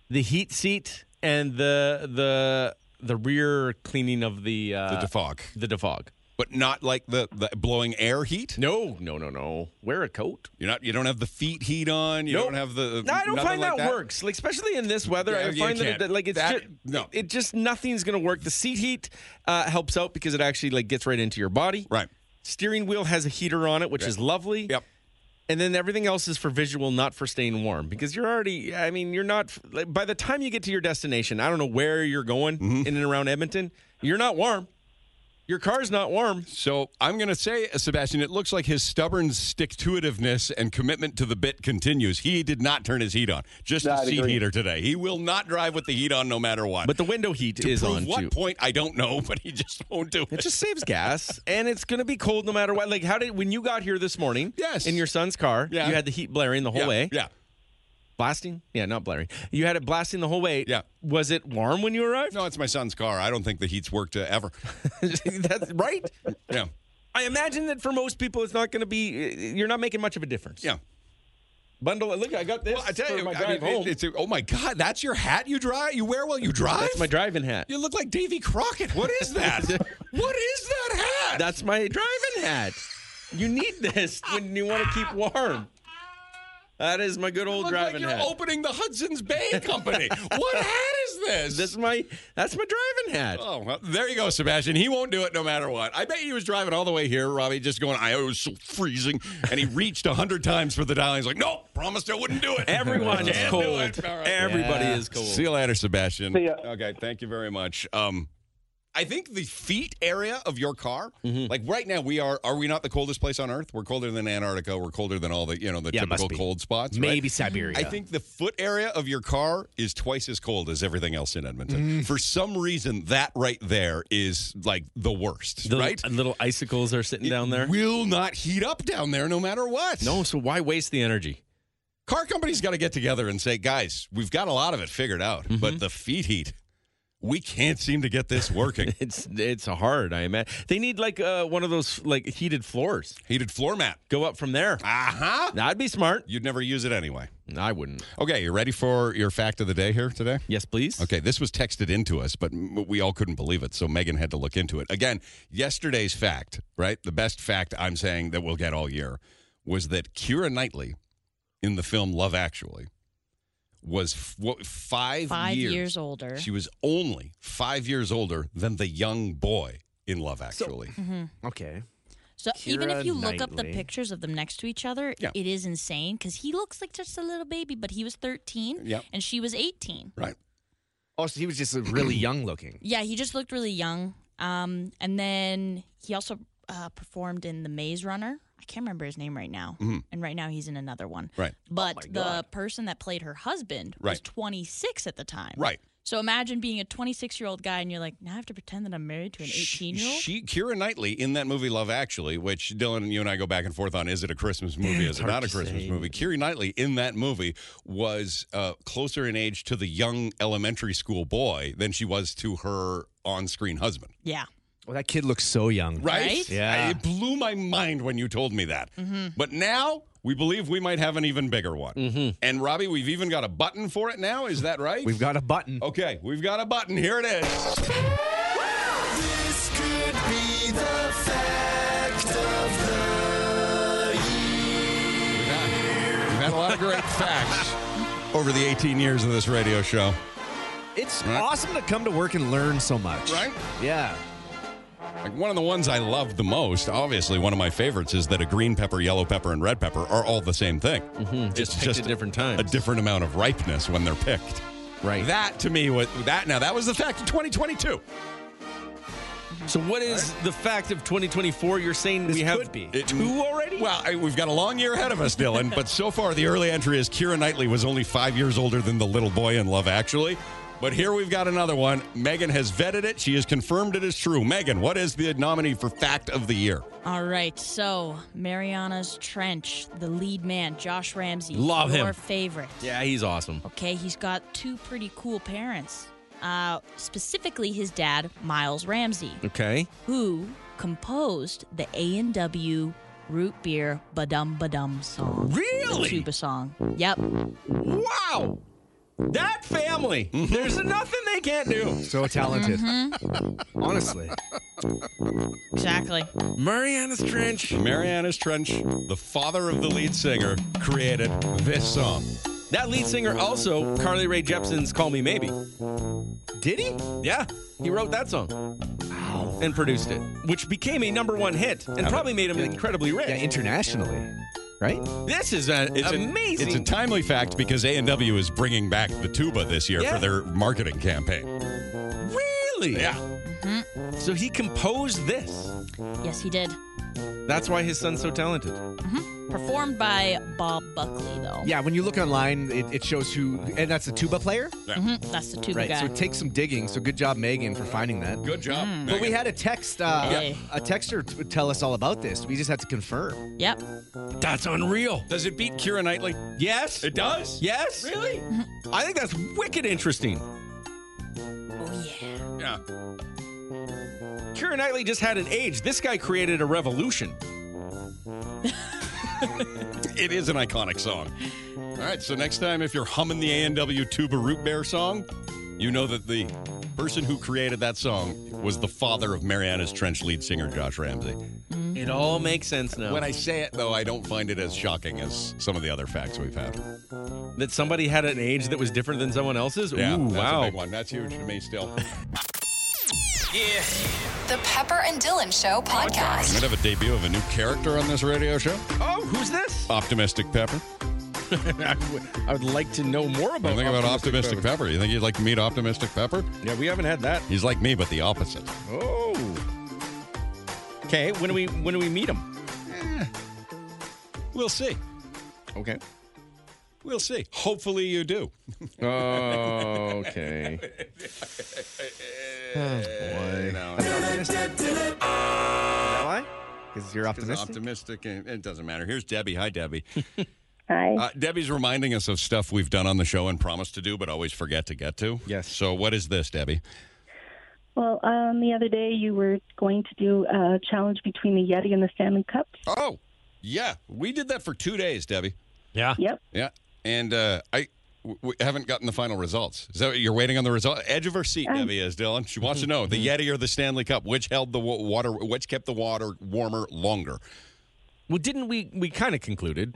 Speaker 4: The heat seat and the the the rear cleaning of the uh,
Speaker 3: The defog.
Speaker 4: the defog.
Speaker 3: But not like the, the blowing air heat?
Speaker 4: No, no, no, no. Wear a coat.
Speaker 3: You're not. You don't have the feet heat on. You don't have the. uh,
Speaker 4: No, I don't
Speaker 3: nothing
Speaker 4: find
Speaker 3: like
Speaker 4: that, works. Like especially in this weather,
Speaker 3: Yeah,
Speaker 4: I
Speaker 3: you
Speaker 4: find that,
Speaker 3: can't.
Speaker 4: it, that, like it's
Speaker 3: That-
Speaker 4: just
Speaker 3: no.
Speaker 4: It just nothing's gonna work. The seat heat uh, helps out because it actually like gets right into your body.
Speaker 3: Right.
Speaker 4: Steering wheel has a heater on it, which
Speaker 3: Yeah.
Speaker 4: is lovely.
Speaker 3: Yep.
Speaker 4: And then everything else is for visual, not for staying warm, because you're already. I mean, you're not. Like, by the time you get to your destination, I don't know where you're going
Speaker 3: Mm-hmm.
Speaker 4: in and around Edmonton. You're not warm. Your car's not warm.
Speaker 3: So I'm going to say, uh, Sebastian, it looks like his stubborn stick to itiveness and commitment to the bit continues. He did not turn his heat on, just
Speaker 11: No,
Speaker 3: the
Speaker 11: I'd
Speaker 3: seat
Speaker 11: agree.
Speaker 3: heater today. He will not drive with the heat on no matter what.
Speaker 4: But the window heat
Speaker 3: to
Speaker 4: is
Speaker 3: prove
Speaker 4: on
Speaker 3: what
Speaker 4: too.
Speaker 3: point, I don't know, but he just won't do it.
Speaker 4: It just saves gas, and it's going to be cold no matter what. Like, how did when you got here this morning?
Speaker 3: Yes.
Speaker 4: In your son's car,
Speaker 3: Yeah.
Speaker 4: you had the heat blaring the whole
Speaker 3: yeah,
Speaker 4: way.
Speaker 3: Yeah.
Speaker 4: Blasting? Yeah, not blaring. You had it blasting the whole way.
Speaker 3: Yeah.
Speaker 4: Was it warm when you arrived?
Speaker 3: No, it's my son's car. I don't think the heat's worked uh, ever.
Speaker 4: That's right.
Speaker 3: Yeah.
Speaker 4: I imagine that for most people, it's not going to be. You're not making much of a difference.
Speaker 3: Yeah.
Speaker 4: Bundle. Look, I got this.
Speaker 3: Well, I tell
Speaker 4: for
Speaker 3: you,
Speaker 4: my
Speaker 3: I
Speaker 4: drive
Speaker 3: mean, it-
Speaker 4: home.
Speaker 3: it's a- oh my God, that's your hat you drive. You wear while you drive.
Speaker 4: That's my driving hat.
Speaker 3: You look like Davy Crockett. What is that? what is that hat?
Speaker 4: That's my driving hat. You need this when you want to keep warm. That is my good old
Speaker 3: Look
Speaker 4: driving
Speaker 3: like you're
Speaker 4: hat.
Speaker 3: opening the Hudson's Bay Company. what hat is this?
Speaker 4: That's my that's my driving hat.
Speaker 3: Oh, well, there you go, Sebastian. He won't do it no matter what. I bet he was driving all the way here, Robbie, just going, I was so freezing. And he reached 100 times for the dial. He's like, nope, promised I wouldn't do it.
Speaker 4: Everyone's
Speaker 3: Can't do
Speaker 4: cold.
Speaker 3: it. All right.
Speaker 4: Everybody
Speaker 5: Yeah.
Speaker 4: is cold.
Speaker 3: See you later, Sebastian.
Speaker 11: See ya.
Speaker 3: Okay, thank you very much. Um, I think the feet area of your car, like right now, we are, are we not the coldest place on earth? We're colder than Antarctica. We're colder than all the, you know, the
Speaker 5: Yeah, must
Speaker 3: typical
Speaker 5: be.
Speaker 3: cold spots. right?
Speaker 5: Maybe Siberia.
Speaker 3: I think the foot area of your car is twice as cold as everything else in
Speaker 4: Mm-hmm.
Speaker 3: Edmonton. For some reason, that right there is like the worst,
Speaker 4: The
Speaker 3: right?
Speaker 4: little icicles are sitting down there.
Speaker 3: It will not heat up down there no matter what.
Speaker 4: No, oh, so why waste the energy?
Speaker 3: Car companies got to get together and say, guys, we've got a lot of it figured out,
Speaker 4: Mm-hmm.
Speaker 3: but the feet heat, we can't seem to get this working.
Speaker 4: It's it's hard. I imagine they need like uh, one of those like heated floors.
Speaker 3: Heated floor mat.
Speaker 4: Go up from there.
Speaker 3: Uh huh.
Speaker 4: That'd be smart.
Speaker 3: You'd never use it anyway.
Speaker 4: I wouldn't.
Speaker 3: Okay, you ready for your fact of the day here today?
Speaker 4: Yes, please.
Speaker 3: Okay, this was texted into us, but m- we all couldn't believe it, so Megan had to look into it. Again, yesterday's fact, right? The best fact I'm saying that we'll get all year was that Kira Knightley in the film Love Actually was f- what, five,
Speaker 8: Five
Speaker 3: years,
Speaker 8: years, older.
Speaker 3: She was only five years older than the young boy in Love
Speaker 5: So-
Speaker 3: Actually.
Speaker 5: Okay.
Speaker 8: so even
Speaker 5: Keira
Speaker 8: if you look up the
Speaker 5: Knightley.
Speaker 8: pictures of them next to each other,
Speaker 3: Yeah.
Speaker 8: it is insane because he looks like just a little baby, but he was 13
Speaker 3: Yep.
Speaker 8: and she was 18.
Speaker 3: right.
Speaker 5: Oh, so he was just really young looking.
Speaker 8: Yeah, he just looked really young. Um, and then he also uh, performed in The Maze Runner. I can't remember his name right now. And right now he's in another one.
Speaker 3: Mm-hmm. Right.
Speaker 8: But the person that played her husband was
Speaker 3: Right.
Speaker 8: 26 at the time.
Speaker 3: Right.
Speaker 8: So imagine being a 26 year old guy and you're like, now I have to pretend that I'm married to an 18 year old.
Speaker 3: She, Kira Knightley, in that movie Love Actually, which Dylan, you and I go back and forth on, is it a Christmas movie? Is it not a Christmas movie? Kira Knightley in that movie was uh, closer in age to the young elementary school boy than she was to her on-screen husband.
Speaker 8: Yeah.
Speaker 5: Well, that kid looks so young.
Speaker 3: Right?
Speaker 8: Right? Mm-hmm.
Speaker 5: Yeah.
Speaker 3: I- it blew my mind when you told me that. But now we believe we might have an even bigger one. And Robbie, we've even got a button for it now. Is that right?
Speaker 5: Mm-hmm. We've got a button.
Speaker 3: Okay, we've got a button. Here it is.
Speaker 2: This could be the fact of the
Speaker 3: We've had we've had a lot of great facts over the 18 years of this radio show.
Speaker 5: It's
Speaker 3: Right.
Speaker 5: awesome to come to work and learn so much.
Speaker 3: Right?
Speaker 5: Yeah.
Speaker 3: Like one of the ones I love the most, obviously one of my favorites, is that a green pepper, yellow pepper, and red pepper are all the same thing. Mm-hmm.
Speaker 4: Just picked at different times.
Speaker 3: a different amount of ripeness when they're picked.
Speaker 5: Right.
Speaker 3: That to me was that. Now that was the fact of 2022.
Speaker 4: So what is the fact of 2024? You're saying
Speaker 5: This
Speaker 4: we have
Speaker 5: could be.
Speaker 3: It-
Speaker 4: two already?
Speaker 3: Well, I, we've got a long year ahead of us, Dylan. but so far, the early entry is Kira Knightley was only five years older than the little boy in Love Actually. But here we've got another one. Megan has vetted it. She has confirmed it is true. Megan, what is the nominee for fact of the year?
Speaker 8: All right. So, Mariana's Trench, the lead man, Josh Ramsey.
Speaker 4: Love him.
Speaker 8: your favorite.
Speaker 4: yeah, he's awesome.
Speaker 8: Okay, he's got two pretty cool parents. Uh, specifically, his dad, Miles Ramsey,
Speaker 4: Okay.
Speaker 8: who composed the A and W root beer "Badum Badum" song. The
Speaker 4: Really?
Speaker 8: Cuba song. Yep.
Speaker 4: Wow. That family. There's nothing they can't do.
Speaker 5: So talented.
Speaker 4: Mm-hmm.
Speaker 5: Honestly.
Speaker 8: Exactly.
Speaker 3: Mariana's Trench. Mariana's Trench, the father of the lead singer, created this song.
Speaker 4: That lead singer also, Carly Rae Jepsen's Call Me Maybe.
Speaker 5: Did he?
Speaker 4: Yeah, he wrote that song. And produced it, which became a number one hit and probably made him incredibly rich.
Speaker 5: Yeah, internationally, right?
Speaker 4: This is a,
Speaker 3: It's a-
Speaker 4: amazing.
Speaker 3: it's a timely fact because A&W is bringing back the tuba this year for their marketing campaign.
Speaker 4: really?
Speaker 3: Yeah.
Speaker 4: So he composed this.
Speaker 8: Yes, he did.
Speaker 4: That's why his son's so talented.
Speaker 8: Performed by Bob Buckley, though.
Speaker 5: Yeah, when you look online, it, it shows who, and that's a tuba player.
Speaker 8: Mhm, That's the tuba
Speaker 5: right,
Speaker 8: guy.
Speaker 5: so it takes some digging. So good job, Megan, for finding that.
Speaker 3: Good job.
Speaker 5: But we had a text, uh,
Speaker 8: Yeah.
Speaker 5: a texter t- tell us all about this. We just had to confirm.
Speaker 8: yep.
Speaker 4: That's unreal.
Speaker 3: Does it beat Kira Knightley?
Speaker 4: Yes.
Speaker 3: It does.
Speaker 4: Yes.
Speaker 3: Really?
Speaker 4: I think that's wicked interesting.
Speaker 8: Oh yeah.
Speaker 3: Yeah.
Speaker 4: Kira Knightley just had an age. This guy created a revolution.
Speaker 3: It is an iconic song. All right, so next time if you're humming the A&W Tuba Root Bear song, you know that the person who created that song was the father of Mariana's Trench lead singer Josh Ramsey.
Speaker 4: It all makes sense now.
Speaker 3: When I say it though, I don't find it as shocking as some of the other facts we've had.
Speaker 4: that somebody had an age that was different than someone else's.
Speaker 3: Yeah,
Speaker 4: Ooh,
Speaker 3: that's a
Speaker 4: wow.
Speaker 3: big one. That's huge to me still.
Speaker 9: The Pepper and Dylan Show
Speaker 3: We
Speaker 9: podcast.
Speaker 3: might have a debut of a new character on this radio show.
Speaker 4: Oh, who's this?
Speaker 3: Optimistic Pepper.
Speaker 4: I would- I would like to know more
Speaker 3: What
Speaker 5: Oh,
Speaker 3: do
Speaker 4: about.
Speaker 3: you think about
Speaker 4: Optimistic
Speaker 3: Optimistic Pepper? You think you'd like to meet Optimistic Pepper?
Speaker 4: Pepper. Yeah, we haven't had that.
Speaker 3: He's like me, but the opposite.
Speaker 4: Oh. Okay. When do we when do we meet him?
Speaker 3: We'll see.
Speaker 4: Okay.
Speaker 3: We'll see. Hopefully you do.
Speaker 4: Oh, okay.
Speaker 5: Why? Because you're optimistic.
Speaker 3: Optimistic, and it doesn't matter. Here's Debbie. Hi, Debbie.
Speaker 12: Hi.
Speaker 3: Uh, Debbie's reminding us of stuff we've done on the show and promised to do, but always forget to get to.
Speaker 4: Yes.
Speaker 3: So, what is this, Debbie?
Speaker 12: well, um, the other day you were going to do a challenge between the Yeti and the Stanley Cup.
Speaker 3: Oh, yeah. We did that for two days, Debbie.
Speaker 4: Yeah.
Speaker 12: Yep.
Speaker 3: Yeah. And uh, I w- w- haven't gotten the final results. Is that what you're waiting on the result? Edge of her seat, Debbie is, Dylan. She wants to know the Yeti or the Stanley Cup, which held the wa- water, which kept the water warmer longer.
Speaker 4: Well, didn't we? We kind of concluded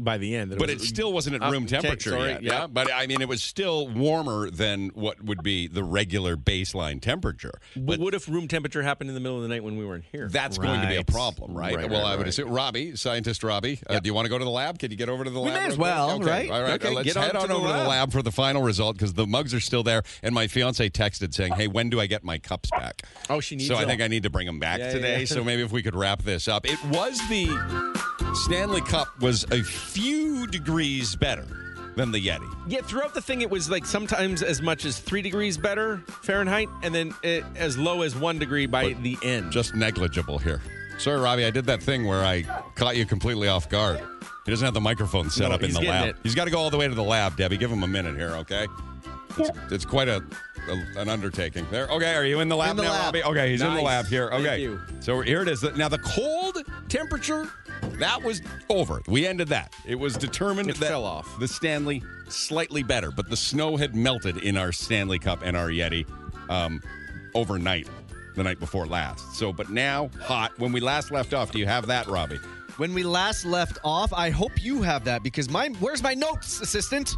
Speaker 4: by the end. That
Speaker 3: But
Speaker 4: it,
Speaker 3: it
Speaker 4: was,
Speaker 3: still wasn't at
Speaker 4: Uh,
Speaker 3: room
Speaker 4: okay,
Speaker 3: temperature
Speaker 4: sorry,
Speaker 3: yet.
Speaker 4: yeah.
Speaker 3: Yeah. But I mean, it was still warmer than what would be the regular baseline temperature.
Speaker 4: But what if room temperature happened in the middle of the night when we weren't here?
Speaker 3: That's going to be a
Speaker 5: Right.
Speaker 3: problem, right?
Speaker 5: Right,
Speaker 3: well,
Speaker 5: right,
Speaker 3: I would
Speaker 5: right.
Speaker 3: assume. Robbie, scientist Robbie, uh, do you want to go to the lab? Can you get over to the
Speaker 5: We
Speaker 3: lab?
Speaker 5: may
Speaker 3: real
Speaker 5: as
Speaker 3: quick?
Speaker 5: well,
Speaker 3: Okay.
Speaker 5: right?
Speaker 3: All right.
Speaker 4: Okay,
Speaker 3: uh, let's
Speaker 4: get on
Speaker 3: head
Speaker 4: to
Speaker 3: on
Speaker 4: the
Speaker 3: over to the
Speaker 4: lab.
Speaker 3: lab for the final result because the mugs are still there. And my fiance texted saying, hey, when do I get my cups back?
Speaker 4: Oh, she needs
Speaker 3: So I
Speaker 4: them.
Speaker 3: think I need to bring them back
Speaker 4: Yeah, yeah,
Speaker 3: today.
Speaker 4: yeah.
Speaker 3: So maybe if we could wrap this up. It was the Stanley Cup was a few degrees better than the Yeti.
Speaker 4: Yeah, throughout the thing, it was like sometimes as much as three degrees better Fahrenheit, and then it, as low as one degree by the end.
Speaker 3: just negligible here. Sorry, Robbie, I did that thing where I caught you completely off guard. He doesn't have the microphone set
Speaker 4: No,
Speaker 3: up in
Speaker 4: he's
Speaker 3: the
Speaker 4: getting
Speaker 3: lab.
Speaker 4: it.
Speaker 3: He's got to go all the way to the lab, Debbie. Give him a minute here, okay? It's, it's quite a, a- an undertaking. There. Okay, are you in the lab
Speaker 5: In the
Speaker 3: now,
Speaker 5: lab.
Speaker 3: Robbie? Okay, he's in the
Speaker 4: Nice.
Speaker 3: lab here.
Speaker 4: Thank
Speaker 3: Okay.
Speaker 4: you.
Speaker 3: So here it is. Now the cold temperature that was over. We ended that. It was determined
Speaker 4: It
Speaker 3: that
Speaker 4: fell off.
Speaker 3: the Stanley slightly better, but the snow had melted in our Stanley Cup and our Yeti um, overnight, the night before last. So, but now hot. When we last left off, do you have that, Robbie?
Speaker 5: When we last left off, I hope you have that because mine. Where's my notes, assistant?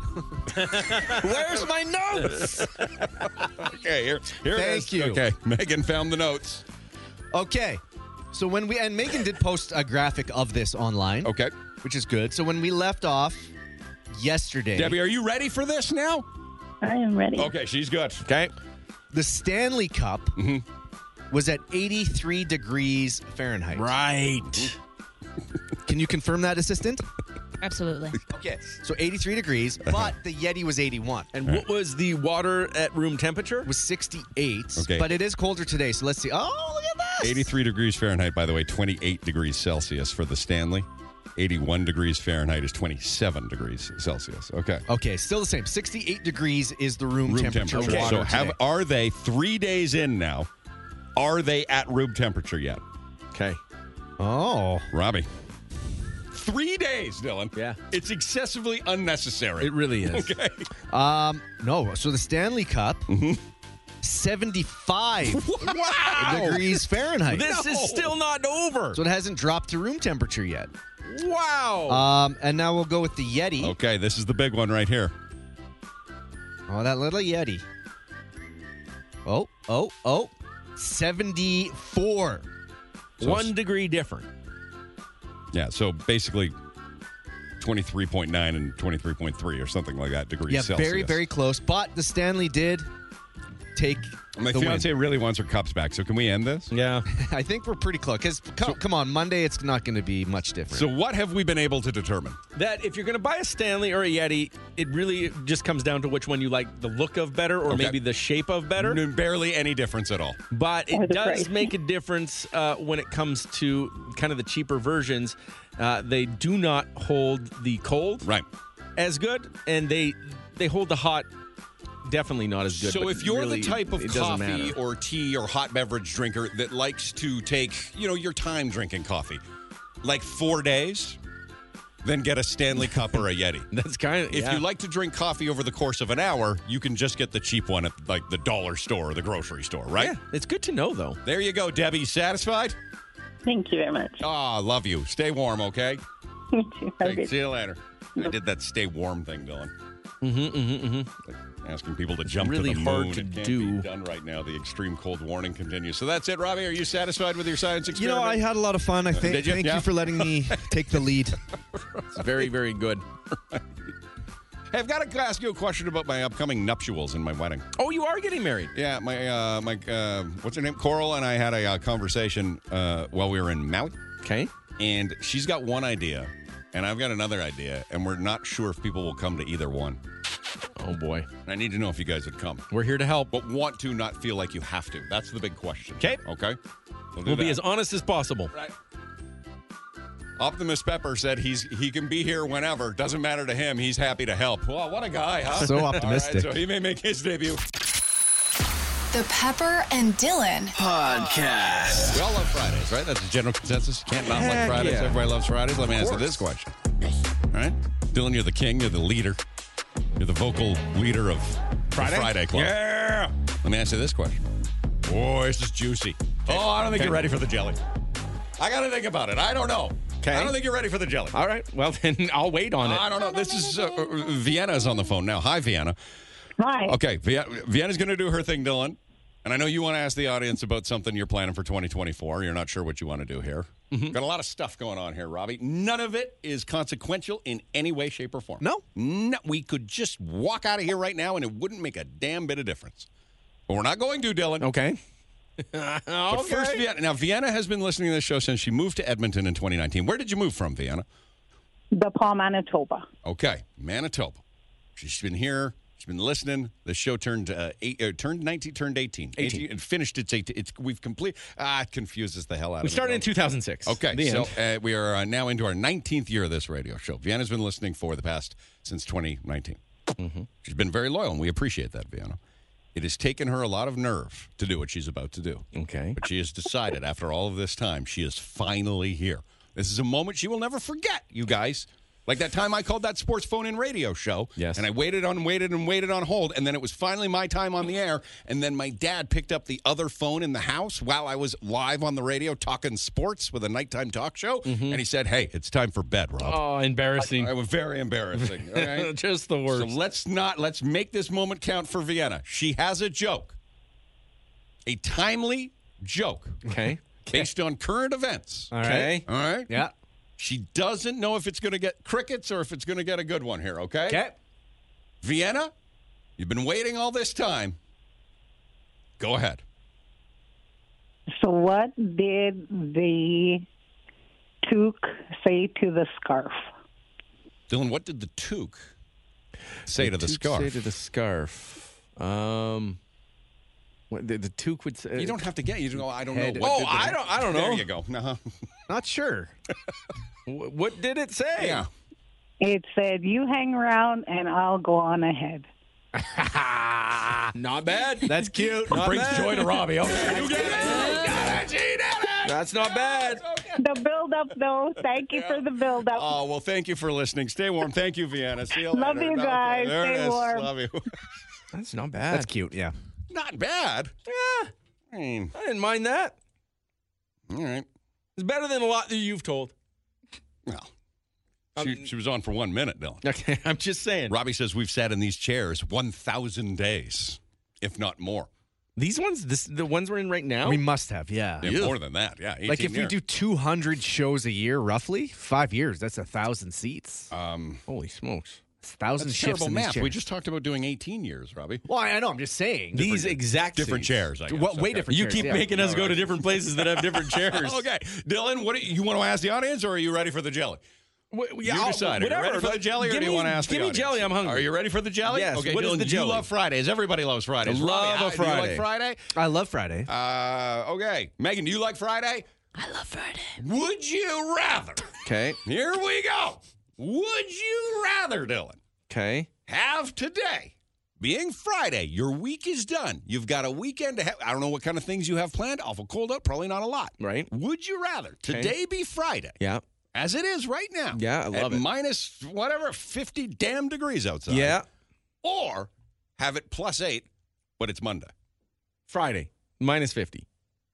Speaker 5: where's my notes?
Speaker 3: Okay, here, here it
Speaker 5: Thank
Speaker 3: is.
Speaker 5: you.
Speaker 3: Okay, Megan found the notes.
Speaker 5: Okay. So when we and Megan did post a graphic of this online,
Speaker 3: Okay,
Speaker 5: which is good. So when we left off yesterday,
Speaker 3: Debbie, are you ready for this now?
Speaker 12: I am ready.
Speaker 3: Okay, she's good.
Speaker 4: Okay.
Speaker 5: the Stanley Cup was at 83 degrees Fahrenheit.
Speaker 4: Right.
Speaker 5: Can you confirm that, assistant?
Speaker 8: Absolutely.
Speaker 5: Okay. So 83 degrees,
Speaker 3: Uh-huh.
Speaker 5: but the Yeti was 81.
Speaker 4: And what was the water at room temperature?
Speaker 5: It was 68.
Speaker 3: Okay.
Speaker 5: But it is colder today, so let's see. Oh, look at this.
Speaker 3: 83 degrees Fahrenheit, by the way, 28 degrees Celsius for the Stanley. 81 degrees Fahrenheit is 27 degrees Celsius. Okay.
Speaker 5: Okay, still the same. 68 degrees is the Oh, room,
Speaker 3: Room
Speaker 5: temperature,
Speaker 3: temperature.
Speaker 5: water.
Speaker 3: So have
Speaker 5: today.
Speaker 3: are they three days in now? Are they at room temperature yet?
Speaker 4: Okay.
Speaker 5: Oh.
Speaker 3: Robbie. three days, Dylan. Yeah. It's excessively unnecessary.
Speaker 5: It really is.
Speaker 3: Okay.
Speaker 5: Um, no. So the Stanley Cup,
Speaker 3: Mm-hmm.
Speaker 5: seventy-five
Speaker 3: Wow.
Speaker 5: degrees Fahrenheit.
Speaker 4: This is still not over.
Speaker 5: So it hasn't dropped to room temperature yet.
Speaker 4: wow.
Speaker 5: Um, and now we'll go with the Yeti.
Speaker 3: Okay, this is the big one right here.
Speaker 5: Oh, that little Yeti. Oh, oh, oh. 74.
Speaker 4: One degree different.
Speaker 3: Yeah, so basically 23.9 and 23.3 or something like that degrees
Speaker 5: Yeah,
Speaker 3: Celsius.
Speaker 5: very, very close. But the Stanley did take
Speaker 3: My
Speaker 5: the win.
Speaker 3: fiance really wants her cups back, so can we end this?
Speaker 4: Yeah.
Speaker 5: I think we're pretty close. Because, come, come on, Monday, it's not going to be much different.
Speaker 3: So, what have we been able to determine?
Speaker 4: That if you're going to buy a Stanley or a Yeti, it really just comes down to which one you like the look of better or
Speaker 3: Okay.
Speaker 4: maybe the shape of better.
Speaker 3: No, barely any difference at all.
Speaker 4: But
Speaker 3: Or
Speaker 4: it
Speaker 3: the
Speaker 4: does
Speaker 3: price.
Speaker 4: make a difference uh, when it comes to kind of the cheaper versions. Uh, they do not hold the cold
Speaker 3: right
Speaker 4: as good, and they they hold the hot definitely not as good.
Speaker 3: So,
Speaker 4: but
Speaker 3: if you're
Speaker 4: really,
Speaker 3: the type of
Speaker 4: it doesn't
Speaker 3: coffee
Speaker 4: matter.
Speaker 3: or tea or hot beverage drinker that likes to take, you know, your time drinking coffee, like four days, then get a Stanley Cup or a Yeti.
Speaker 4: That's kind of
Speaker 3: if
Speaker 4: yeah.
Speaker 3: you like to drink coffee over the course of an hour, you can just get the cheap one at like the dollar store or the grocery store, right? Yeah,
Speaker 4: it's good to know though.
Speaker 3: There you go, Debbie. Satisfied?
Speaker 12: Thank you very much.
Speaker 3: Ah, love you. Stay warm, okay?
Speaker 12: Me too. Have a
Speaker 3: Okay,
Speaker 12: good
Speaker 3: see you later. I did that stay warm thing, Dylan.
Speaker 4: Mm-hmm, mm-hmm, mm-hmm.
Speaker 3: Asking people to jump
Speaker 4: really
Speaker 3: to the
Speaker 4: hard
Speaker 3: moon.
Speaker 4: to
Speaker 3: It can't
Speaker 4: do.
Speaker 3: Be done right now. The extreme cold warning continues. So that's it, Robbie. Are you satisfied with your science
Speaker 5: you
Speaker 3: experiment?
Speaker 5: know, I had a lot of fun. I
Speaker 3: Uh,
Speaker 5: think.
Speaker 3: did you?
Speaker 5: Thank
Speaker 3: Yeah.
Speaker 5: you for letting me take the lead.
Speaker 4: It's very, very good.
Speaker 3: Hey, I've got to ask you a question about my upcoming nuptials and my wedding.
Speaker 4: Oh, you are getting married.
Speaker 3: Yeah, my uh, my uh, what's her name? Coral and I had a uh, conversation uh, while we were in Maui.
Speaker 4: Okay.
Speaker 3: And she's got one idea, and I've got another idea, and we're not sure if people will come to either one.
Speaker 4: Oh boy!
Speaker 3: I need to know if you guys would come.
Speaker 4: We're here to help,
Speaker 3: but want to, not feel like you have to. That's the big question.
Speaker 4: Okay.
Speaker 3: Okay. We'll, do
Speaker 4: We'll be
Speaker 3: that.
Speaker 4: as honest as possible.
Speaker 3: Right. Optimus Pepper said he's he can be here whenever. Doesn't matter to him. He's happy to help. Well, what a guy, huh?
Speaker 5: So
Speaker 3: All right,
Speaker 5: optimistic.
Speaker 3: so he may make his debut.
Speaker 9: The Pepper and Dylan
Speaker 3: Podcast. We all love Fridays, right? That's the general consensus. Can't not like
Speaker 2: Heck
Speaker 3: Fridays.
Speaker 2: yeah.
Speaker 3: Everybody loves Fridays. Let me
Speaker 2: Of
Speaker 3: answer
Speaker 2: course.
Speaker 3: this question. All right. Dylan, you're the king. You're the leader. You're the vocal leader of the
Speaker 2: Friday?
Speaker 3: Friday Club. Yeah. Let me answer this question. Boy, this is juicy. Oh, I don't think you're ready for the jelly. I got to think about it. I don't know. I don't think you're ready for the jelly.
Speaker 4: All right. Well, then I'll wait on it.
Speaker 3: I don't know. This is uh, uh, Vienna's on the phone now. Hi, Vienna.
Speaker 12: Hi.
Speaker 3: Okay, Vie- Vienna's going to do her thing, Dylan. And I know you want to ask the audience about something you're planning for 2024. You're not sure what you want to do here. Got a lot of stuff going on here, Robbie. None of it is consequential in any way, shape, or form. No. No. We could just walk out of here right now and it wouldn't make a damn bit of difference. But we're not going to, Dylan.
Speaker 4: Okay.
Speaker 3: But first, Vienna. Now, Vienna has been listening to this show since she moved to Edmonton in 2019. Where did you move from, Vienna?
Speaker 12: The Paul Manitoba.
Speaker 3: Okay, Manitoba. She's been here. She's been listening. The show turned uh, eight, uh, turned nineteen, turned eighteen,
Speaker 4: 18.
Speaker 3: and finished its eighteen. It's we've complete. Ah, it confuses the hell out
Speaker 4: We
Speaker 3: of
Speaker 4: started
Speaker 3: me.
Speaker 4: in 2006.
Speaker 3: Okay,
Speaker 4: The
Speaker 3: so
Speaker 4: end.
Speaker 3: uh, we are uh, now into our nineteenth year of this radio show. Vienna's been listening for the past since twenty
Speaker 4: Mm-hmm.
Speaker 3: She's been very loyal, and we appreciate that, Vienna. It has taken her a lot of nerve to do what she's about to do.
Speaker 4: Okay.
Speaker 3: But she has decided after all of this time, she is finally here. This is a moment she will never forget, you guys. Like that time I called that sports phone in radio show. Yes. And I waited on, waited, and waited on hold. And then it was finally my time on the air. And then my dad picked up the other phone in the house while I was live on the radio talking sports with a nighttime talk show. And he said, Hey, it's time for bed, Rob.
Speaker 4: Mm-hmm. Oh, embarrassing.
Speaker 3: I, I was very embarrassing. all right?
Speaker 4: Just the worst.
Speaker 3: So let's not let's make this moment count for Vienna. She has a joke. A timely joke.
Speaker 4: Okay.
Speaker 3: Based on current events.
Speaker 4: All right.
Speaker 3: All right.
Speaker 4: Yeah.
Speaker 3: She doesn't know if it's going to get crickets or if it's going to get a good one here, okay?
Speaker 4: Okay.
Speaker 3: Vienna, you've been waiting all this time. Go ahead.
Speaker 12: So, what did the toque say to the scarf?
Speaker 3: Dylan, what did the toque say to the
Speaker 4: toque
Speaker 3: scarf?
Speaker 4: Say to the scarf. Um, what, the, the toque would say.
Speaker 3: You don't have to get. You don't go. I don't
Speaker 4: Head-
Speaker 3: know. What
Speaker 4: Oh,
Speaker 3: did the-
Speaker 4: I don't- I don't know.
Speaker 3: There you go. Uh-huh.
Speaker 5: Not sure.
Speaker 4: Wh- what did it say?
Speaker 3: Yeah.
Speaker 12: It said, You hang around and I'll go on ahead.
Speaker 4: Not bad.
Speaker 5: That's cute.
Speaker 4: Not bad.
Speaker 3: Robbie. Okay.
Speaker 4: That's not bad.
Speaker 3: Okay.
Speaker 12: the build up, though. Thank you for the build up.
Speaker 3: Oh, well, thank you for listening. Stay warm. Thank you, Vienna. See you
Speaker 12: Love
Speaker 3: later.
Speaker 12: you guys.
Speaker 3: there it
Speaker 12: Stay
Speaker 3: is.
Speaker 12: warm.
Speaker 3: Love you.
Speaker 5: That's not bad. That's cute. Yeah.
Speaker 3: Not bad.
Speaker 4: Yeah.
Speaker 3: I mean,
Speaker 4: I didn't mind that.
Speaker 3: all right.
Speaker 4: It's better than a lot that you've told.
Speaker 3: Well,
Speaker 4: Um,
Speaker 3: she, she was on for one minute, Dylan.
Speaker 4: Okay, I'm just saying.
Speaker 3: Robbie says we've sat in these chairs 1,000 days, if not more.
Speaker 4: These ones, this the ones we're in right now.
Speaker 5: We must have. Yeah.
Speaker 3: Yeah, more than that. Yeah.
Speaker 5: Like
Speaker 3: 18
Speaker 5: if we
Speaker 3: year.
Speaker 5: do 200 shows a year, roughly five years, that's a thousand seats.
Speaker 3: Um,
Speaker 4: Holy smokes!
Speaker 5: It's a thousand
Speaker 3: That's
Speaker 5: shifts
Speaker 3: terrible
Speaker 5: in these
Speaker 3: math. We
Speaker 5: chairs.
Speaker 3: just talked about doing 18 years, Robbie.
Speaker 5: Well, I know. I'm just saying.
Speaker 4: These exact
Speaker 3: Different
Speaker 4: seats.
Speaker 3: chairs. I guess.
Speaker 5: Well, way
Speaker 3: Okay.
Speaker 5: different
Speaker 4: You
Speaker 5: chairs,
Speaker 4: keep
Speaker 5: yeah.
Speaker 4: making us go to different places that have different chairs.
Speaker 3: okay, Dylan. What do you, you want to ask the audience, or are you ready for the jelly?
Speaker 4: Wh-
Speaker 3: you
Speaker 4: I'll-
Speaker 3: decide. Are you ready for the
Speaker 4: like,
Speaker 3: jelly, or
Speaker 4: give
Speaker 3: do you
Speaker 4: me-
Speaker 3: want to ask
Speaker 4: Give
Speaker 3: the
Speaker 4: me
Speaker 3: audience?
Speaker 4: jelly. I'm hungry.
Speaker 3: Are you ready for the jelly?
Speaker 4: Yes.
Speaker 3: Okay,
Speaker 4: What is
Speaker 3: Dylan,
Speaker 4: the jelly?
Speaker 3: You love Fridays. Everybody loves Fridays.
Speaker 4: I love
Speaker 3: Robbie,
Speaker 4: a
Speaker 3: how- Do you like
Speaker 4: Friday.
Speaker 3: Friday?
Speaker 5: I love Friday.
Speaker 3: Uh, okay. Megan, do you like Friday?
Speaker 8: I love Friday.
Speaker 3: Would you rather?
Speaker 4: Okay.
Speaker 3: Here we go. Would you rather, Dylan,
Speaker 4: Okay.
Speaker 3: have today, being Friday, your week is done. You've got a weekend to have. I don't know what kind of things you have planned. Awful cold up, probably not a lot.
Speaker 4: Right.
Speaker 3: Would you rather today be Friday,
Speaker 4: Yeah.
Speaker 3: as it is right now?
Speaker 4: Yeah, I love
Speaker 3: at
Speaker 4: it.
Speaker 3: Minus whatever, 50 damn degrees outside.
Speaker 4: Yeah.
Speaker 3: Or have it plus eight, but it's Monday.
Speaker 4: Friday minus fifty.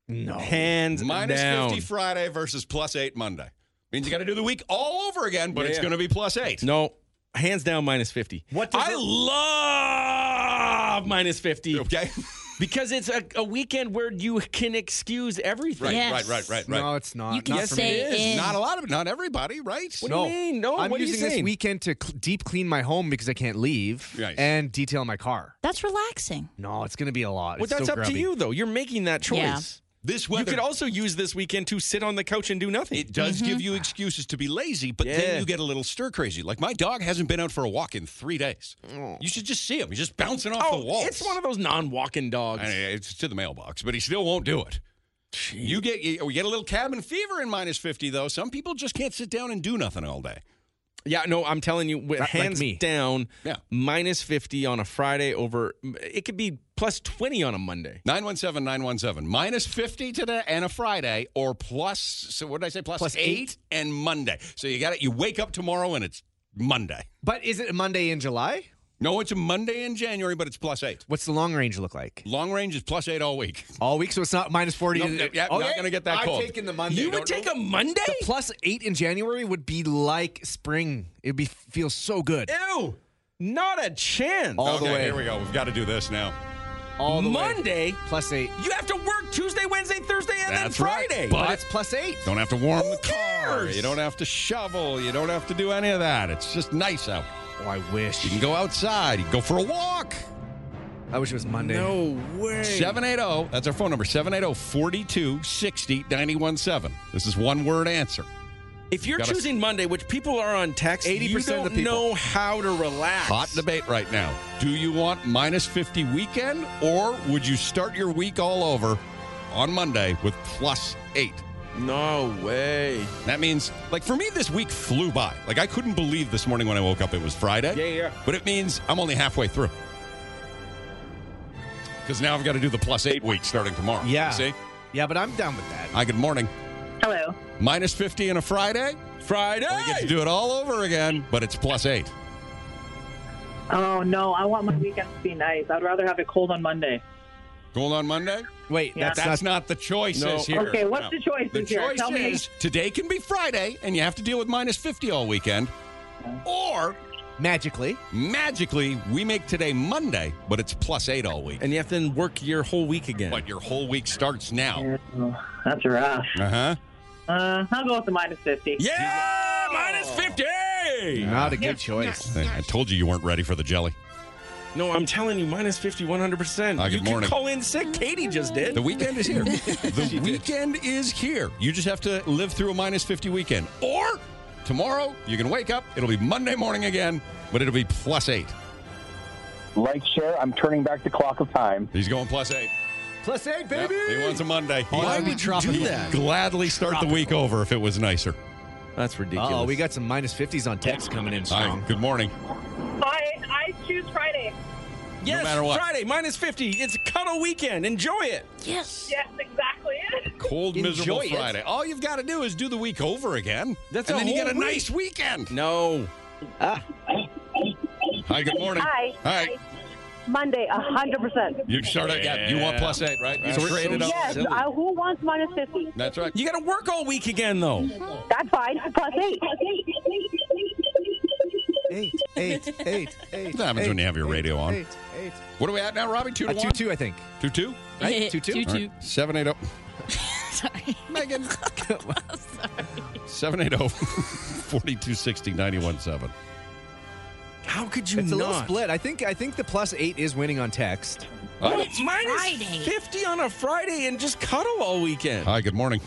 Speaker 5: No.
Speaker 4: Hands
Speaker 3: Minus
Speaker 4: down.
Speaker 3: 50 Friday versus plus eight Monday. Means you got to do the week all over again, but it's
Speaker 4: Yeah.
Speaker 3: going to be plus eight.
Speaker 4: No. Hands down minus fifty.
Speaker 5: What does
Speaker 4: I
Speaker 5: it-
Speaker 4: love minus fifty
Speaker 3: Okay.
Speaker 4: because it's a, a weekend where you can excuse everything.
Speaker 3: Right,
Speaker 8: Yes.
Speaker 3: right, right, right, right.
Speaker 5: No, it's not.
Speaker 8: You can
Speaker 5: not for me.
Speaker 8: say
Speaker 4: It
Speaker 8: in.
Speaker 3: Not a lot of not everybody, right?
Speaker 4: What do you mean? No,
Speaker 5: I'm
Speaker 4: what are you
Speaker 5: using this
Speaker 4: saying?
Speaker 5: weekend to cl- deep clean my home because I can't leave
Speaker 3: Nice.
Speaker 5: and detail my car.
Speaker 8: That's relaxing.
Speaker 5: No, it's going to be a lot.
Speaker 4: Well,
Speaker 5: It's so
Speaker 4: that's up to
Speaker 5: grubby.
Speaker 4: you though. You're making that choice.
Speaker 8: Yeah.
Speaker 3: This
Speaker 4: You
Speaker 3: weather
Speaker 4: could also use this weekend to sit on the couch and do nothing.
Speaker 3: it does give you excuses to be lazy, but
Speaker 4: Mm-hmm. Yeah.
Speaker 3: then you get a little stir crazy. Like my dog hasn't been out for a walk in three days. You should just see him. He's just bouncing off
Speaker 4: oh,
Speaker 3: the walls.
Speaker 4: it's one of those non-walking dogs.
Speaker 3: I- it's to the mailbox, but he still won't do it. You get you you get a little cabin fever in minus fifty though. Some people just can't sit down and do nothing all day.
Speaker 4: Yeah, no, I'm telling you, with
Speaker 5: Not like
Speaker 4: hands
Speaker 5: me.
Speaker 4: down,
Speaker 3: Yeah.
Speaker 4: minus 50 on a Friday over, it could be plus 20 on a Monday.
Speaker 3: 917 917. Minus 50 today and a Friday, or plus, so what did I say? Plus, plus eight, and Monday. So you got it. You wake up tomorrow and it's Monday.
Speaker 5: But is it Monday in July?
Speaker 3: No, it's a Monday in January, but it's plus eight.
Speaker 5: What's the long range look like?
Speaker 3: Long range is plus eight all week.
Speaker 5: All week, so it's not minus 40.
Speaker 3: Nope, yep, yep, not gonna get that
Speaker 5: I'm
Speaker 3: cold.
Speaker 5: taking the Monday.
Speaker 4: you would
Speaker 5: Don't-
Speaker 4: take a Monday?
Speaker 5: the plus eight in January would be like spring. It'd be feel so good.
Speaker 4: Ew, not a chance.
Speaker 5: All
Speaker 3: okay,
Speaker 5: the way.
Speaker 3: Here we go. We've got to do this now.
Speaker 5: All the way.
Speaker 4: Monday,
Speaker 5: Plus eight.
Speaker 4: you have to work Tuesday, Wednesday, Thursday, and
Speaker 3: That's
Speaker 4: then
Speaker 3: right.
Speaker 4: Friday.
Speaker 3: But-
Speaker 5: But it's plus eight.
Speaker 3: Don't have to warm
Speaker 4: Who
Speaker 3: the car.
Speaker 4: cares?
Speaker 3: You don't have to shovel. You don't have to do any of that. It's just nice out.
Speaker 5: Oh, I wish.
Speaker 3: You can go outside. You can go for a walk.
Speaker 5: I wish it was Monday.
Speaker 4: no way.
Speaker 3: 780, oh, that's our phone number, oh, 780 4260 917. This is one word answer.
Speaker 4: If you're
Speaker 3: Gotta-
Speaker 4: choosing Monday, which people are on text,
Speaker 5: 80%
Speaker 4: you
Speaker 5: of the
Speaker 4: don't
Speaker 5: people.
Speaker 4: know how to relax.
Speaker 3: Hot debate right now. Do you want minus 50 weekend or would you start your week all over on Monday with plus eight?
Speaker 4: No way.
Speaker 3: That means, like, for me, this week flew by. Like, I couldn't believe this morning when I woke up it was Friday.
Speaker 4: Yeah, yeah.
Speaker 3: But it means I'm only halfway through. Because now I've got to do the plus eight week starting tomorrow.
Speaker 5: Yeah.
Speaker 3: You see?
Speaker 5: Yeah, but I'm down with that.
Speaker 3: Hi, good morning.
Speaker 12: Hello.
Speaker 3: Minus 50 and a Friday?
Speaker 4: Friday.
Speaker 3: I get to do it all over again, but it's plus eight.
Speaker 10: Oh no, I want my weekend to be nice. I'd rather have it cold on Monday.
Speaker 3: Cold on Monday?
Speaker 5: Wait, that's,
Speaker 3: That's not the choices here.
Speaker 10: Okay, what's the choices
Speaker 3: The
Speaker 10: here?
Speaker 3: choice
Speaker 10: Tell me.
Speaker 3: is today can be Friday, and you have to deal with minus 50 all weekend. Or
Speaker 5: magically.
Speaker 3: magically, we make today Monday, but it's plus eight all week.
Speaker 4: And you have to then work your whole week again.
Speaker 3: But your whole week starts now.
Speaker 10: Oh, that's rough.
Speaker 3: Uh huh.
Speaker 5: Uh-huh.
Speaker 10: Uh, I'll go with the minus fifty.
Speaker 4: Yeah, minus 50.
Speaker 5: Not a good choice.
Speaker 3: I told you you weren't ready for the jelly.
Speaker 4: No, I'm telling you, minus 50, 100%.
Speaker 3: Ah, good
Speaker 4: you
Speaker 3: morning.
Speaker 4: can call in sick. Katie just did.
Speaker 3: The weekend is here. the weekend is here. You just have to live through a minus 50 weekend. Or tomorrow, you can wake up. It'll be Monday morning again, but it'll be plus eight.
Speaker 11: Like share, I'm turning back the clock of time.
Speaker 3: He's going plus eight.
Speaker 5: Plus eight,
Speaker 3: Yep,
Speaker 5: baby.
Speaker 3: he wants a Monday. He
Speaker 5: Why
Speaker 3: would
Speaker 5: would you do that?
Speaker 3: gladly start the week over if it was nicer.
Speaker 4: That's ridiculous.
Speaker 5: Oh, we got some minus 50s on text coming in
Speaker 3: All
Speaker 5: strong.
Speaker 3: right, good morning.
Speaker 12: I, I choose Friday.
Speaker 4: yes,
Speaker 3: matter what.
Speaker 4: Friday, minus 50. It's cuddle weekend. Enjoy it.
Speaker 8: Yes.
Speaker 12: Yes, exactly.
Speaker 3: cold, miserable
Speaker 4: Enjoy it.
Speaker 3: Friday. All you've got to do is do the week over again.
Speaker 4: That's
Speaker 3: and
Speaker 4: a
Speaker 3: then you
Speaker 4: whole
Speaker 3: get a
Speaker 4: week.
Speaker 3: nice weekend.
Speaker 4: No.
Speaker 3: Hi, good morning.
Speaker 13: Hi.
Speaker 3: All right.
Speaker 13: Monday, hundred percent.
Speaker 3: You start out, yeah, you want plus eight, right? You
Speaker 4: So we're-
Speaker 3: traded up.
Speaker 13: Yes.
Speaker 4: Silly.
Speaker 13: I, who wants minus fifty?
Speaker 3: That's right.
Speaker 4: You got to work all week again, though.
Speaker 13: That's fine. Plus eight.
Speaker 5: Eight, eight, eight, eight.
Speaker 3: What happens when you have your radio on?
Speaker 5: Eight, eight.
Speaker 3: What are we at now, Robbie? Two to
Speaker 5: Uh,
Speaker 3: one?
Speaker 5: two, two, I think.
Speaker 3: Two two?
Speaker 5: Right? Two, two? Two, two.
Speaker 3: Seven eight oh.
Speaker 8: Sorry.
Speaker 3: Megan. Seven eight oh forty two sixty ninety one seven. How could you
Speaker 5: It's a little
Speaker 3: not?
Speaker 5: split. I think I think the plus eight is winning on text.
Speaker 3: Oh,
Speaker 4: it's minus Friday. 50 on a Friday and just cuddle all weekend.
Speaker 3: Hi, good morning.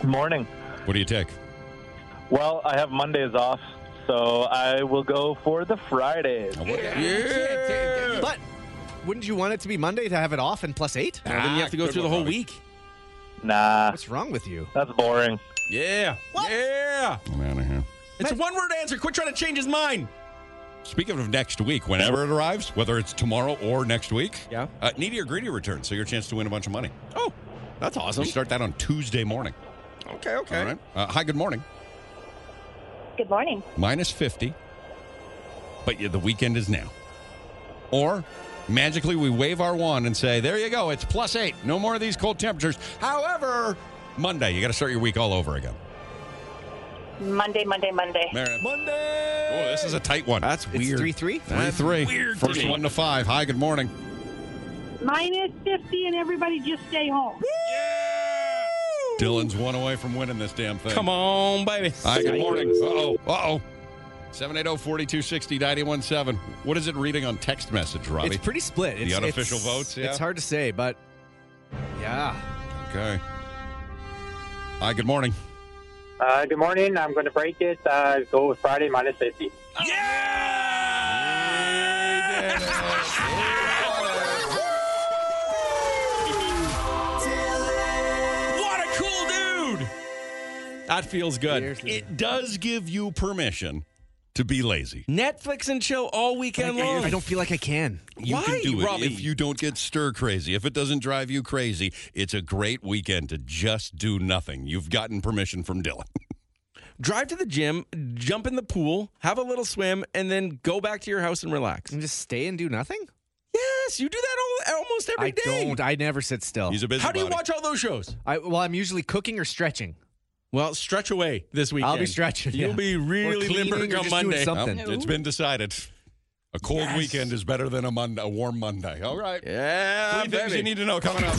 Speaker 11: Good morning.
Speaker 3: What do you take?
Speaker 11: Well, I have Mondays off, so I will go for the Fridays.
Speaker 5: But wouldn't you want it to be Monday to have it off and plus eight?
Speaker 11: Yeah,
Speaker 3: Ah.
Speaker 11: then you have to go
Speaker 5: good
Speaker 11: through the
Speaker 5: one,
Speaker 11: whole
Speaker 5: Robbie.
Speaker 11: week. Nah.
Speaker 5: What's wrong with you?
Speaker 11: That's boring.
Speaker 4: Yeah. Yeah.
Speaker 3: I'm out of here.
Speaker 4: It's a one word answer. Quit trying to change his mind.
Speaker 3: Speaking of next week, whenever it arrives, whether it's tomorrow or next week,
Speaker 4: yeah,
Speaker 3: uh, needy or greedy returns, so your chance to win a bunch of money.
Speaker 4: Oh, that's awesome.
Speaker 3: We start that on Tuesday morning.
Speaker 4: Okay, okay.
Speaker 3: All right. Uh, hi, good morning.
Speaker 14: Good morning.
Speaker 3: Minus fifty, but yeah, the weekend is now. Or magically, we wave our wand and say, "There you go, it's plus eight. No more of these cold temperatures." However, Monday, you got to start your week all over again.
Speaker 14: Monday, Monday, Monday.
Speaker 3: Monday. Oh, this is a tight one. That's
Speaker 5: weird. Three three.
Speaker 3: Three three.
Speaker 5: Weird to
Speaker 3: First
Speaker 5: me.
Speaker 3: one to five. Hi, good morning.
Speaker 15: Minus 50 and everybody just stay home.
Speaker 3: Dylan's one away from winning this damn thing.
Speaker 4: Come on, baby.
Speaker 3: Hi, good morning. Uh oh. Uh oh. 780 4260 917. What is it reading on text message, Robbie?
Speaker 5: It's pretty split.
Speaker 3: The
Speaker 5: It's-
Speaker 3: unofficial
Speaker 5: it's-
Speaker 3: votes, yeah.
Speaker 5: It's hard to say, but yeah.
Speaker 3: Okay. Hi, good morning.
Speaker 16: Uh, good morning. I'm going to break it. Uh, go with Friday minus 50.
Speaker 4: What a cool dude. That feels good.
Speaker 3: It does give you permission to be lazy.
Speaker 4: Netflix and chill all weekend
Speaker 5: I- I-
Speaker 4: long.
Speaker 5: I don't feel like I can.
Speaker 3: You
Speaker 4: Why,
Speaker 3: can do it
Speaker 4: Robbie?
Speaker 3: if you don't get stir crazy. If it doesn't drive you crazy, it's a great weekend to just do nothing. You've gotten permission from Dylan.
Speaker 4: Drive to the gym, jump in the pool, have a little swim, and then go back to your house and relax. And
Speaker 5: just stay and do nothing?
Speaker 4: Yes, you do that all, almost every
Speaker 5: I
Speaker 4: day.
Speaker 5: don't. I never sit still. He's
Speaker 3: a busy.
Speaker 4: How do you watch all those shows?
Speaker 5: I, well, I'm usually cooking or stretching.
Speaker 4: Well, stretch away this weekend.
Speaker 5: I'll be stretching.
Speaker 4: You'll
Speaker 5: yeah.
Speaker 4: be really
Speaker 5: Or cleaning
Speaker 4: limber
Speaker 5: or
Speaker 4: come
Speaker 5: just doing
Speaker 4: Monday.
Speaker 5: Something.
Speaker 3: Well, it's been decided. A cold weekend is better than a Monday, a warm Monday. All right.
Speaker 4: Yeah,
Speaker 3: Three things
Speaker 4: baby.
Speaker 3: you need to know coming up.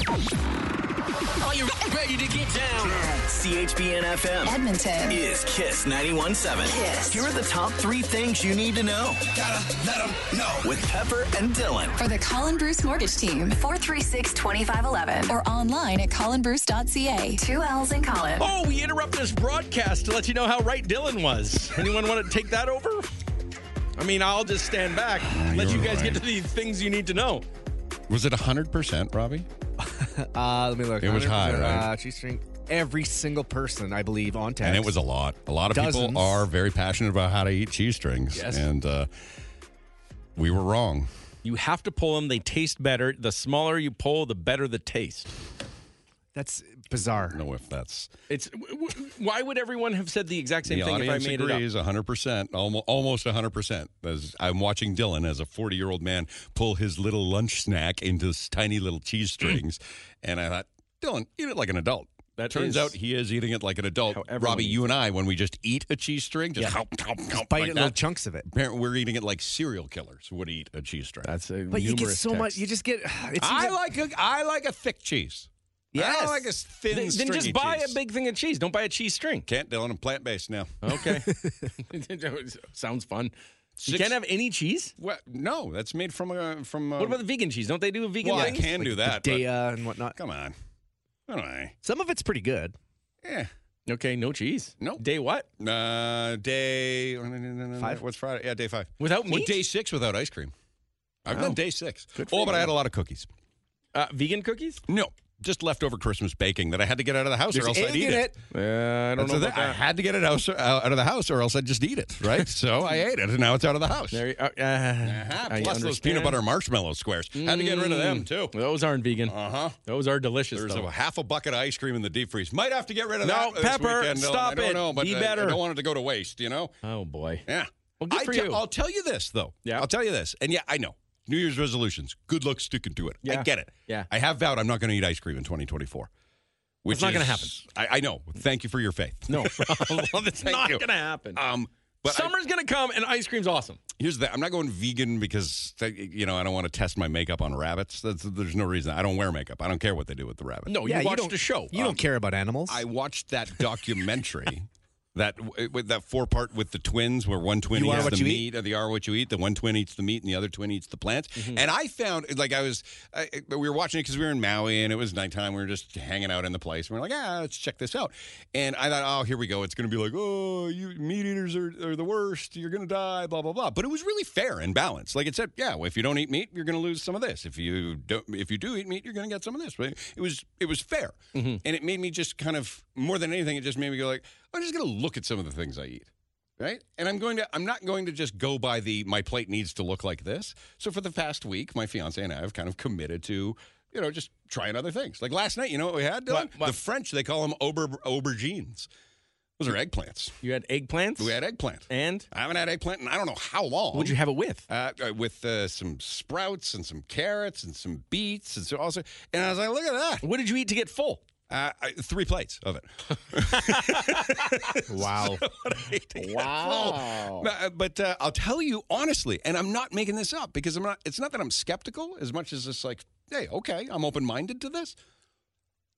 Speaker 1: Are you ready to get down? CHBN FM
Speaker 9: Edmonton.
Speaker 1: is Kiss 91.7.
Speaker 9: Kiss.
Speaker 1: Here are the top three things you need to know. Gotta let 'em know. With Pepper and Dylan.
Speaker 9: For the Colin Bruce Mortgage Team, 436 2511 or online at colinbruce.ca. Two L's in Colin.
Speaker 4: Oh, we interrupt this broadcast to let you know how right Dylan was. Anyone want to take that over? I mean, I'll just stand back, let you
Speaker 3: you're
Speaker 4: guys
Speaker 3: right.
Speaker 4: get to the things you need to know.
Speaker 3: Was it 100%, Robbie?
Speaker 5: Uh, let me look.
Speaker 3: It was high,
Speaker 5: 100%,
Speaker 3: right?
Speaker 5: Uh, G-string. Every single person, I believe, on text.
Speaker 3: And it was a lot. A lot of
Speaker 5: Dozens.
Speaker 3: people are very passionate about how to eat cheese strings.
Speaker 5: Yes.
Speaker 3: And uh, we were wrong.
Speaker 4: You have to pull them, they taste better. The smaller you pull, the better the taste.
Speaker 5: That's bizarre.
Speaker 3: No, if that's
Speaker 4: It's w- w- why would everyone have said the exact same
Speaker 3: the
Speaker 4: thing if I
Speaker 3: audience
Speaker 4: made
Speaker 3: agrees
Speaker 4: it up?
Speaker 3: 100%, almo- almost 100%. As I'm watching Dylan as a 40 year old man pull his little lunch snack into s- tiny little cheese strings. and I thought, Dylan, eat it like an adult.
Speaker 4: That
Speaker 3: Turns
Speaker 4: is-
Speaker 3: out he is eating it like an adult. Robbie, you and I, when we just eat a cheese string, just,
Speaker 5: Yeah.
Speaker 3: like
Speaker 5: bite at little
Speaker 3: that.
Speaker 5: chunks of it.
Speaker 3: Apparently, we're eating it like serial killers would eat a cheese string. That's a
Speaker 5: But you get so much. You just get. It's
Speaker 3: I like a I like a thick cheese.
Speaker 5: Yes.
Speaker 3: I like a thin.
Speaker 4: Then- then just
Speaker 3: stringy
Speaker 4: buy
Speaker 3: cheese.
Speaker 4: a big thing of cheese. Don't buy a cheese string.
Speaker 3: Can't, Dylan. I'm plant based now.
Speaker 4: Okay. Sounds fun. You can't have any cheese.
Speaker 3: What? No, that's made from a from. A,
Speaker 4: What about the vegan cheese? Don't they do a vegan?
Speaker 3: Well, I
Speaker 4: thing?
Speaker 3: can do that. but-
Speaker 5: Daya and whatnot.
Speaker 3: Come on. Anyway.
Speaker 5: Some of it's pretty good.
Speaker 3: Yeah.
Speaker 4: Okay, no cheese.
Speaker 3: No.
Speaker 4: Day what?
Speaker 3: Uh, day
Speaker 4: Five?
Speaker 3: What's Friday? Yeah, day five.
Speaker 4: Without
Speaker 3: Well,
Speaker 4: meat?
Speaker 3: day six without ice cream. I've
Speaker 4: Wow.
Speaker 3: done day six.
Speaker 4: Good for
Speaker 3: Oh, but
Speaker 4: you.
Speaker 3: I had a lot of cookies.
Speaker 4: Uh, vegan cookies?
Speaker 3: No, just leftover Christmas baking that I had to get out of the house
Speaker 4: There's
Speaker 3: or else I'd
Speaker 4: egg
Speaker 3: eat
Speaker 4: in
Speaker 3: it.
Speaker 4: Yeah, Uh, I
Speaker 3: And
Speaker 4: don't
Speaker 3: so
Speaker 4: know
Speaker 3: that-
Speaker 4: about that.
Speaker 3: I had to get it out, out of the house or else I'd just eat it, right? so I ate it and now it's out of the house. Uh-huh.
Speaker 4: There you, uh, uh, I
Speaker 3: Plus those peanut
Speaker 4: understand. Mm,
Speaker 3: butter marshmallow squares. Had to get rid of them too.
Speaker 4: Those aren't vegan.
Speaker 3: Uh huh.
Speaker 4: Those are delicious.
Speaker 3: There's
Speaker 4: though.
Speaker 3: a half a bucket of ice cream in the deep freeze. Might have to get rid of
Speaker 4: No,
Speaker 3: that. this
Speaker 4: Pepper,
Speaker 3: weekend.
Speaker 4: stop
Speaker 3: I don't
Speaker 4: it.
Speaker 3: know, but
Speaker 4: Be
Speaker 3: I-
Speaker 4: better.
Speaker 3: I don't want it to go to waste. You know.
Speaker 4: Oh boy.
Speaker 3: Yeah.
Speaker 4: Well, good
Speaker 3: I
Speaker 4: for
Speaker 3: te-
Speaker 4: you.
Speaker 3: I'll tell you this though.
Speaker 4: Yeah.
Speaker 3: I'll tell you this, and yeah, I know New Year's resolutions. Good luck sticking to it. I
Speaker 4: Yeah.
Speaker 3: get it.
Speaker 4: Yeah.
Speaker 3: I have vowed I'm not going to eat ice cream in 2024. Which
Speaker 4: It's not gonna
Speaker 3: is-
Speaker 4: happen.
Speaker 3: I, I know. Thank you for your faith.
Speaker 4: No,
Speaker 3: it's
Speaker 4: it's not going to happen.
Speaker 3: Um, but I-
Speaker 4: Summer's going to come, and ice cream's awesome.
Speaker 3: Here's the I'm not going vegan because th- you know I don't want to test my makeup on rabbits. That's, there's no reason. I don't wear makeup. I don't care what they do with the rabbit.
Speaker 5: No, you Yeah, you watched don't- a show. you don't care about animals.
Speaker 3: Um, I watched that documentary. That w- with that four part with the twins, where one twin
Speaker 5: You Are
Speaker 3: eats
Speaker 5: What
Speaker 3: the
Speaker 5: You Eat?
Speaker 3: meat, or the are what you eat. The one twin eats the meat, and the other twin eats the plants. And I found like I was, I, I- we were watching it because we were in Maui and it was nighttime. We were just hanging out in the place. And we are like, ah, let's check this out. And I thought, oh, here we go. It's going to be like, oh, you meat eaters are, are the worst. You're going to die. Blah blah blah. But it was really fair and balanced. Like it said, yeah, well, if you don't eat meat, you're going to lose some of this. If you don't, if you do eat meat, you're going to get some of this. But it was it was fair, and it made me just kind of more than anything, it just made me go like, I'm just going to look at some of the things I eat right? And I'm going to I'm not going to just go by the my plate needs to look like this. So for the past week, my fiance and I have kind of committed to you know just trying other things. Like last night, you know what we had? Dylan?
Speaker 4: What- what?
Speaker 3: The French they call them auber, aubergines. Those are eggplants.
Speaker 4: You had eggplants?
Speaker 3: We had eggplant.
Speaker 4: And?
Speaker 3: I haven't had eggplant in I don't know how long.
Speaker 4: What'd you have it with?
Speaker 3: Uh, uh, with uh, some sprouts and some carrots and some beets and so also. And I was like, look at that.
Speaker 4: What did you eat to get full?
Speaker 3: Uh, I, three plates of it.
Speaker 5: Wow.
Speaker 3: Wow. But, but, uh, I'll tell you honestly, and I'm not making this up because I'm not. It's not that I'm skeptical as much as it's like, hey, okay, I'm open minded to this.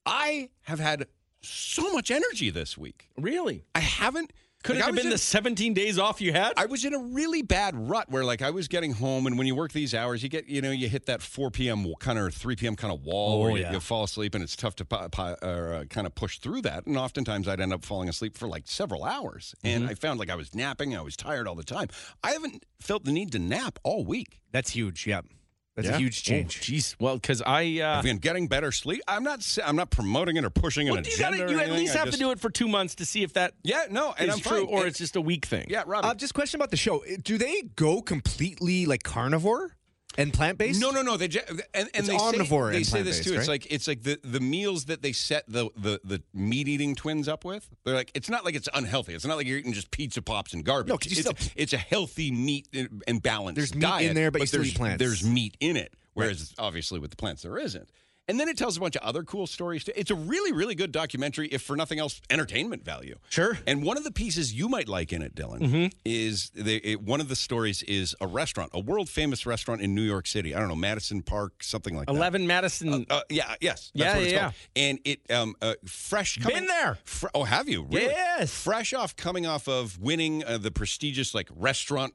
Speaker 3: I have had so much energy this week.
Speaker 4: Really?
Speaker 3: I haven't.
Speaker 4: Could it
Speaker 3: I
Speaker 4: have
Speaker 3: was
Speaker 4: been
Speaker 3: in-
Speaker 4: the 17 days off you had?
Speaker 3: I was in a really bad rut where, like, I was getting home, and when you work these hours, you get, you know, you hit that 4 p.m. kind of 3 p.m. kind of wall
Speaker 4: Oh,
Speaker 3: where you,
Speaker 4: yeah.
Speaker 3: you fall asleep, and it's tough to pi- pi- or, uh, kind of push through that. And oftentimes, I'd end up falling asleep for like several hours, and
Speaker 4: Mm-hmm.
Speaker 3: I found like I was napping, I was tired all the time. I haven't felt the need to nap all week.
Speaker 5: That's huge. Yep. That's
Speaker 3: Yeah.
Speaker 5: a huge change.
Speaker 4: Oh, Jeez. Well, because I. Uh,
Speaker 3: I've been getting better sleep. I'm not. s- I'm not promoting it or pushing
Speaker 4: well,
Speaker 3: an
Speaker 4: you,
Speaker 3: agenda.
Speaker 4: gotta,
Speaker 3: or
Speaker 4: you at
Speaker 3: anything.
Speaker 4: least
Speaker 3: I
Speaker 4: have
Speaker 3: just-
Speaker 4: to do it for two months to see if that
Speaker 3: Yeah. No. And
Speaker 4: is
Speaker 3: I'm
Speaker 4: true
Speaker 3: fine.
Speaker 4: or
Speaker 3: And-
Speaker 4: it's just a weak thing.
Speaker 3: Yeah, Robbie.
Speaker 5: Uh, just question about the show. Do they go completely like carnivore and plant based?
Speaker 3: No, no, no. They ju- and, and
Speaker 5: It's
Speaker 3: they
Speaker 5: omnivore
Speaker 3: Say, they
Speaker 5: and
Speaker 3: say this
Speaker 5: plant-based,
Speaker 3: too. It's
Speaker 5: right?
Speaker 3: like it's like the, the meals that they set the the, the meat eating twins up with. They're like it's not like it's unhealthy. It's not like you're eating just pizza pops and garbage.
Speaker 5: No, 'cause you
Speaker 3: it's,
Speaker 5: still-
Speaker 3: it's a healthy meat and- and balanced.
Speaker 5: There's meat
Speaker 3: diet,
Speaker 5: in there, but you still
Speaker 3: there's,
Speaker 5: eat plants.
Speaker 3: There's meat in it, whereas obviously with the plants there isn't. And then it tells a bunch of other cool stories. too. It's a really, really good documentary, if for nothing else, entertainment value.
Speaker 4: Sure. Mm-hmm.
Speaker 3: And one of the pieces you might like in it, Dylan, is the, it, one of the stories is a restaurant, a world famous restaurant in New York City. I don't know, Madison Park, something like that.
Speaker 4: 11 Madison.
Speaker 3: Uh, yeah, yes, that's
Speaker 4: Yeah,
Speaker 3: what it's
Speaker 4: yeah,
Speaker 3: called. And it um uh, fresh
Speaker 4: Been
Speaker 3: coming,
Speaker 4: there.
Speaker 3: fr- oh, have you? Really?
Speaker 4: Yes.
Speaker 3: Fresh off coming off of winning uh, the prestigious like restaurant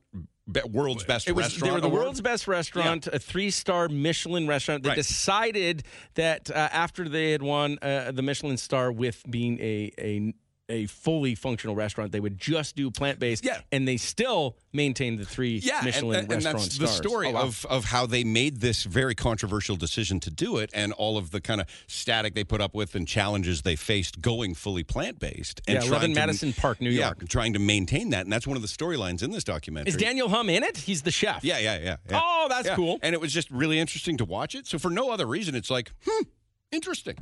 Speaker 3: be, world's best
Speaker 4: It was
Speaker 3: restaurant.
Speaker 4: they were the
Speaker 3: award.
Speaker 4: world's best restaurant, a three-star Michelin restaurant. They
Speaker 3: Right.
Speaker 4: decided that uh, after they had won uh, the Michelin star with being a a a fully functional restaurant, they would just do plant-based.
Speaker 3: Yeah.
Speaker 4: and they still maintained the three
Speaker 3: yeah, and-
Speaker 4: Michelin
Speaker 3: and, and
Speaker 4: restaurant
Speaker 3: that's
Speaker 4: stars.
Speaker 3: the story
Speaker 4: Oh, wow.
Speaker 3: of, of how they made this very controversial decision to do it and all of the kind of static they put up with and challenges they faced going fully plant based.
Speaker 4: Yeah, 11 Madison Park, New York.
Speaker 3: Yeah, trying to maintain that. And that's one of the storylines in this documentary.
Speaker 4: Is Daniel Hum in it? He's the chef.
Speaker 3: Yeah, yeah, yeah. yeah.
Speaker 4: Oh, that's
Speaker 3: Yeah.
Speaker 4: cool.
Speaker 3: And it was just really interesting to watch it. So for no other reason, it's like, hmm, interesting.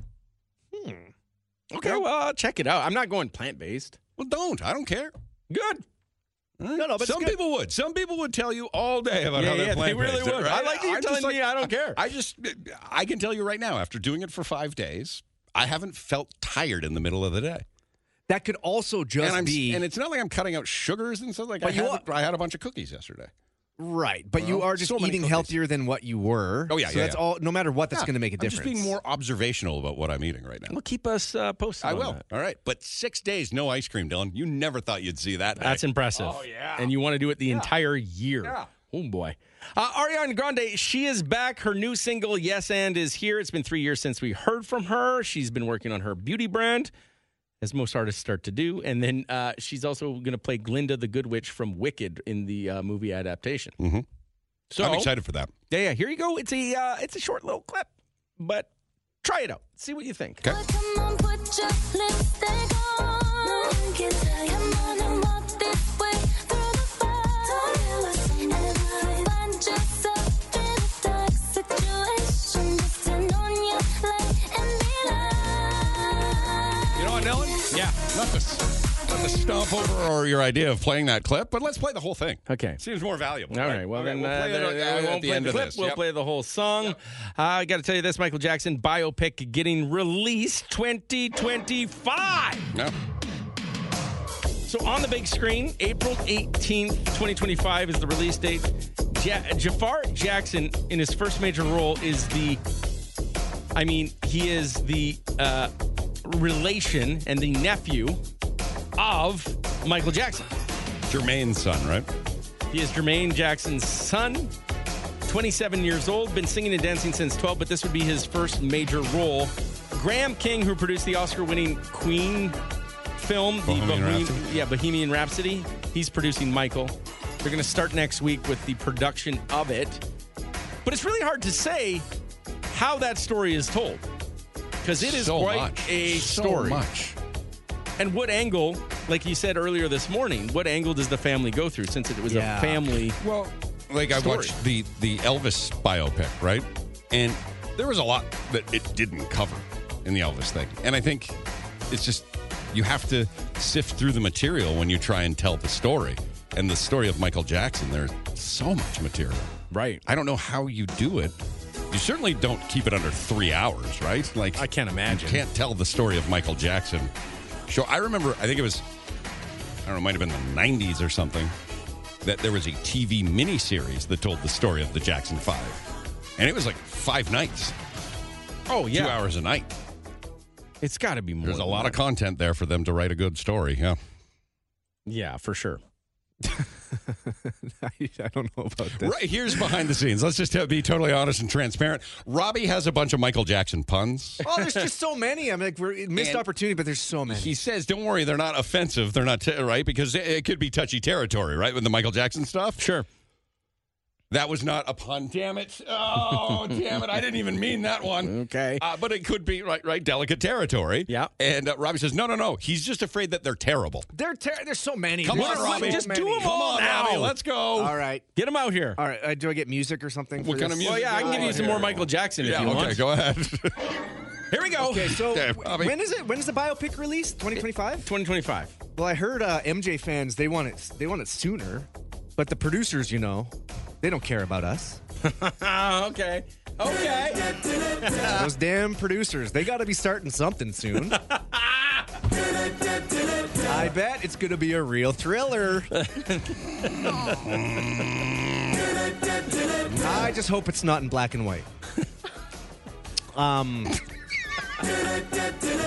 Speaker 4: Okay, well, I'll check it out. I'm not going plant-based.
Speaker 3: Well, don't. I don't care.
Speaker 4: Good.
Speaker 3: No, no, but some people would. Some people would tell you all day about
Speaker 4: Yeah,
Speaker 3: how they're
Speaker 4: yeah, they
Speaker 3: plant-based,
Speaker 4: really would.
Speaker 3: right?
Speaker 4: I like that you're
Speaker 3: I'm just
Speaker 4: telling me I don't care.
Speaker 3: I just, I can tell you right now, after doing it for five days, I haven't felt tired in the middle of the day.
Speaker 5: That could also just
Speaker 3: and I'm,
Speaker 5: be
Speaker 3: and it's not like I'm cutting out sugars and stuff like. I,
Speaker 5: But you
Speaker 3: haven't- I had a bunch of cookies yesterday.
Speaker 5: right, but you
Speaker 3: Well,
Speaker 5: are just
Speaker 3: so many
Speaker 5: eating
Speaker 3: cookies.
Speaker 5: healthier than what you were.
Speaker 3: Oh, yeah,
Speaker 5: so
Speaker 3: yeah,
Speaker 5: that's
Speaker 3: yeah.
Speaker 5: all. No matter what, that's
Speaker 3: Yeah,
Speaker 5: going to make a
Speaker 3: I'm
Speaker 5: difference.
Speaker 3: just being more observational about what I'm eating right now.
Speaker 4: Well, keep us uh, posted.
Speaker 3: I
Speaker 4: on
Speaker 3: will.
Speaker 4: that.
Speaker 3: All right, but six days no ice cream, Dylan. You never thought you'd see that.
Speaker 4: That's
Speaker 3: day.
Speaker 4: impressive.
Speaker 3: Oh, yeah.
Speaker 4: And you want to do it the entire year.
Speaker 3: Yeah.
Speaker 4: Oh boy. Uh, Ariana Grande, she is back. Her new single, Yes and, is here. It's been three years since we heard from her. She's been working on her beauty brand, as most artists start to do. And then uh, she's also going to play Glinda the Good Witch from Wicked in the uh, movie adaptation.
Speaker 3: Mhm.
Speaker 4: So
Speaker 3: I'm excited for that.
Speaker 4: Yeah, yeah. Here you go. It's a uh, it's a short little clip, but Try it out. See what you think.
Speaker 3: You know what, Dylan? Yeah, not to, s- not to stomp over or your idea of playing that clip, but let's play the whole thing.
Speaker 4: Okay.
Speaker 3: Seems more valuable.
Speaker 4: All right. Well,
Speaker 3: Okay,
Speaker 4: then
Speaker 3: we'll
Speaker 4: uh,
Speaker 3: play it
Speaker 4: there-
Speaker 3: at-
Speaker 4: there- we
Speaker 3: at
Speaker 4: won't
Speaker 3: the
Speaker 4: play
Speaker 3: end
Speaker 4: the
Speaker 3: of
Speaker 4: clip.
Speaker 3: this.
Speaker 4: We'll
Speaker 3: Yep.
Speaker 4: play the whole song. Uh, I got to tell you this: Michael Jackson biopic getting released 2025.
Speaker 3: No.
Speaker 4: So on the big screen, April 18th, 2025 is the release date. Ja- Jafar Jackson, in his first major role, is the I mean, he is the uh, relation and the nephew of Michael Jackson.
Speaker 3: Jermaine's son, right?
Speaker 4: He is Jermaine Jackson's son, 27 years old, been singing and dancing since 12, but this would be his first major role. Graham King, who produced the Oscar winning Queen film,
Speaker 3: Bohemian
Speaker 4: the
Speaker 3: Rhapsody?
Speaker 4: yeah, Bohemian Rhapsody, he's producing Michael. They're going to start next week with the production of it. But it's really hard to say how that story is told because it is
Speaker 3: So
Speaker 4: quite
Speaker 3: much.
Speaker 4: a
Speaker 3: So
Speaker 4: story.
Speaker 3: much.
Speaker 4: And what angle, like you said earlier this morning, what angle does the family go through since it was
Speaker 3: Yeah.
Speaker 4: a family?
Speaker 3: Well, like I
Speaker 4: story?
Speaker 3: watched the the Elvis biopic, right? And there was a lot that it didn't cover in the Elvis thing. And I think it's just you have to sift through the material when you try and tell the story. And the story of Michael Jackson, there's so much material.
Speaker 4: Right.
Speaker 3: I don't know how you do it. You certainly don't keep it under three hours, right? Like I
Speaker 4: can't imagine.
Speaker 3: You can't tell the story of Michael Jackson. Sure, I remember. I think it was I don't know, it might have been the 90s or something, that there was a TV miniseries that told the story of the Jackson Five. And it was like five nights.
Speaker 4: Oh, yeah.
Speaker 3: Two hours a night.
Speaker 4: It's got to be more.
Speaker 3: There's a
Speaker 4: than
Speaker 3: lot of
Speaker 4: that.
Speaker 3: content there for them to write a good story. Yeah.
Speaker 4: Yeah, for sure.
Speaker 5: I, I don't know about this.
Speaker 3: Right here's behind the scenes. Let's just be totally honest and transparent. Robbie has a bunch of Michael Jackson puns.
Speaker 5: Oh, there's just so many. I'm like, we're missed
Speaker 3: And-
Speaker 5: opportunity, but there's so many.
Speaker 3: He says, "Don't worry, they're not offensive. They're not t- right because it, it could be touchy territory, right? With the Michael Jackson stuff.
Speaker 4: Sure.
Speaker 3: That was not a pun. Damn it! Oh, damn it! I didn't even mean that one.
Speaker 4: Okay.
Speaker 3: Uh, but it could be right, right, delicate territory. Yeah. And uh, Robbie says, "No, no, no. He's just afraid that they're terrible."
Speaker 5: They're ter- there's so many.
Speaker 3: Come
Speaker 5: There's
Speaker 3: on,
Speaker 5: so
Speaker 3: Robbie. Just
Speaker 5: many.
Speaker 3: do 'em
Speaker 5: Come
Speaker 3: all
Speaker 5: on,
Speaker 3: now.
Speaker 5: Robbie.
Speaker 3: Let's go.
Speaker 5: All right.
Speaker 4: Get him out here.
Speaker 5: All right. Uh, do I get music or something?
Speaker 3: What
Speaker 5: for
Speaker 3: kind of
Speaker 5: this?
Speaker 3: music?
Speaker 4: Well, yeah, I can give you some more Michael Jackson if
Speaker 3: Yeah,
Speaker 4: you
Speaker 3: okay,
Speaker 4: want.
Speaker 3: go ahead.
Speaker 4: Here we go.
Speaker 5: Okay, so
Speaker 3: Yeah,
Speaker 5: w-
Speaker 3: Robbie.
Speaker 5: when is it? When is the biopic released? 2025.
Speaker 4: 2025.
Speaker 5: Well, I heard uh, MJ fans they want it. They want it sooner, but the producers, you know, they don't care about us.
Speaker 4: okay. Okay.
Speaker 5: Those damn producers, they got to be starting something soon. I bet it's going to be a real thriller. I just hope it's not in black and white. Um.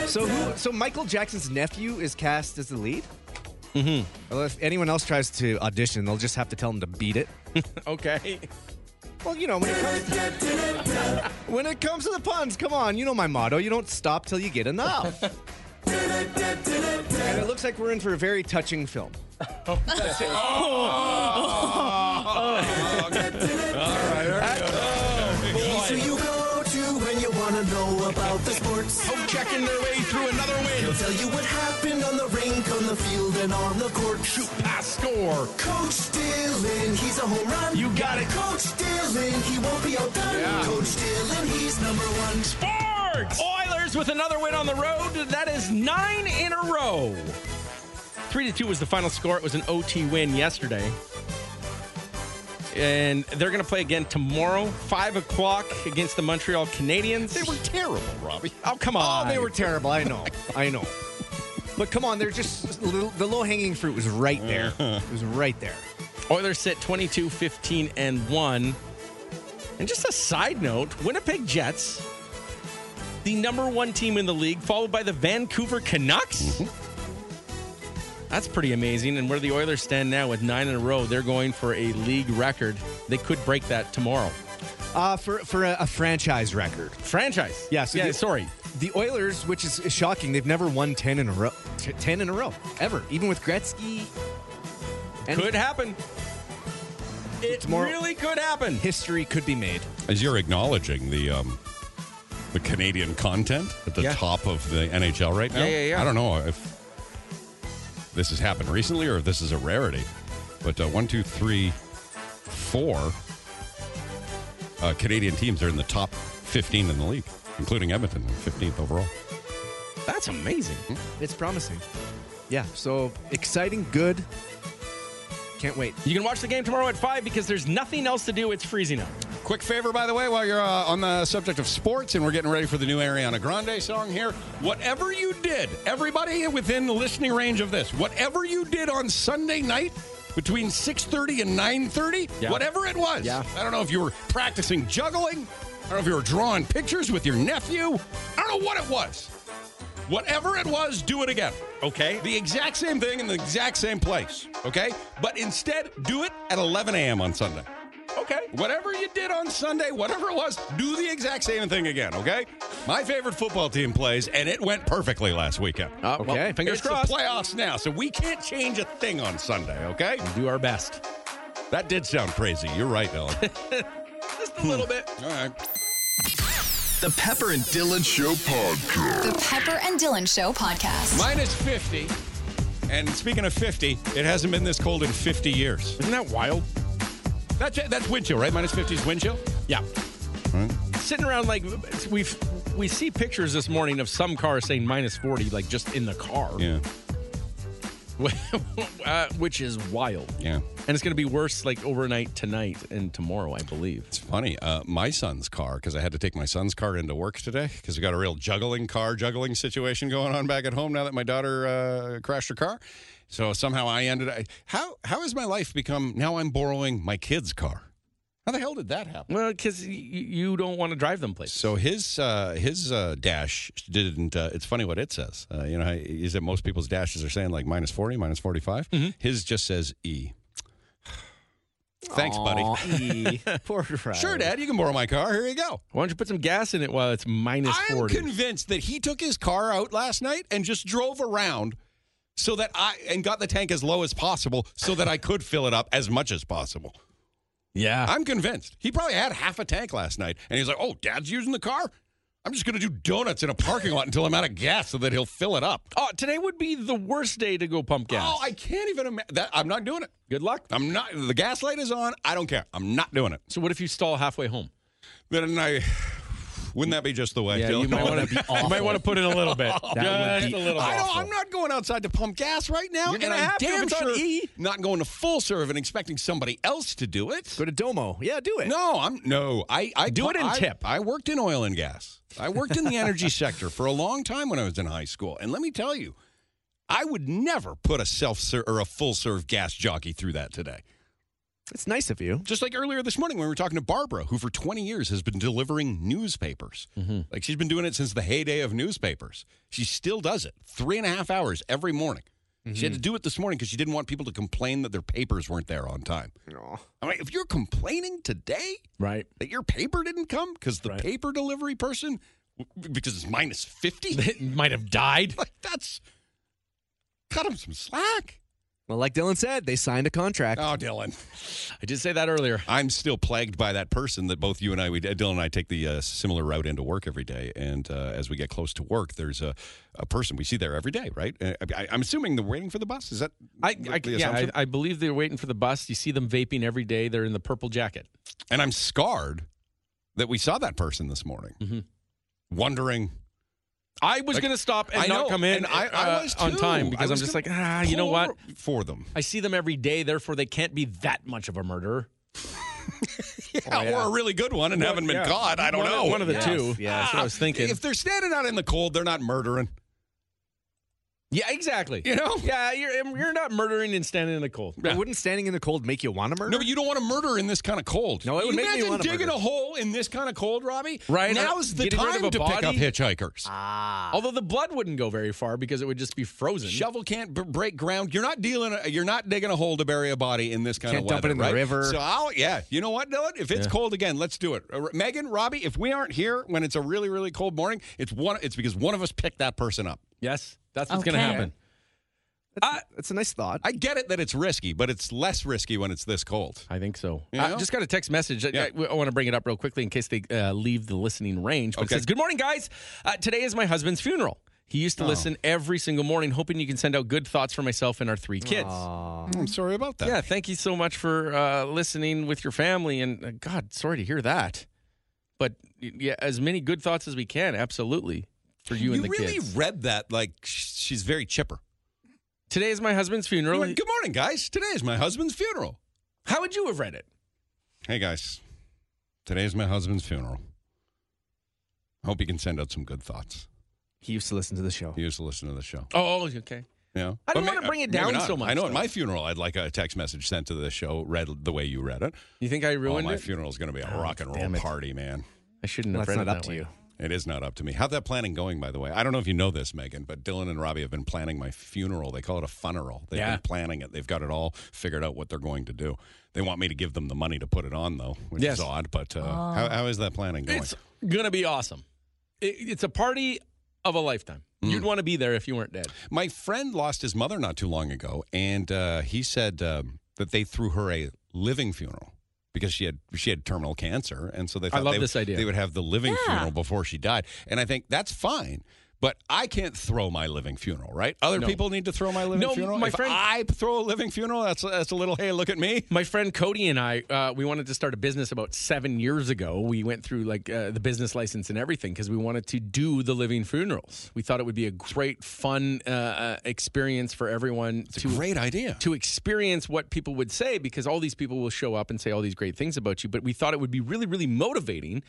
Speaker 5: So, who, so Michael Jackson's nephew is cast as the lead.
Speaker 4: Mm-hmm.
Speaker 5: Well, if anyone else tries to audition, they'll just have to tell them to beat it.
Speaker 4: Okay.
Speaker 5: Well, you know, when it comes to, when it comes to the puns, come on, you know my motto: you don't stop till you get enough. and it looks like we're in for a very touching film.
Speaker 1: Who you go to when you want to know about the sports. Home
Speaker 4: checking their way through another win.
Speaker 1: He'll tell you what happened on the rink, on the field, and on the court. Shoot,
Speaker 4: pass, score.
Speaker 1: Coach Dylan, he's a home run.
Speaker 4: You got it.
Speaker 1: Coach Dylan, he won't be outdone.
Speaker 4: Yeah.
Speaker 1: Coach Dylan, he's number one.
Speaker 4: Sports! Oilers with another win on the road. That is nine in a row. Three to two was the final score. It was an OT win yesterday. And they're going to play again tomorrow, five o'clock against the Montreal Canadiens.
Speaker 3: They were terrible, Robbie.
Speaker 4: Oh come
Speaker 5: Oh,
Speaker 4: on!
Speaker 5: they were terrible. I know. I know. But come on, they're just little, the low hanging fruit was right there. It was right there.
Speaker 4: Oilers sit 22, 15, and 1. And just a side note Winnipeg Jets, the number one team in the league, followed by the Vancouver Canucks.
Speaker 3: Mm-hmm.
Speaker 4: That's pretty amazing. And where the Oilers stand now with nine in a row, they're going for a league record. They could break that tomorrow.
Speaker 5: Uh, for for a, a franchise record.
Speaker 4: Franchise.
Speaker 5: Yeah. So
Speaker 4: Yeah,
Speaker 5: the-
Speaker 4: sorry.
Speaker 5: The Oilers, which is shocking, they've never won ten in a row. T- ten in a row, ever. Even with Gretzky. And
Speaker 4: Could happen. It
Speaker 5: Tomorrow-
Speaker 4: really could happen.
Speaker 5: History could be made.
Speaker 3: As you're acknowledging the um, the Canadian content at the
Speaker 4: Yeah.
Speaker 3: top of the NHL right now.
Speaker 4: Yeah, yeah, yeah.
Speaker 3: I don't know if this has happened recently or if this is a rarity, but uh, one, two, three, four uh, Canadian teams are in the top 15 in the league, including Edmonton, 15th overall.
Speaker 5: That's amazing.
Speaker 3: Mm-hmm.
Speaker 5: It's promising. Yeah, so exciting, good. Can't wait.
Speaker 4: You can watch the game tomorrow at 5 because there's nothing else to do. It's freezing out.
Speaker 3: Quick favor, by the way, while you're uh, on the subject of sports and we're getting ready for the new Ariana Grande song here. Whatever you did, everybody within the listening range of this, whatever you did on Sunday night between 6.30 and 9.30,
Speaker 2: Yeah.
Speaker 3: whatever it was.
Speaker 2: Yeah.
Speaker 3: I don't know if you were practicing juggling. I don't know if you were drawing pictures with your nephew. I don't know what it was. Whatever it was, do it again. Okay. The exact same thing in the exact same place. Okay. But instead, do it at 11 a.m. on Sunday. Okay. Whatever you did on Sunday, whatever it was, do the exact same thing again. Okay. My favorite football team plays, and it went perfectly last weekend.
Speaker 4: Oh, well, Okay. fingers
Speaker 3: it's
Speaker 4: crossed.
Speaker 3: The playoffs now, so we can't change a thing on Sunday. Okay. do our best. That did sound crazy. You're right, Ellen.
Speaker 2: Just a little
Speaker 3: bit. All right.
Speaker 2: The Pepper and Dylan Show podcast.
Speaker 9: The Pepper and Dylan Show podcast.
Speaker 3: Minus 50. And speaking of 50, it hasn't been this cold in 50 years. Isn't that wild? That's it. That's wind chill, right? Minus 50 is wind chill?
Speaker 4: Yeah. Sitting around like we've we see pictures this morning of some cars saying minus 40 like just in the car.
Speaker 3: Yeah.
Speaker 4: uh, which is wild.
Speaker 3: Yeah.
Speaker 4: And it's going to be worse like overnight tonight and tomorrow, I believe.
Speaker 3: It's funny. Uh, my son's car, because I had to take my son's car into work today, because we got a real juggling car juggling situation going on back at home now that my daughter uh, crashed her car. So somehow I ended I, how how has my life become now I'm borrowing my kid's car? How the hell did that happen?
Speaker 4: Well, because you don't want to drive them places.
Speaker 3: So his uh, his uh, dash didn't. Uh, it's funny what it says. Uh, you know, how- is that most people's dashes are saying like minus forty, minus forty His just says E. Thanks, buddy.
Speaker 5: Poor
Speaker 3: Sure, Dad, you can borrow my car. Here you go.
Speaker 4: Why don't you put some gas in it while it's minus
Speaker 3: I'm
Speaker 4: 40?
Speaker 3: convinced that he took his car out last night and just drove around so that I and got the tank as low as possible so that I could fill it up as much as possible.
Speaker 4: Yeah.
Speaker 3: I'm convinced. He probably had half a tank last night and he's like, "Oh, dad's using the car? I'm just going to do donuts in a parking lot until I'm out of gas so that he'll fill it up."
Speaker 4: Oh, today would be the worst day to go pump gas.
Speaker 3: Oh, I can't even imagine that I'm not doing it.
Speaker 4: Good luck.
Speaker 3: I'm not the gas light is on. I don't care. I'm not doing it.
Speaker 4: So what if you stall halfway home?
Speaker 3: Then I wouldn't that be just the way?
Speaker 4: Yeah,
Speaker 3: Dylan?
Speaker 4: you might wanna be
Speaker 3: You
Speaker 4: awful.
Speaker 3: might want to put in a little bit.
Speaker 4: That would
Speaker 3: just
Speaker 4: be
Speaker 3: a little.
Speaker 4: awful.
Speaker 3: I don't, I'm not going outside to pump gas right now,
Speaker 5: You're
Speaker 3: and I
Speaker 5: gonna-
Speaker 3: have
Speaker 5: damn
Speaker 3: to. if it's on
Speaker 5: sure.
Speaker 3: E, not going to full serve and expecting somebody else to do it. Go
Speaker 5: to Domo. Yeah, do it.
Speaker 3: No, I'm no. I, I
Speaker 5: Do it in
Speaker 3: I-
Speaker 5: tip.
Speaker 3: I worked in oil and gas. I worked in the energy sector for a long time when I was in high school, and let me tell you, I would never put a self serve or a full serve gas jockey through that today.
Speaker 5: It's nice of you.
Speaker 3: Just like earlier this morning when we were talking to Barbara, who for 20 years has been delivering newspapers. Like she's been doing it since the heyday of newspapers. She still does it three and a half hours every morning. She had to do it this morning because she didn't want people to complain that their papers weren't there on time. I mean, if you're complaining today
Speaker 4: right.
Speaker 3: that your paper didn't come because the paper delivery person, because it's minus 50,
Speaker 4: might have died.
Speaker 3: Like, that's cut him some slack.
Speaker 5: Well, like Dylan said, they signed a contract.
Speaker 3: Oh, Dylan.
Speaker 4: I did say that earlier.
Speaker 3: I'm still plagued by that person that both you and I, we, Dylan and I, take the uh, similar route into work every day. And uh, as we get close to work, there's a, a person we see there every day, right? Uh, I, I'm assuming they're waiting for the bus. Is that
Speaker 4: I, I,
Speaker 3: the
Speaker 4: yeah, I,
Speaker 3: assumption?
Speaker 4: I believe they're waiting for the bus. You see them vaping every day. They're in the purple jacket.
Speaker 3: and I'm scarred that we saw that person this morning,
Speaker 4: Mm-hmm.
Speaker 3: wondering.
Speaker 4: I was going to stop and
Speaker 3: I
Speaker 4: not
Speaker 3: know,
Speaker 4: come in
Speaker 3: and I- I
Speaker 4: uh,
Speaker 3: was
Speaker 4: on
Speaker 3: too.
Speaker 4: time because
Speaker 3: I
Speaker 4: I'm
Speaker 3: was
Speaker 4: just like,
Speaker 3: gonna
Speaker 4: ah, you know
Speaker 3: pull
Speaker 4: what?
Speaker 3: over For them.
Speaker 4: I see them every day, therefore they can't be that much of a murderer.
Speaker 3: Oh, Yeah, Or a really good one and
Speaker 4: Well,
Speaker 3: haven't been
Speaker 4: yeah.
Speaker 3: caught. I don't
Speaker 4: One of-
Speaker 3: know.
Speaker 4: one of the Yes. two. Ah. Yeah, that's what I was thinking.
Speaker 3: If they're standing out in the cold, they're not murdering.
Speaker 4: Yeah, exactly.
Speaker 3: You know?
Speaker 4: Yeah, you're you're not murdering and standing in the cold.
Speaker 5: But Wouldn't standing in the cold make you want to murder?
Speaker 3: No, but you don't want to murder in this kind of cold.
Speaker 5: No, it would make me
Speaker 3: Imagine
Speaker 5: wanna
Speaker 3: digging
Speaker 5: murder.
Speaker 3: a hole in this kind of cold, Robbie.
Speaker 4: Right,
Speaker 3: Now's the
Speaker 4: getting rid of
Speaker 3: time
Speaker 4: a
Speaker 3: to pick up
Speaker 4: body.
Speaker 3: hitchhikers.
Speaker 5: Ah.
Speaker 4: Although the blood wouldn't go very far because it would just be frozen.
Speaker 3: Shovel can't b- break ground. You're not dealing. You're not digging a hole to bury a body in this kind
Speaker 5: Can't
Speaker 3: of weather.
Speaker 5: dump it in the
Speaker 3: right?
Speaker 5: river.
Speaker 3: So I'll yeah. You know what, Dylan? If it's
Speaker 5: Yeah.
Speaker 3: cold again, let's do it. Uh, R- Megan, Robbie, if we aren't here when it's a really really cold morning, it's one. It's because one of us picked that person up.
Speaker 4: Yes, that's what's going
Speaker 3: Okay.
Speaker 4: to happen.
Speaker 5: That's, that's a nice thought.
Speaker 3: I get it that it's risky, but it's less risky when it's this cold.
Speaker 4: I think so.
Speaker 3: You
Speaker 4: I
Speaker 3: know?
Speaker 4: just got a text message. I- I, want to bring it up real quickly in case they uh, leave the listening range. But
Speaker 3: Okay.
Speaker 4: it says, Good morning, guys. Uh, today is my husband's funeral. He used to
Speaker 3: Oh.
Speaker 4: listen every single morning, hoping you can send out good thoughts for myself and our three kids.
Speaker 5: Oh.
Speaker 3: I'm sorry about that.
Speaker 4: Yeah, thank you so much for uh, listening with your family. And uh, God, sorry to hear that. But y- yeah, as many good thoughts as we can, absolutely, for you, and the
Speaker 3: really
Speaker 4: kids.
Speaker 3: read that like sh- she's very chipper.
Speaker 4: Today is my husband's funeral.
Speaker 3: You went, Good morning, guys. Today is my husband's funeral.
Speaker 4: How would you have read it?
Speaker 3: Hey, guys. Today is my husband's funeral. Hope you can send out some good thoughts.
Speaker 5: He used to listen to the show.
Speaker 3: He used to listen to the show.
Speaker 4: Oh, okay.
Speaker 3: Yeah.
Speaker 4: I don't
Speaker 3: But
Speaker 4: wanna
Speaker 3: may-
Speaker 4: bring it
Speaker 3: maybe
Speaker 4: down
Speaker 3: not.
Speaker 4: so much,
Speaker 3: I know
Speaker 4: though.
Speaker 3: at my funeral, I'd like a text message sent to the show read the way you read it.
Speaker 4: You think I
Speaker 3: Oh,
Speaker 4: ruined
Speaker 3: my
Speaker 4: it?
Speaker 3: funeral is going to be a
Speaker 4: Oh,
Speaker 3: rock and roll
Speaker 4: damn it.
Speaker 3: party, man.
Speaker 4: I shouldn't have
Speaker 5: Well, that's
Speaker 4: read it
Speaker 5: not up
Speaker 4: that
Speaker 5: to
Speaker 4: way.
Speaker 5: you.
Speaker 3: It is not up to me. How's that planning going, by the way? I don't know if you know this, Megan, but Dylan and Robbie have been planning my funeral. They call it a funeral. They've
Speaker 4: Yeah.
Speaker 3: been planning it. They've got it all figured out what they're going to do. They want me to give them the money to put it on, though, which
Speaker 4: Yes.
Speaker 3: is odd. But uh,
Speaker 4: Oh.
Speaker 3: how, how is that planning going?
Speaker 4: It's gonna be awesome. It, it's a party of a lifetime. You'd want to be there if you weren't dead.
Speaker 3: My friend lost his mother not too long ago, and uh, he said um, that they threw her a living funeral because she had she had terminal cancer, and so they
Speaker 4: I
Speaker 3: thought
Speaker 4: love
Speaker 3: they,
Speaker 4: this idea.
Speaker 3: they would have the living funeral before she died. And I think that's fine, but I can't throw my living funeral, right? Other
Speaker 4: No.
Speaker 3: people need to throw my living
Speaker 4: No,
Speaker 3: funeral.
Speaker 4: my
Speaker 3: If
Speaker 4: friend-
Speaker 3: I throw a living funeral. That's that's a little hey, look at me.
Speaker 4: My friend Cody and I, uh, we wanted to start a business about seven years ago. We went through like uh, the business license and everything because we wanted to do the living funerals. We thought it would be a great, fun uh, uh, experience for everyone. It's to, a
Speaker 3: great idea
Speaker 4: to experience what people would say because all these people will show up and say all these great things about you. But we thought it would be really, really motivating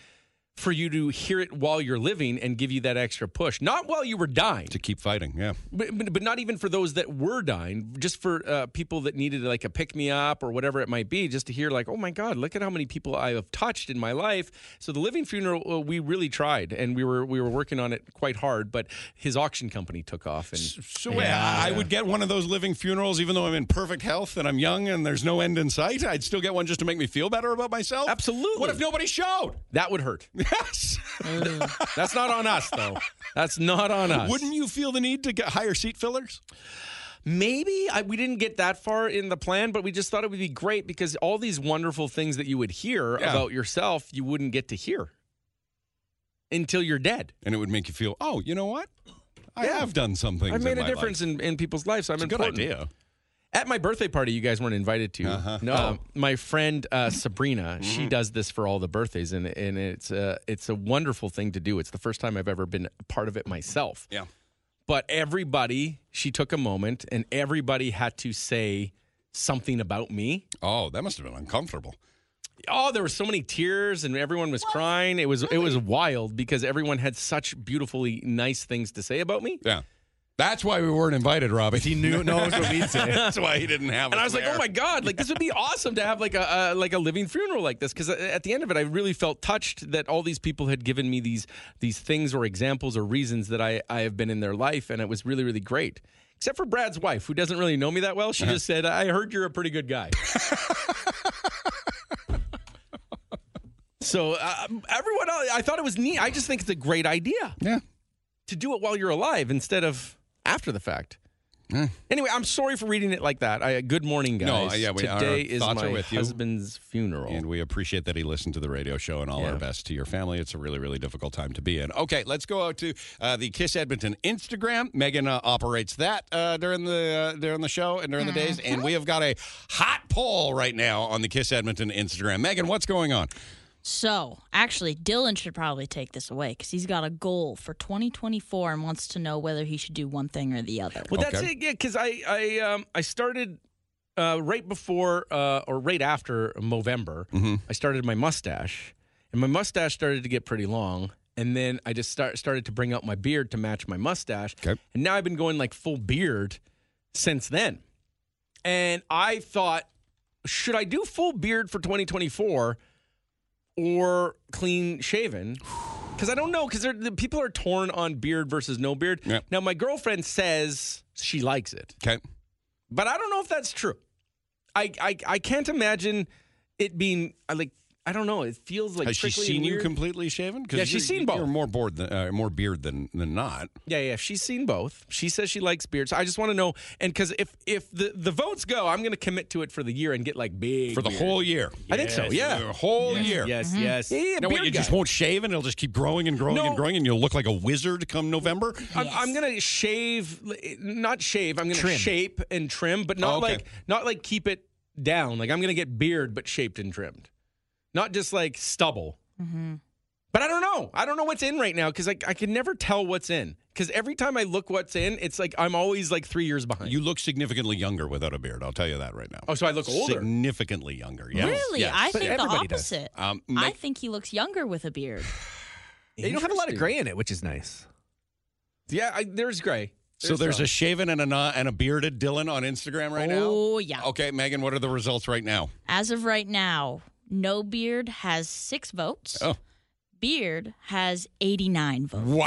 Speaker 4: for you to hear it while you're living and give you that extra push, not while you were dying.
Speaker 3: To keep fighting, yeah.
Speaker 4: But, but, but not even for those that were dying, just for uh, people that needed like a pick me up or whatever it might be, just to hear, like, oh my God, look at how many people I have touched in my life. So the living funeral, uh, we really tried and we were we were working on it quite hard, but his auction company took off. And
Speaker 3: So wait, I, I would get one of those living funerals, even though I'm in perfect health and I'm young and there's no end in sight. I'd still get one just to make me feel better about myself.
Speaker 4: Absolutely.
Speaker 3: What if nobody showed?
Speaker 4: That would hurt.
Speaker 3: Yes.
Speaker 4: That's not on us, though. That's not on us.
Speaker 3: Wouldn't you feel the need to get higher seat fillers?
Speaker 4: Maybe I, we didn't get that far in the plan, but we just thought it would be great because all these wonderful things that you would hear
Speaker 3: Yeah.
Speaker 4: about yourself, you wouldn't get to hear until you're dead.
Speaker 3: And it would make you feel, oh, you know what? I have done some things.
Speaker 4: I've made
Speaker 3: in
Speaker 4: a
Speaker 3: my
Speaker 4: difference
Speaker 3: life.
Speaker 4: in, in people's lives. So I'm
Speaker 3: It's a good
Speaker 4: important.
Speaker 3: idea. Uh-huh.
Speaker 4: At my birthday party, you guys weren't invited to. No,
Speaker 3: Oh.
Speaker 4: um, my friend uh, Sabrina, she
Speaker 3: Mm.
Speaker 4: does this for all the birthdays, and and it's a it's a wonderful thing to do. It's the first time I've ever been a part of it myself.
Speaker 3: Yeah.
Speaker 4: But everybody, she took a moment, and everybody had to say something about me.
Speaker 3: Oh, that must have been uncomfortable.
Speaker 4: Oh, there were so many tears, and everyone was crying. It was it was wild because everyone had such beautifully nice things to say about me.
Speaker 3: Yeah. That's why we weren't invited, Robbie. He
Speaker 5: knew- knows what we'd say.
Speaker 3: That's why he didn't have. us
Speaker 4: and I was like,
Speaker 3: there.
Speaker 4: "Oh my god! Like this would be awesome to have like a, a like a living funeral like this." Because at the end of it, I really felt touched that all these people had given me these these things or examples or reasons that I I have been in their life, and it was really really great. Except for Brad's wife, who doesn't really know me that well, she just said, "I heard you're a pretty good guy." so uh, everyone, else, I thought it was neat. I just think it's a great idea.
Speaker 3: Yeah,
Speaker 4: to do it while you're alive instead of after the fact. Anyway, I'm sorry for reading it like that. I, uh, good morning, guys.
Speaker 3: No, yeah, we- our
Speaker 4: Today is
Speaker 3: thoughts
Speaker 4: my
Speaker 3: are with you.
Speaker 4: husband's funeral.
Speaker 3: And we appreciate that he listened to the radio show and all
Speaker 4: Yeah.
Speaker 3: our best to your family. It's a really, really difficult time to be in. Okay, let's go out to uh, the Kiss Edmonton Instagram. Megan uh, operates that uh, during the uh, during the show and during the days. And we have got a hot poll right now on the Kiss Edmonton Instagram. Megan, what's going on?
Speaker 8: So, actually, Dylan should probably take this away because he's got a goal for 2024 and wants to know whether he should do one thing or the other.
Speaker 4: Well, that's it, yeah, because I I um, I started uh, right before uh, or right after Movember.
Speaker 3: Mm-hmm.
Speaker 4: I started my mustache, and my mustache started to get pretty long. And then I just start, started to bring out my beard to match my mustache. And now I've been going like full beard since then. And I thought, should I do full beard for 2024 or clean shaven? Because I don't know, because the people are torn on beard versus no beard. Now, my girlfriend says she likes it.
Speaker 3: Okay.
Speaker 4: But I don't know if that's true. I, I, I can't imagine it being I like, I don't know. It feels like
Speaker 3: Has she
Speaker 4: prickly and
Speaker 3: seen you
Speaker 4: weird.
Speaker 3: completely shaven? 'Cause
Speaker 4: Yeah, she's
Speaker 3: you're-
Speaker 4: seen both.
Speaker 3: You're more bored than uh, more beard than than not.
Speaker 4: Yeah, yeah. She's seen both. She says she likes beards. I just want to know, and because if if the the votes go, I'm going to commit to it for the year and get like big
Speaker 3: For the
Speaker 4: beard.
Speaker 3: whole year.
Speaker 4: I think so.
Speaker 3: Yes,
Speaker 4: Yeah,
Speaker 3: the whole year.
Speaker 4: Yes,
Speaker 5: Mm-hmm.
Speaker 4: yes.
Speaker 3: Yeah,
Speaker 4: Yeah,
Speaker 3: now what,
Speaker 4: beard
Speaker 3: you just
Speaker 4: guy.
Speaker 3: won't shave and it'll just keep growing and growing
Speaker 4: No.
Speaker 3: and growing and you'll look like a wizard come November?
Speaker 4: I'm, I'm gonna shave, not shave. I'm gonna
Speaker 3: Trim.
Speaker 4: shape and trim, but not
Speaker 3: Oh, okay.
Speaker 4: like not like keep it down. Like I'm gonna get beard, but shaped and trimmed, not just like stubble.
Speaker 8: Mm-hmm.
Speaker 4: But I don't know. I don't know what's in right now because I, I can never tell what's in. Because every time I look what's in, it's like I'm always like three years behind.
Speaker 3: You look significantly younger without a beard. I'll tell you that right now.
Speaker 4: Oh, so I look older.
Speaker 3: Significantly younger. Yes.
Speaker 8: Really?
Speaker 3: Yes.
Speaker 8: I think the opposite.
Speaker 3: Um,
Speaker 8: I
Speaker 3: Meg-
Speaker 8: think he looks younger with a beard.
Speaker 5: You don't have a lot of gray in it, which is nice.
Speaker 4: Yeah, I, there's gray.
Speaker 3: so there's a shaven and a not, and a bearded Dylan on Instagram right now.
Speaker 8: Oh, yeah.
Speaker 3: Okay, Megan, what are the results right now?
Speaker 8: As of right now, no beard has six votes.
Speaker 3: Oh.
Speaker 8: Beard has 89 votes.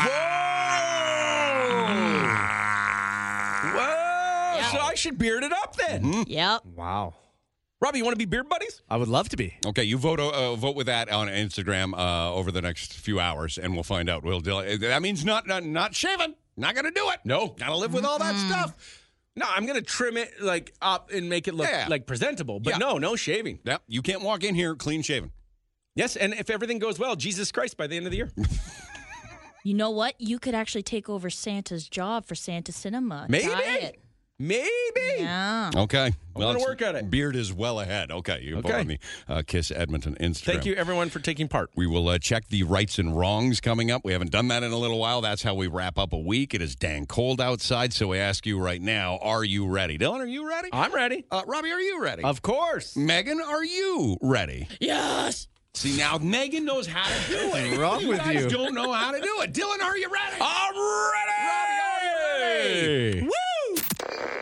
Speaker 3: Wow.
Speaker 4: Whoa! So I should beard it up then.
Speaker 3: Mm-hmm.
Speaker 8: Yep.
Speaker 5: Wow.
Speaker 4: Robbie, you want to be beard buddies?
Speaker 5: I would love to be.
Speaker 3: Okay, you vote uh, vote with that on Instagram uh, over the next few hours, and we'll find out. Will Dylan? uh, That means not not not shaving. Not gonna do it. No, gotta live with all that stuff.
Speaker 4: No, I'm gonna trim it like up and make it look
Speaker 3: Yeah.
Speaker 4: like presentable. But
Speaker 3: Yeah.
Speaker 4: no, no shaving.
Speaker 3: Yep, you can't walk in here clean shaven.
Speaker 4: Yes, and if everything goes well, Jesus Christ, by the end of the year,
Speaker 8: You know what? You could actually take over Santa's job for Santa Cinema.
Speaker 3: Maybe.
Speaker 8: Try it.
Speaker 4: maybe.
Speaker 8: Yeah.
Speaker 3: Okay,
Speaker 4: gonna
Speaker 3: it's-
Speaker 4: work at it.
Speaker 3: Beard is well ahead. Okay, you can vote
Speaker 4: Okay.
Speaker 3: on the uh, Kiss Edmonton Instagram.
Speaker 4: Thank you everyone for taking part.
Speaker 3: We will uh, check the rights and wrongs coming up. We haven't done that in a little while. That's how we wrap up a week. It is dang cold outside, so we ask you right now: Are you ready, Dylan? Are you ready?
Speaker 4: I'm ready.
Speaker 3: Uh, Robbie, are you ready?
Speaker 5: Of course.
Speaker 3: Megan, are you ready?
Speaker 8: Yes.
Speaker 3: See now, Megan knows how to do it.
Speaker 5: What's wrong
Speaker 3: you
Speaker 5: with
Speaker 3: guys
Speaker 5: you?
Speaker 3: Don't know how to do it. Dylan, are you ready?
Speaker 4: I'm ready.
Speaker 3: Woo!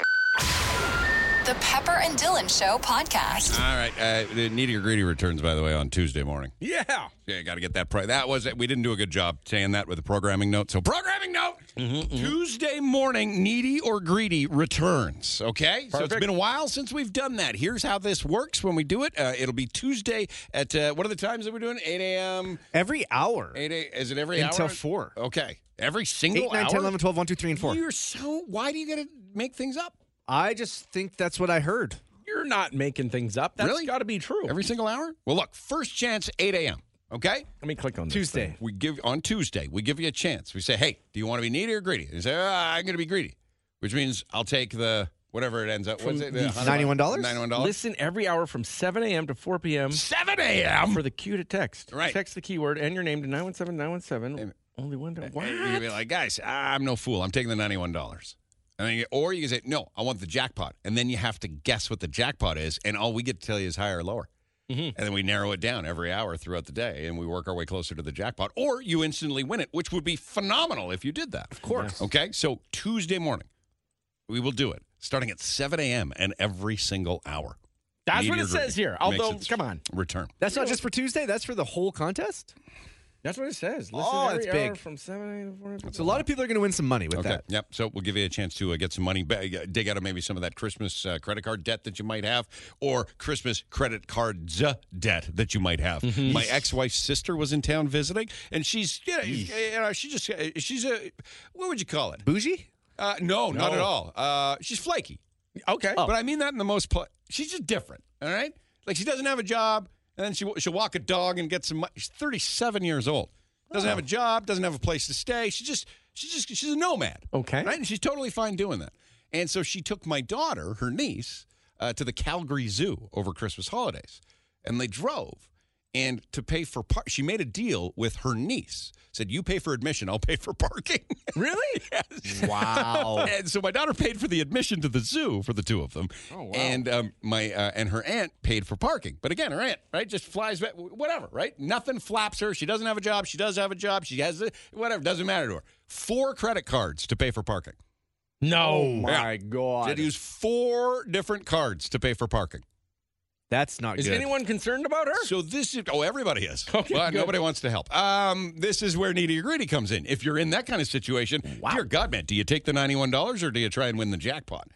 Speaker 9: The Pepper and Dylan Show podcast.
Speaker 3: All right. Uh, the Needy or Greedy returns, by the way, on Tuesday morning.
Speaker 4: Yeah.
Speaker 3: Yeah, got to get that. Pri- that was it. We didn't do a good job saying that with the programming note. So programming note.
Speaker 5: Mm-hmm,
Speaker 3: Tuesday morning, Needy or Greedy returns. Okay. So it's
Speaker 4: Perfect.
Speaker 3: been a while since we've done that. Here's how this works when we do it. Uh, it'll be Tuesday at uh, what are the times that we're doing? 8 a.m.
Speaker 5: Every hour.
Speaker 3: 8 a, Is it every hour?
Speaker 5: until 4.
Speaker 3: Okay. Every
Speaker 5: 8,
Speaker 3: single
Speaker 5: 9,
Speaker 3: hour.
Speaker 5: 10, 11, 12, 1, 2, 3, and 4.
Speaker 3: You're so. Why do you got to make things up?
Speaker 5: I just think that's what I heard.
Speaker 4: You're not making things up. That's
Speaker 3: Really?
Speaker 4: got to be true.
Speaker 3: Every single hour? Well, look, first chance, 8 a.m. Okay?
Speaker 4: Let me click on this
Speaker 5: Tuesday.
Speaker 4: thing.
Speaker 3: We give on Tuesday, we give you a chance. We say, hey, do you want to be needy or greedy? And you say, ah, I'm going to be greedy, which means I'll take the whatever it ends up. What's it? the hundred
Speaker 5: $91?
Speaker 3: $91.
Speaker 4: Listen every hour from 7 a.m. to 4 p.m.
Speaker 3: 7 a.m.
Speaker 4: for the cue to text.
Speaker 3: Right.
Speaker 4: Text the keyword and your name to 917 917. Only one. to-
Speaker 3: And You'd be
Speaker 4: What?
Speaker 3: like, guys, I'm no fool. I'm taking the $91. And then you, or you can say, no, I want the jackpot. And then you have to guess what the jackpot is. And all we get to tell you is higher or lower.
Speaker 4: Mhm.
Speaker 3: And then we narrow it down every hour throughout the day and we work our way closer to the jackpot. Or you instantly win it, which would be phenomenal if you did that. Of
Speaker 5: course.
Speaker 3: Okay. So Tuesday morning, we will do it starting at 7 a.m. and every single hour.
Speaker 4: That's
Speaker 3: Meteor
Speaker 4: what it
Speaker 3: Green
Speaker 4: says here.
Speaker 3: makes
Speaker 4: Although,
Speaker 3: its
Speaker 4: come on.
Speaker 3: Return.
Speaker 5: That's not just for Tuesday, that's for the whole contest.
Speaker 4: That's what it says. Listen
Speaker 5: Oh,
Speaker 4: every
Speaker 5: that's
Speaker 4: hour
Speaker 5: big.
Speaker 4: from 7 a.m. to 4 p.m.
Speaker 5: So a lot of people are going to win some money with
Speaker 3: Okay.
Speaker 5: that.
Speaker 3: Yep. So we'll give you a chance to uh, get some money, back, uh, dig out of maybe some of that Christmas uh, credit card debt that you might have, or Christmas credit cards debt that you might have.
Speaker 5: Mm-hmm.
Speaker 3: My ex-wife's sister was in town visiting, and she's you know, you know, she just uh, she's a what would you call it?
Speaker 5: Bougie?
Speaker 3: Uh, no, not
Speaker 4: No.
Speaker 3: at all. Uh, she's flaky,
Speaker 4: Okay.
Speaker 3: but I mean that in the most. Pl- she's just different. All right, like she doesn't have a job, and then she she'll walk a dog and get some. Money. She's thirty-seven years old. Doesn't have a job. Doesn't have a place to stay. She's just she's just she's a nomad.
Speaker 4: Okay.
Speaker 3: Right? And she's totally fine doing that. And so she took my daughter, her niece, uh, to the Calgary Zoo over Christmas holidays. And they drove. And to pay for park, she made a deal with her niece. Said, "You pay for admission, I'll pay for parking."
Speaker 4: Really?
Speaker 3: Yes.
Speaker 5: Wow.
Speaker 3: and so my daughter paid for the admission to the zoo for the two of them.
Speaker 4: Oh, wow.
Speaker 3: And um, my uh, and her aunt paid for parking. But again, her aunt right just flies back, whatever. Right, nothing flaps her. She doesn't have a job. She does have a job. She has a, whatever. Doesn't matter to her. Four credit cards to pay for parking.
Speaker 5: Oh
Speaker 4: No.
Speaker 5: my
Speaker 3: She had
Speaker 5: god.
Speaker 3: to use four different cards to pay for parking.
Speaker 5: that's not
Speaker 4: Is
Speaker 5: good.
Speaker 4: anyone concerned about her?
Speaker 3: So this is oh everybody is.
Speaker 4: Okay,
Speaker 3: Well,
Speaker 4: good.
Speaker 3: nobody wants to help. Um, this is where needy or greedy comes in. If you're in that kind of situation, dear God, man, do you take the ninety-one dollars or do you try and win the jackpot?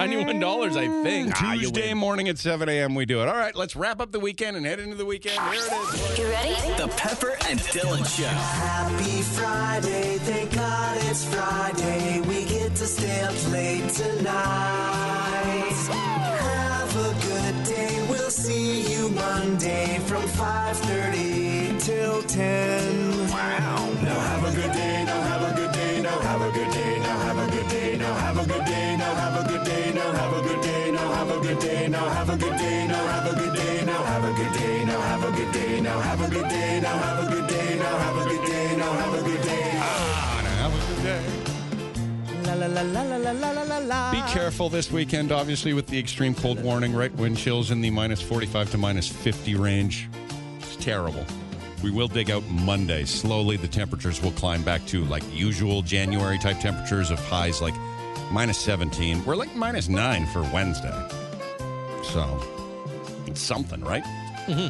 Speaker 4: Ninety-one dollars, I think. Ah, you
Speaker 3: Mm. Tuesday morning at 7 a.m. we do it. All right, let's wrap up the weekend and head into the weekend. Here it is.
Speaker 1: You ready? The Pepper and Dylan Show.
Speaker 17: Happy Friday, thank God it's Friday. We get to stay up late tonight. Have a good day. We'll see you Monday from 5:30 till 10. Wow. Now have a good day. Now have a good day. Now have a good day. Now have a good day. Now have a good day. Now have a good day. Now have a good day. Now have a good day. Now have a good day. Now have a good day. Now have a good day. Now have a good day. Now have a good day. Now have a good day. Now have a good day. Now have a good day. Ah,
Speaker 3: now have a good day.
Speaker 17: La la la la la la la la la.
Speaker 3: Be careful this weekend, obviously, with the extreme cold warning, right? Wind chills in the minus 45 to minus 50 range. It's terrible. We will dig out Monday. Slowly, the temperatures will climb back to like usual January type temperatures of highs like minus 17. We're like minus 9 for Wednesday. So it's something, right?
Speaker 4: Mm-hmm.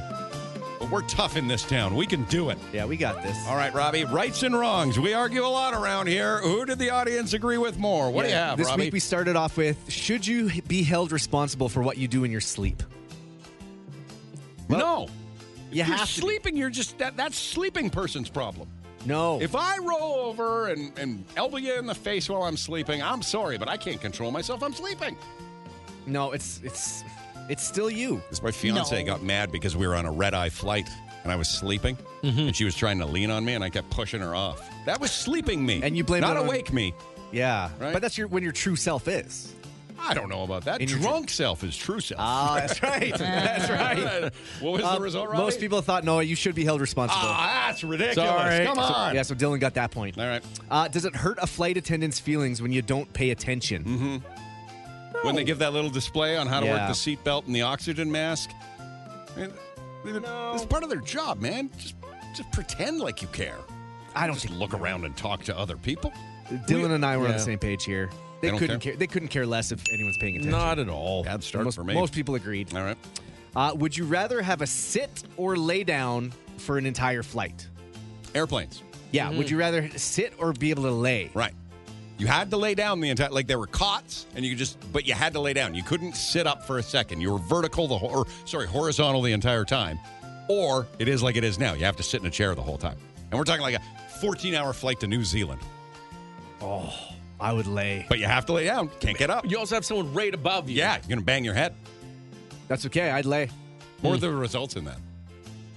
Speaker 3: But we're tough in this town. We can do it.
Speaker 5: Yeah, we got this.
Speaker 3: All right, Robbie. Rights and wrongs. We argue a lot around here. Who did the audience agree with more? What do you
Speaker 5: Yeah,
Speaker 3: have,
Speaker 5: This
Speaker 3: Robbie?
Speaker 5: week we started off with Should you be held responsible for what you do in your sleep?
Speaker 3: no.
Speaker 5: You
Speaker 3: If you're
Speaker 5: have to. be.
Speaker 3: sleeping. You're just that. That's sleeping person's problem.
Speaker 5: No.
Speaker 3: If I roll over and and elbow you in the face while I'm sleeping, I'm sorry, but I can't control myself. I'm sleeping.
Speaker 5: No, it's it's it's still you.
Speaker 3: This my fiance
Speaker 5: No.
Speaker 3: got mad because we were on a red eye flight and I was sleeping, and she was trying to lean on me, and I kept pushing her off. That was sleeping me.
Speaker 5: And you blame
Speaker 3: not
Speaker 5: it on-
Speaker 3: awake me.
Speaker 5: Yeah.
Speaker 3: Right?
Speaker 5: But that's your when your true self is.
Speaker 3: I don't know about that.
Speaker 5: In your
Speaker 3: Drunk self is true self.
Speaker 5: Ah, that's right. That's right.
Speaker 3: what was
Speaker 5: Uh,
Speaker 3: the result, Robbie?
Speaker 5: Most people thought, no, you should be held responsible.
Speaker 3: Ah, that's ridiculous.
Speaker 5: Sorry.
Speaker 3: Come
Speaker 5: So-
Speaker 3: on.
Speaker 5: yeah, so Dylan got that point.
Speaker 3: All right.
Speaker 5: Uh, does it hurt a flight attendant's feelings when you don't pay attention? Mm-hmm.
Speaker 3: when they give that little display on how to
Speaker 5: Yeah.
Speaker 3: work the seatbelt and the oxygen mask. Man, It's part of their job, man. Just just pretend like you care.
Speaker 5: I don't
Speaker 3: just look around and talk to other people.
Speaker 5: Dylan and I were on
Speaker 3: Yeah.
Speaker 5: the same page here. They,
Speaker 3: don't
Speaker 5: couldn't care. They couldn't care less if anyone's paying attention.
Speaker 4: Not at all.
Speaker 3: Bad start
Speaker 5: most,
Speaker 3: for me.
Speaker 5: most people agreed.
Speaker 3: All right.
Speaker 5: Uh, would you rather have a sit or lay down for an entire flight?
Speaker 3: Airplanes.
Speaker 5: Yeah. Would you rather sit or be able to lay?
Speaker 3: Mm. Right. You had to lay down the entire like there were cots and you could just but you had to lay down. You couldn't sit up for a second. You were vertical the whole or sorry, horizontal the entire time. Or it is like it is now. You have to sit in a chair the whole time. And we're talking like a 14-hour flight to New Zealand.
Speaker 5: Oh, I would lay.
Speaker 3: But you have to lay down. Can't get up.
Speaker 4: You also have someone right above you.
Speaker 3: Yeah, you're going to bang your head.
Speaker 5: That's okay. I'd lay.
Speaker 3: What
Speaker 5: Hmm.
Speaker 3: were the results in that?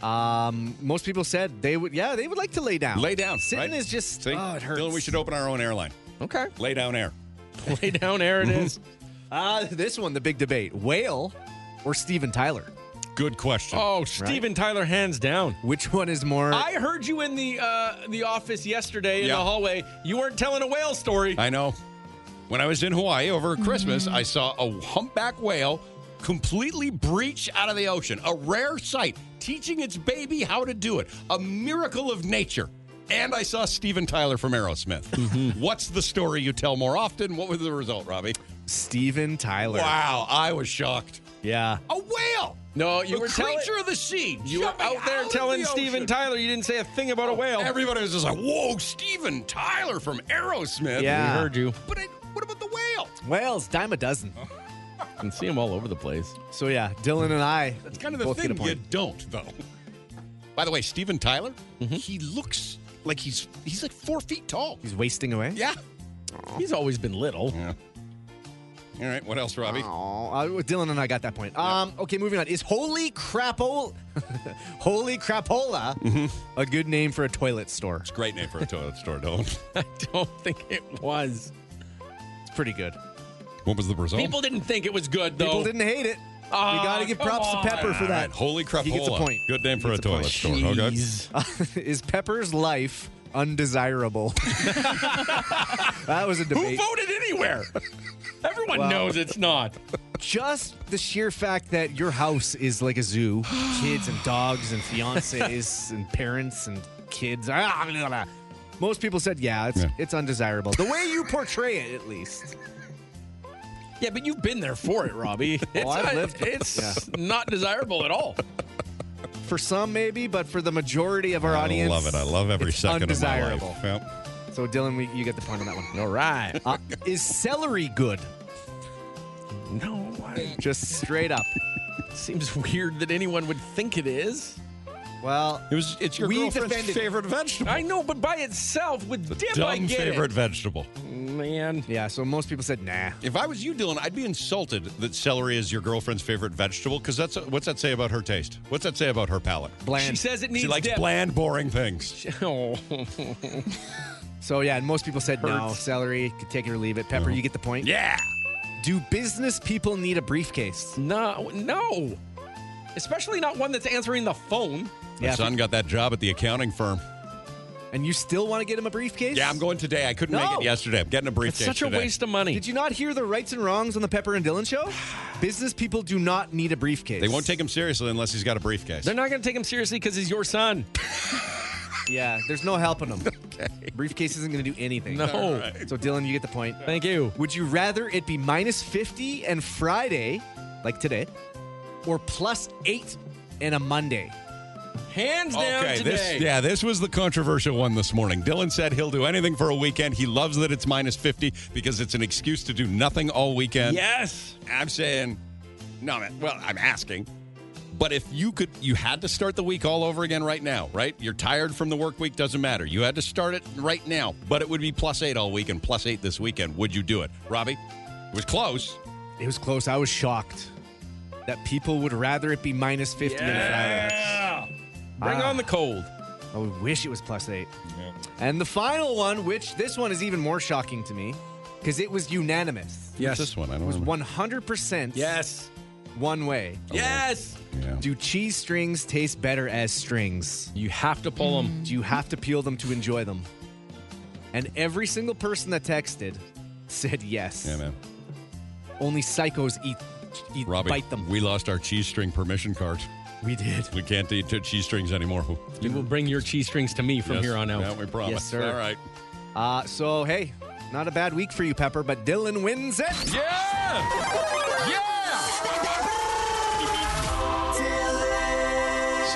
Speaker 5: Um, most people said they would. Yeah, they would like to lay down.
Speaker 3: Lay down.
Speaker 5: Sitting
Speaker 3: right?
Speaker 5: is just.
Speaker 3: See?
Speaker 5: Oh, it hurts.
Speaker 3: Dylan, we should open our own airline.
Speaker 4: Okay.
Speaker 3: Lay down air.
Speaker 4: Lay down, air it is.
Speaker 5: Uh, this one, the big debate: whale or Steven Tyler?
Speaker 3: Good question.
Speaker 4: Oh, Steven Tyler, hands down.
Speaker 5: Which one is more?
Speaker 4: I heard you in the uh, the office yesterday in
Speaker 3: Yeah. Uh,
Speaker 4: the hallway. You weren't telling a whale story.
Speaker 3: I know. When I was in Hawaii over Christmas,
Speaker 4: Mm-hmm.
Speaker 3: I saw a humpback whale completely breach out of the ocean. A rare sight, teaching its baby how to do it. A miracle of nature. And I saw Steven Tyler from Aerosmith.
Speaker 4: Mm-hmm.
Speaker 3: What's the story you tell more often? What was the result, Robbie?
Speaker 5: Steven Tyler.
Speaker 3: Wow, I was shocked.
Speaker 5: Yeah.
Speaker 3: A whale.
Speaker 4: No, you
Speaker 3: a
Speaker 4: were telling-
Speaker 3: creature of the sea.
Speaker 4: You were
Speaker 3: jumping
Speaker 4: out there
Speaker 3: of
Speaker 4: telling
Speaker 3: the
Speaker 4: Steven
Speaker 3: ocean.
Speaker 4: Tyler you didn't say a thing about a whale.
Speaker 3: Everybody was just like, "Whoa, Steven Tyler from Aerosmith."
Speaker 5: Yeah.
Speaker 4: We heard you.
Speaker 3: But I, what about the whale?
Speaker 5: Whales, dime a dozen.
Speaker 4: I can see him all over the place.
Speaker 5: So yeah, Dylan and I.
Speaker 3: That's kind of the
Speaker 5: both
Speaker 3: thing
Speaker 5: Get a
Speaker 3: you
Speaker 5: point.
Speaker 3: don't, though. By the way, Steven Tyler,
Speaker 5: Mm-hmm.
Speaker 3: he looks like he's he's like four feet tall.
Speaker 5: He's wasting away.
Speaker 3: Yeah.
Speaker 4: He's always been little.
Speaker 3: All right. What else, Robbie?
Speaker 5: Oh, uh, Dylan and I got that point. Um, okay, moving on. Is holy crapol, holy crapola,
Speaker 3: Mm-hmm.
Speaker 5: a good name for a toilet store?
Speaker 3: It's a great name for a toilet store, don't.
Speaker 4: I don't think it was.
Speaker 5: It's pretty good.
Speaker 3: What was the result?
Speaker 4: People didn't think it was good though.
Speaker 5: People didn't hate it.
Speaker 4: Ah,
Speaker 5: you got to give
Speaker 4: come
Speaker 5: props
Speaker 4: on.
Speaker 5: to Pepper for
Speaker 3: All right,
Speaker 5: that.
Speaker 3: Holy crap!
Speaker 5: He gets a point.
Speaker 3: Good name for a
Speaker 5: gets a
Speaker 3: toilet
Speaker 5: point.
Speaker 3: store. Okay.
Speaker 4: Jeez.
Speaker 5: Is Pepper's life undesirable? that was a
Speaker 4: Who
Speaker 5: debate.
Speaker 4: voted anywhere? Everyone
Speaker 5: Wow.
Speaker 4: knows it's not.
Speaker 5: Just the sheer fact that your house is like a zoo, kids and dogs and fiancés and parents and kids. Ah, blah, blah. Most people said, yeah, it's
Speaker 3: Yeah.
Speaker 5: it's undesirable. The way you portray it, at least.
Speaker 4: Yeah, but you've been there for it, Robbie. It's,
Speaker 5: I've
Speaker 4: not-
Speaker 5: lived it.
Speaker 4: it's
Speaker 5: Yeah.
Speaker 4: not desirable at all.
Speaker 5: For some, maybe, but for the majority of our
Speaker 3: I
Speaker 5: audience,
Speaker 3: love it. I love every
Speaker 5: it's
Speaker 3: second of my
Speaker 5: undesirable.
Speaker 3: life. Yep.
Speaker 5: So, Dylan, we, you get the point on that one.
Speaker 4: All right.
Speaker 5: Uh, is celery Uh, good?
Speaker 4: No,
Speaker 5: just straight up.
Speaker 4: Seems weird that anyone would think it is.
Speaker 5: Well,
Speaker 3: it was. It's your
Speaker 4: we
Speaker 3: girlfriend's
Speaker 4: defended-
Speaker 3: favorite vegetable.
Speaker 4: I know, but by itself with dip, I
Speaker 3: Dumb
Speaker 4: get
Speaker 3: favorite
Speaker 4: it.
Speaker 3: vegetable.
Speaker 4: Man.
Speaker 5: Yeah, so most people said nah.
Speaker 3: If I was you, Dylan, I'd be insulted that celery is your girlfriend's favorite vegetable because that's what's that say about her taste? What's that say about her palate?
Speaker 5: Bland.
Speaker 4: She says it needs
Speaker 3: She likes
Speaker 4: dip.
Speaker 3: bland, boring things.
Speaker 4: Oh.
Speaker 5: So yeah, and most people said no.
Speaker 4: Hurts.
Speaker 5: Celery, could take it or leave it.
Speaker 3: Uh-huh.
Speaker 5: Pepper, you get the point.
Speaker 3: Yeah.
Speaker 5: Do business people need a briefcase?
Speaker 4: No, no. Especially not one that's answering the phone.
Speaker 3: My son got that job at the accounting firm.
Speaker 5: And you still want to get him a briefcase?
Speaker 3: Yeah, I'm going today. I couldn't make
Speaker 5: No.
Speaker 3: it yesterday. I'm getting a briefcase.
Speaker 4: It's such a
Speaker 3: today.
Speaker 4: waste of money.
Speaker 5: Did you not hear the rights and wrongs on the Pepper and Dylan show? business people do not need a briefcase.
Speaker 3: They won't take him seriously unless he's got a briefcase.
Speaker 4: They're not going to take him seriously because he's your son.
Speaker 5: Yeah, there's no helping them. Briefcase isn't going to do anything.
Speaker 4: No. All
Speaker 5: So Dylan, you get the point.
Speaker 4: Thank you.
Speaker 5: Would you rather it be minus 50 and Friday, like today, or plus 8 and a Monday?
Speaker 4: Hands down
Speaker 3: Okay,
Speaker 4: today.
Speaker 3: this yeah, this was the controversial one this morning. Dylan said he'll do anything for a weekend. He loves that it's minus 50 because it's an excuse to do nothing all weekend.
Speaker 4: Yes.
Speaker 3: I'm saying no, man. Well, I'm asking. But if you could you had to start the week all over again right now, right? You're tired from the work week, doesn't matter. You had to start it right now, but it would be plus 8 all week and plus 8 this weekend. Would you do it? Robbie? It was close.
Speaker 5: It was close. I was shocked that people would rather it be minus 50 and Friday.
Speaker 4: Bring
Speaker 5: Ah.
Speaker 4: on the cold.
Speaker 5: I would Oh, wish it was plus 8. And the final one, which this one is even more shocking to me because it was unanimous.
Speaker 3: Yes. This one, I don't
Speaker 5: It was
Speaker 3: remember.
Speaker 5: 100%
Speaker 4: Yes.
Speaker 5: one way.
Speaker 4: Oh. Yes.
Speaker 5: Do cheese strings taste better as strings?
Speaker 4: You have to pull them.
Speaker 5: Do you have to peel them to enjoy them? And every single person that texted said yes.
Speaker 3: Yeah, man.
Speaker 5: Only psychos eat, eat
Speaker 3: Robbie,
Speaker 5: bite them.
Speaker 3: we lost our cheese string permission card.
Speaker 5: We did.
Speaker 3: We can't eat cheese strings anymore.
Speaker 4: You will bring your cheese strings to me from
Speaker 3: Yes.
Speaker 4: here on out.
Speaker 3: Yeah, we promise.
Speaker 5: Yes, sir.
Speaker 3: All right.
Speaker 5: Uh, so hey, not a bad week for you, Pepper. But Dylan wins it.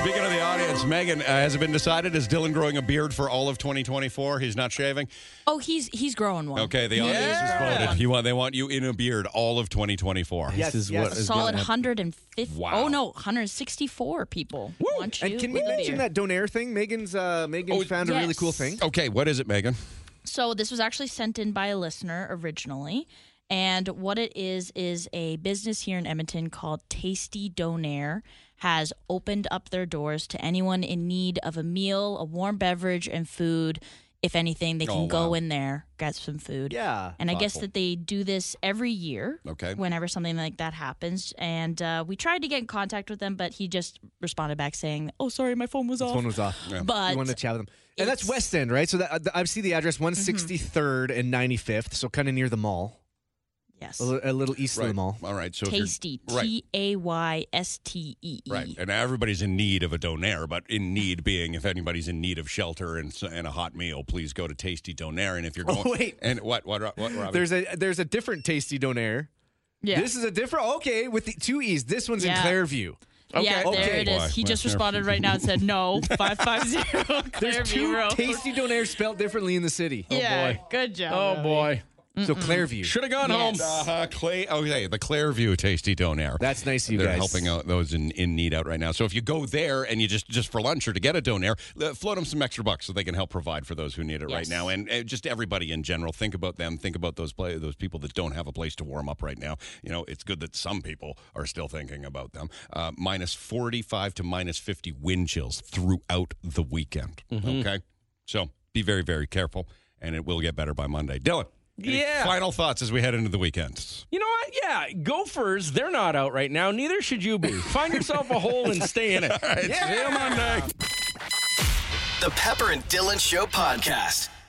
Speaker 3: Speaking of the audience, Megan, uh, has it been decided? Is Dylan growing a beard for all of 2024? He's not shaving?
Speaker 8: Oh, he's he's growing one.
Speaker 3: Okay, the audience has voted. You want, they want you in a beard all of 2024.
Speaker 5: Yes, is yes. what
Speaker 8: A solid 150.
Speaker 3: Wow.
Speaker 8: Oh no, 164 people want you.
Speaker 5: And can we
Speaker 8: with a
Speaker 5: mention
Speaker 8: beard.
Speaker 5: that donair thing? Megan's uh, Megan found a really
Speaker 8: yes.
Speaker 5: cool thing.
Speaker 3: Okay, what is it, Megan?
Speaker 8: So this was actually sent in by a listener originally, and what it is is a business here in Edmonton called Tasty Donair has opened up their doors to anyone in need of a meal, a warm beverage, and food. If anything, they can
Speaker 3: Oh, wow.
Speaker 8: go in there, get some food.
Speaker 5: Yeah,
Speaker 8: And I guess
Speaker 3: thoughtful.
Speaker 8: that they do this every year.
Speaker 3: Okay.
Speaker 8: Whenever something like that happens. And uh, we tried to get in contact with them, but he just responded back saying, Oh, sorry, my phone was off.
Speaker 5: This one was off.
Speaker 8: But
Speaker 5: we wanted to chat with them, and that's West End, right? So that uh, I see the address
Speaker 8: Mm-hmm.
Speaker 5: 163rd and 95th, so kind of near the mall,
Speaker 8: yes.
Speaker 5: a, li- a little east of the mall.
Speaker 3: All right. So if you're-
Speaker 8: Tasty.
Speaker 3: Right.
Speaker 8: T A Y S T E E.
Speaker 3: Right. And everybody's in need of a donaire, but in need being if anybody's in need of shelter and, s- and a hot meal, please go to Tasty Donaire. And if you're
Speaker 5: Oh,
Speaker 3: going.
Speaker 5: wait.
Speaker 3: And what, what, what, Robbie?
Speaker 5: There's a there's a different tasty donair.
Speaker 8: Yeah.
Speaker 5: This is a different. Okay, with the two e's. This one's
Speaker 8: Yeah.
Speaker 5: in Clairview.
Speaker 8: Yeah, there
Speaker 5: okay.
Speaker 8: it is. He
Speaker 3: Boy,
Speaker 8: just
Speaker 3: that's
Speaker 8: responded right now and said no. 550
Speaker 5: There's
Speaker 8: Clearview
Speaker 5: two
Speaker 8: Road.
Speaker 5: tasty donairs spelled differently in the city.
Speaker 8: yeah, good job.
Speaker 4: Oh, boy.
Speaker 5: So Clairview.
Speaker 4: Should have gone
Speaker 8: Yes.
Speaker 4: home.
Speaker 3: Uh, Clay, okay, the Clairview Tasty Donaire.
Speaker 5: That's nice of you
Speaker 3: They're
Speaker 5: guys.
Speaker 3: helping out those in, in need out right now. So if you go there and you just just for lunch or to get a donaire, uh, float them some extra bucks so they can help provide for those who need it right
Speaker 8: Yes.
Speaker 3: now. And uh, just everybody in general, think about them. Think about those play, those people that don't have a place to warm up right now. You know, it's good that some people are still thinking about them. Uh, minus forty five to minus fifty wind chills throughout the weekend.
Speaker 5: Mm-hmm.
Speaker 3: Okay, so be very very careful, and it will get better by Monday. Dylan. any
Speaker 4: Yeah.
Speaker 3: Final thoughts as we head into the weekend.
Speaker 4: You know what? Yeah, Gophers, they're not out right now. Neither should you be. Find yourself a hole and stay in it.
Speaker 3: All right.
Speaker 4: See you Monday.
Speaker 2: The Pepper and Dylan Show podcast.